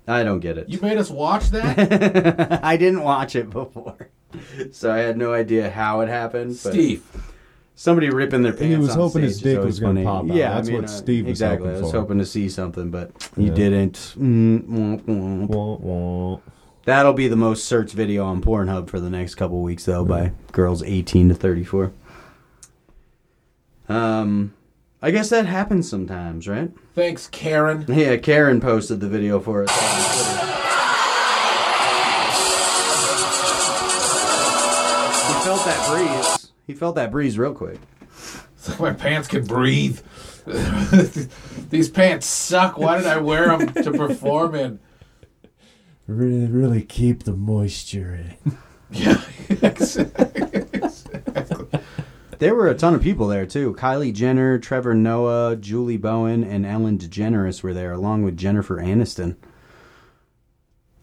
Speaker 1: I don't get it.
Speaker 2: You made us watch that?
Speaker 1: *laughs* I didn't watch it before. So I had no idea how it happened. But
Speaker 2: Steve.
Speaker 1: Somebody ripping their pants.
Speaker 3: was
Speaker 1: on
Speaker 3: hoping
Speaker 1: stage
Speaker 3: his
Speaker 1: is
Speaker 3: dick
Speaker 1: always
Speaker 3: was gonna
Speaker 1: funny.
Speaker 3: pop out.
Speaker 1: Yeah,
Speaker 3: That's
Speaker 1: I mean,
Speaker 3: what
Speaker 1: uh,
Speaker 3: Steve was
Speaker 1: exactly.
Speaker 3: hoping
Speaker 1: I was
Speaker 3: for.
Speaker 1: hoping to see something, but you
Speaker 3: Yeah.
Speaker 1: didn't. Mm, womp, womp.
Speaker 3: Wah, wah.
Speaker 1: That'll be the most searched video on Pornhub for the next couple weeks, though, by girls 18 to 34. Um, I guess that happens sometimes, right? *laughs*
Speaker 2: Thanks, Karen. *laughs*
Speaker 1: Yeah, Karen posted the video for us. on Twitter. He felt that breeze. He felt that breeze real quick.
Speaker 2: It's like my pants can breathe. *laughs* These pants suck. Why did I wear them to perform in?
Speaker 3: Really, really keep the moisture in.
Speaker 2: Yeah.
Speaker 1: There were a ton of people there too. Kylie Jenner, Trevor Noah, Julie Bowen, and Ellen DeGeneres were there, along with Jennifer Aniston.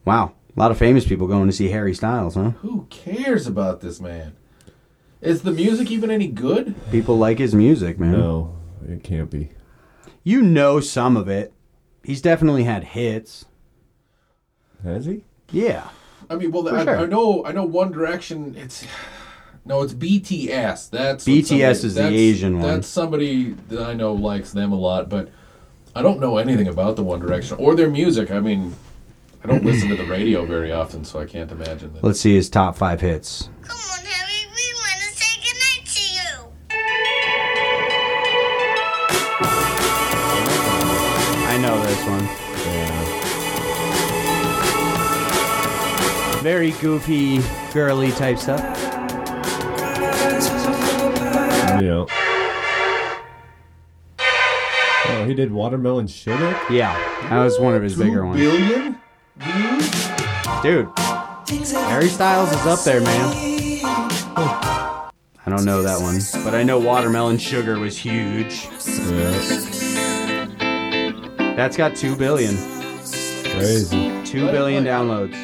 Speaker 1: Wow, a lot of famous people going to see Harry Styles, huh?
Speaker 2: Who cares about this man? Is the music even any good?
Speaker 1: People like his music, man.
Speaker 3: No, it can't be.
Speaker 1: You know some of it. He's definitely had hits.
Speaker 3: Has he?
Speaker 1: Yeah.
Speaker 2: I mean, well,
Speaker 1: For
Speaker 2: I,
Speaker 1: sure.
Speaker 2: I know, I know. One Direction. It's no, it's BTS. That's what
Speaker 1: BTS is the Asian one.
Speaker 2: That's somebody that I know likes them a lot, but I don't know anything about the One Direction or their music. I mean, I don't listen to the radio very often, so I can't imagine that.
Speaker 1: Let's see his top five hits. I know this one. Very goofy, girly type stuff.
Speaker 3: Yeah. Oh, he did watermelon sugar.
Speaker 1: Yeah, that was one of his bigger ones.
Speaker 2: Billion?
Speaker 1: Dude, Harry Styles is up there, man. I don't know that one, but I know Watermelon Sugar was huge.
Speaker 3: Yeah,
Speaker 1: That's got 2 billion.
Speaker 3: crazy.
Speaker 1: 2 billion downloads.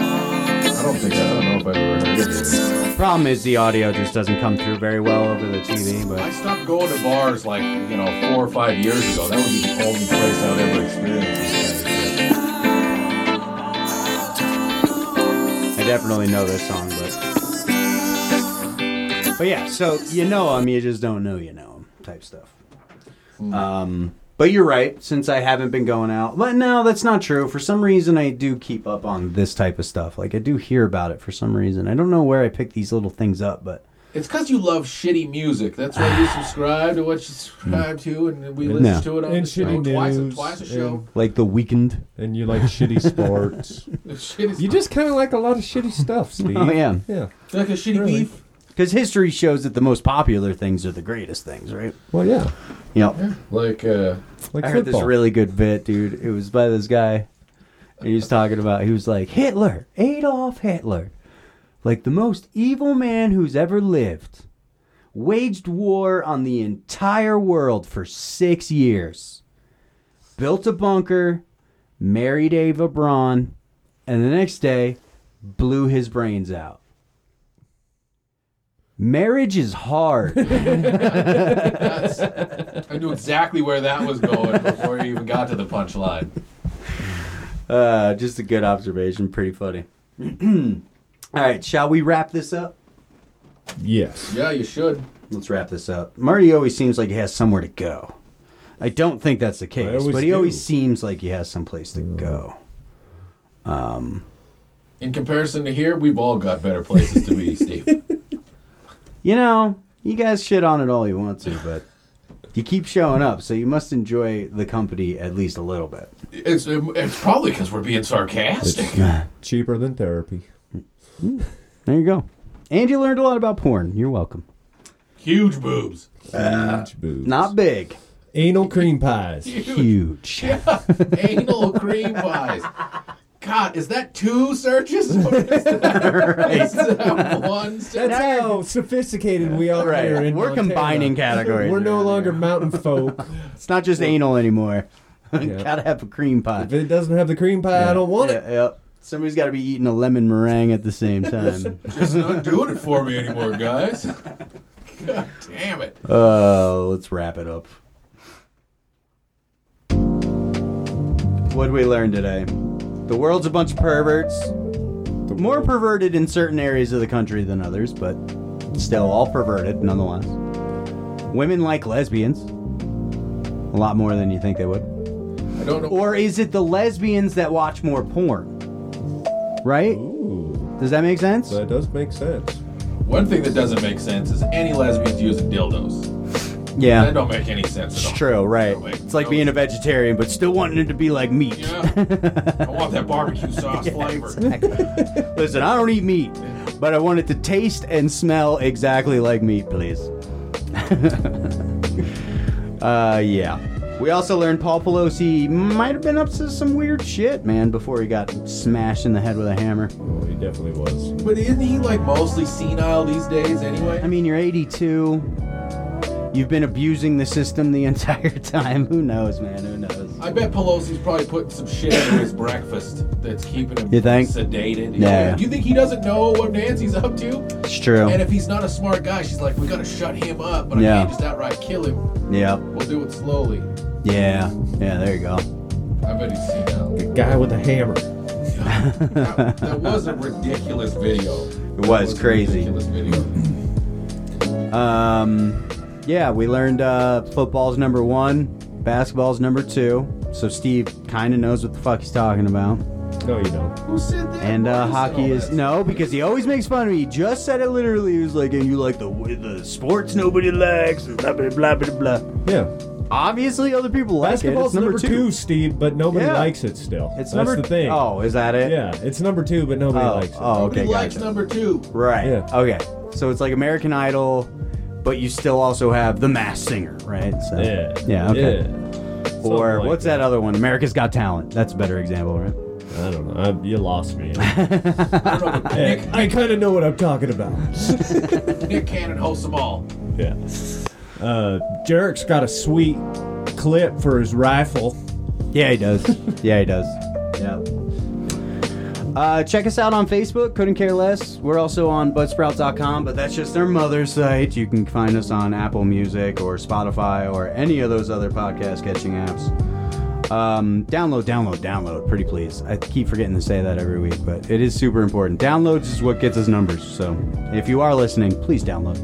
Speaker 2: I don't think I don't know if I've ever heard of it.
Speaker 1: Problem is, the audio just doesn't come through very well over the TV,
Speaker 2: I
Speaker 1: but
Speaker 2: stopped going to bars like you know four or five years ago. That would be the only place I'd ever experience this kind of
Speaker 1: I
Speaker 2: shit.
Speaker 1: definitely know this song, but. But yeah, so you know him, you just don't know you know him type stuff. Um, but you're right, since I haven't been going out. But no, that's not true. For some reason, I do keep up on this type of stuff. Like, I do hear about it for some reason. I don't know where I pick these little things up, but.
Speaker 2: It's because you love shitty music. That's why *sighs* you subscribe to what you subscribe to, and we listen
Speaker 1: No.
Speaker 2: to it on
Speaker 3: And
Speaker 2: the show
Speaker 3: shitty
Speaker 2: twice, a,
Speaker 3: news,
Speaker 2: twice a show.
Speaker 1: Like, The Weekend.
Speaker 3: And you
Speaker 1: *laughs*
Speaker 3: like shitty sports.
Speaker 2: Shitty,
Speaker 3: you just kind of like a lot of shitty stuff,
Speaker 1: *laughs*
Speaker 3: Steve.
Speaker 1: Oh, yeah.
Speaker 3: Yeah.
Speaker 2: like a shitty
Speaker 3: Really?
Speaker 2: beef.
Speaker 1: Because history shows that the most popular things are the greatest things, right?
Speaker 3: Well, yeah.
Speaker 1: Yep.
Speaker 2: Like uh,
Speaker 3: Like
Speaker 1: I heard
Speaker 3: football.
Speaker 1: this really good bit, dude. It was by this guy. And he was talking about, he was like, Hitler, Adolf Hitler, like the most evil man who's ever lived, waged war on the entire world for six years, built a bunker, married Ava Braun, and the next day blew his brains out. Marriage is hard.
Speaker 2: I knew exactly where that was going before you even got to the punchline.
Speaker 1: uh, just a good observation. Pretty funny. *clears throat* All right, shall we wrap this up? *laughs*
Speaker 3: Yes.
Speaker 2: Yeah, you should.
Speaker 1: Let's wrap this up. Marty always seems like he has somewhere to go. I don't think that's the case,
Speaker 3: always
Speaker 1: but he
Speaker 3: do.
Speaker 1: always Mm. seems like he has someplace to go.
Speaker 2: In comparison to here, we've all got better places to be, Steve.
Speaker 3: *laughs*
Speaker 1: You know, you guys shit on it all you want to, but *laughs* you keep showing up, so you must enjoy the company at least a little bit.
Speaker 2: It's um, it's probably because we're being sarcastic.
Speaker 3: Cheaper than therapy.
Speaker 1: There you go. And you learned a lot about porn. You're welcome.
Speaker 2: Huge boobs.
Speaker 3: Huge
Speaker 1: Uh,
Speaker 3: boobs.
Speaker 1: Not big,
Speaker 3: anal cream pies.
Speaker 2: *laughs*
Speaker 1: huge.
Speaker 2: Anal cream pies. God, is that two *laughs* searches? Or is *laughs* that, is that one search?
Speaker 3: That's how sophisticated we are
Speaker 1: Right.
Speaker 3: here in
Speaker 1: We're
Speaker 3: Montana.
Speaker 1: combining categories
Speaker 3: We're no
Speaker 1: around
Speaker 3: longer
Speaker 1: here. *laughs*
Speaker 3: mountain folk.
Speaker 1: *laughs* It's not just anal anymore. *laughs*
Speaker 3: Yeah.
Speaker 1: Gotta have a cream pie.
Speaker 3: if it doesn't have the cream pie, I don't want
Speaker 1: Yeah,
Speaker 3: it.
Speaker 1: yep. Somebody's got to be eating a lemon meringue at the same time.
Speaker 2: It's not doing it for me anymore, guys. God damn it.
Speaker 1: Oh, let's wrap it up. What did we learn today? The world's a bunch of perverts. More perverted in certain areas of the country than others, but still all perverted nonetheless. Women like lesbians. A lot more than you think they would.
Speaker 2: I don't know.
Speaker 1: Or is it the lesbians that watch more porn? Right?
Speaker 3: Ooh,
Speaker 1: Does that make sense?
Speaker 3: that does make sense.
Speaker 2: One thing that doesn't make sense is any lesbians using dildos.
Speaker 1: yeah.
Speaker 2: That don't make any sense at all.
Speaker 1: It's true, right?
Speaker 2: No way.
Speaker 1: It's like
Speaker 2: No
Speaker 1: being
Speaker 2: way.
Speaker 1: a vegetarian, but still wanting it to be like meat.
Speaker 2: Yeah. I want that barbecue
Speaker 1: *laughs*
Speaker 2: sauce flavor.
Speaker 1: Listen, I don't eat meat, but I want it to taste and smell exactly like meat, please. *laughs* Uh, yeah. We also learned Paul Pelosi might have been up to some weird shit, man, before he got smashed in the head with a hammer.
Speaker 3: Oh, he definitely was.
Speaker 2: But isn't he like mostly senile these days anyway?
Speaker 1: I mean, you're 82. You've been abusing the system the *laughs* entire time. Who knows, man? Who knows?
Speaker 2: I bet Pelosi's probably putting some shit into his breakfast that's keeping him
Speaker 1: You think?
Speaker 2: sedated.
Speaker 1: Yeah.
Speaker 2: Do you think he doesn't know what Nancy's up to?
Speaker 1: It's true.
Speaker 2: And if he's not a smart guy, she's like, we gotta shut him up, but I
Speaker 1: Yeah.
Speaker 2: can't just outright kill him.
Speaker 1: Yep.
Speaker 2: We'll do it slowly.
Speaker 1: Yeah. Yeah, there you go.
Speaker 2: I bet he's
Speaker 1: *laughs*
Speaker 2: senile.
Speaker 3: The guy with the hammer.
Speaker 2: that, that was a ridiculous video.
Speaker 1: It was crazy.
Speaker 2: Ridiculous video.
Speaker 1: Um, yeah, we learned uh, football's number one, basketball's number two. So Steve kind of knows what the fuck he's talking about.
Speaker 3: No, you don't.
Speaker 2: Who said that?
Speaker 1: And uh,
Speaker 2: Who said
Speaker 1: hockey
Speaker 2: all
Speaker 1: is
Speaker 2: that?
Speaker 1: no, because he always makes fun of me. He just said it literally. He was like, "And you like the the sports nobody likes?" and Blah blah blah blah blah.
Speaker 3: Yeah.
Speaker 1: Obviously, other people like
Speaker 3: Basketball's
Speaker 1: it. It's
Speaker 3: number two. Steve, but nobody
Speaker 1: Yeah.
Speaker 3: likes it still.
Speaker 1: It's
Speaker 3: That's
Speaker 1: number
Speaker 3: the thing.
Speaker 1: Oh, is that it?
Speaker 3: Yeah, it's number two, but nobody
Speaker 1: Oh,
Speaker 3: likes it.
Speaker 1: oh
Speaker 2: Nobody
Speaker 1: okay,
Speaker 2: likes
Speaker 1: gotcha.
Speaker 2: number two.
Speaker 1: Right.
Speaker 3: Yeah.
Speaker 1: Okay. So it's like American Idol, but you still also have the Mass Singer, right? So,
Speaker 3: Yeah.
Speaker 1: Yeah. Okay.
Speaker 3: Yeah. Something
Speaker 1: Or
Speaker 3: like
Speaker 1: what's that. other one? America's Got Talent. That's a better example, right?
Speaker 3: I don't know. I, you lost
Speaker 1: *laughs*
Speaker 3: me.
Speaker 2: I don't know, but
Speaker 3: Yeah, I kind of know what I'm talking about.
Speaker 2: Nick, Nick Cannon hosts them all.
Speaker 3: yeah. Uh, Jarek's got a sweet clip for his rifle.
Speaker 1: Yeah, he does. yeah, he does. Yeah. Uh, check us out on Facebook. Couldn't care less. We're also on budsprout.com, but that's just their mother site. You can find us on Apple Music or Spotify or any of those other podcast catching apps. Um, download, download, download. Pretty please. I keep forgetting to say that every week, but it is super important. Downloads is what gets us numbers. So if you are listening, please download.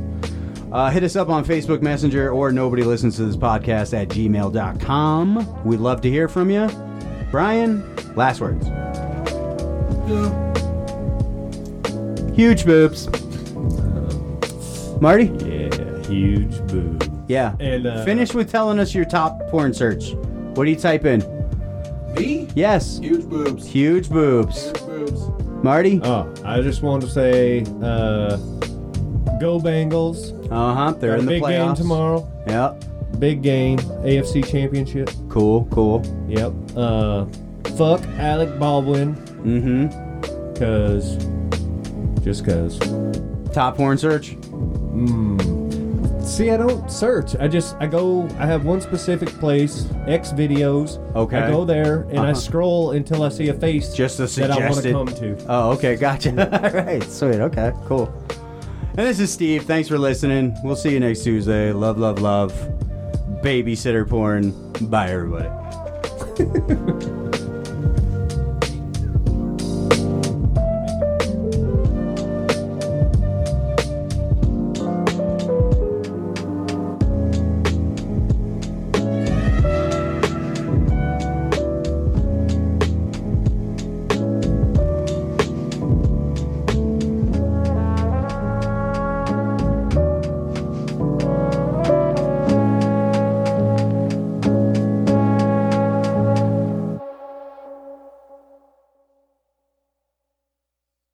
Speaker 1: Uh, hit us up on Facebook Messenger or nobody listens to this podcast at gmail.com. We'd love to hear from you. Brian, last words. Huge boobs. Marty?
Speaker 3: Yeah, huge boob.
Speaker 1: Yeah.
Speaker 3: And, uh,
Speaker 1: Finish with telling us your top porn search. What do you type in?
Speaker 2: Me?
Speaker 1: Yes.
Speaker 2: Huge boobs.
Speaker 1: Huge boobs.
Speaker 2: Huge boobs.
Speaker 1: Marty?
Speaker 3: Oh, I just want to say, uh, go Bengals.
Speaker 1: Uh huh. They're
Speaker 3: Got a
Speaker 1: in the
Speaker 3: big
Speaker 1: playoffs.
Speaker 3: game tomorrow.
Speaker 1: Yep.
Speaker 3: Big game. AFC Championship.
Speaker 1: Cool. Cool.
Speaker 3: Yep. Uh, fuck Alec Baldwin,
Speaker 1: Mm hmm.
Speaker 3: cause, just cause.
Speaker 1: Top porn search.
Speaker 3: See, I don't search. I just I go. I have one specific place, X videos.
Speaker 1: Okay.
Speaker 3: I go there and I
Speaker 1: Uh-huh.
Speaker 3: scroll until I see a face
Speaker 1: Just the
Speaker 3: that I want to
Speaker 1: suggested-
Speaker 3: come to.
Speaker 1: Oh, okay, gotcha. *laughs* All right, sweet. Okay, cool. And this is Steve. Thanks for listening. We'll see you next Tuesday. Love, love, love. Babysitter porn. Bye, everybody.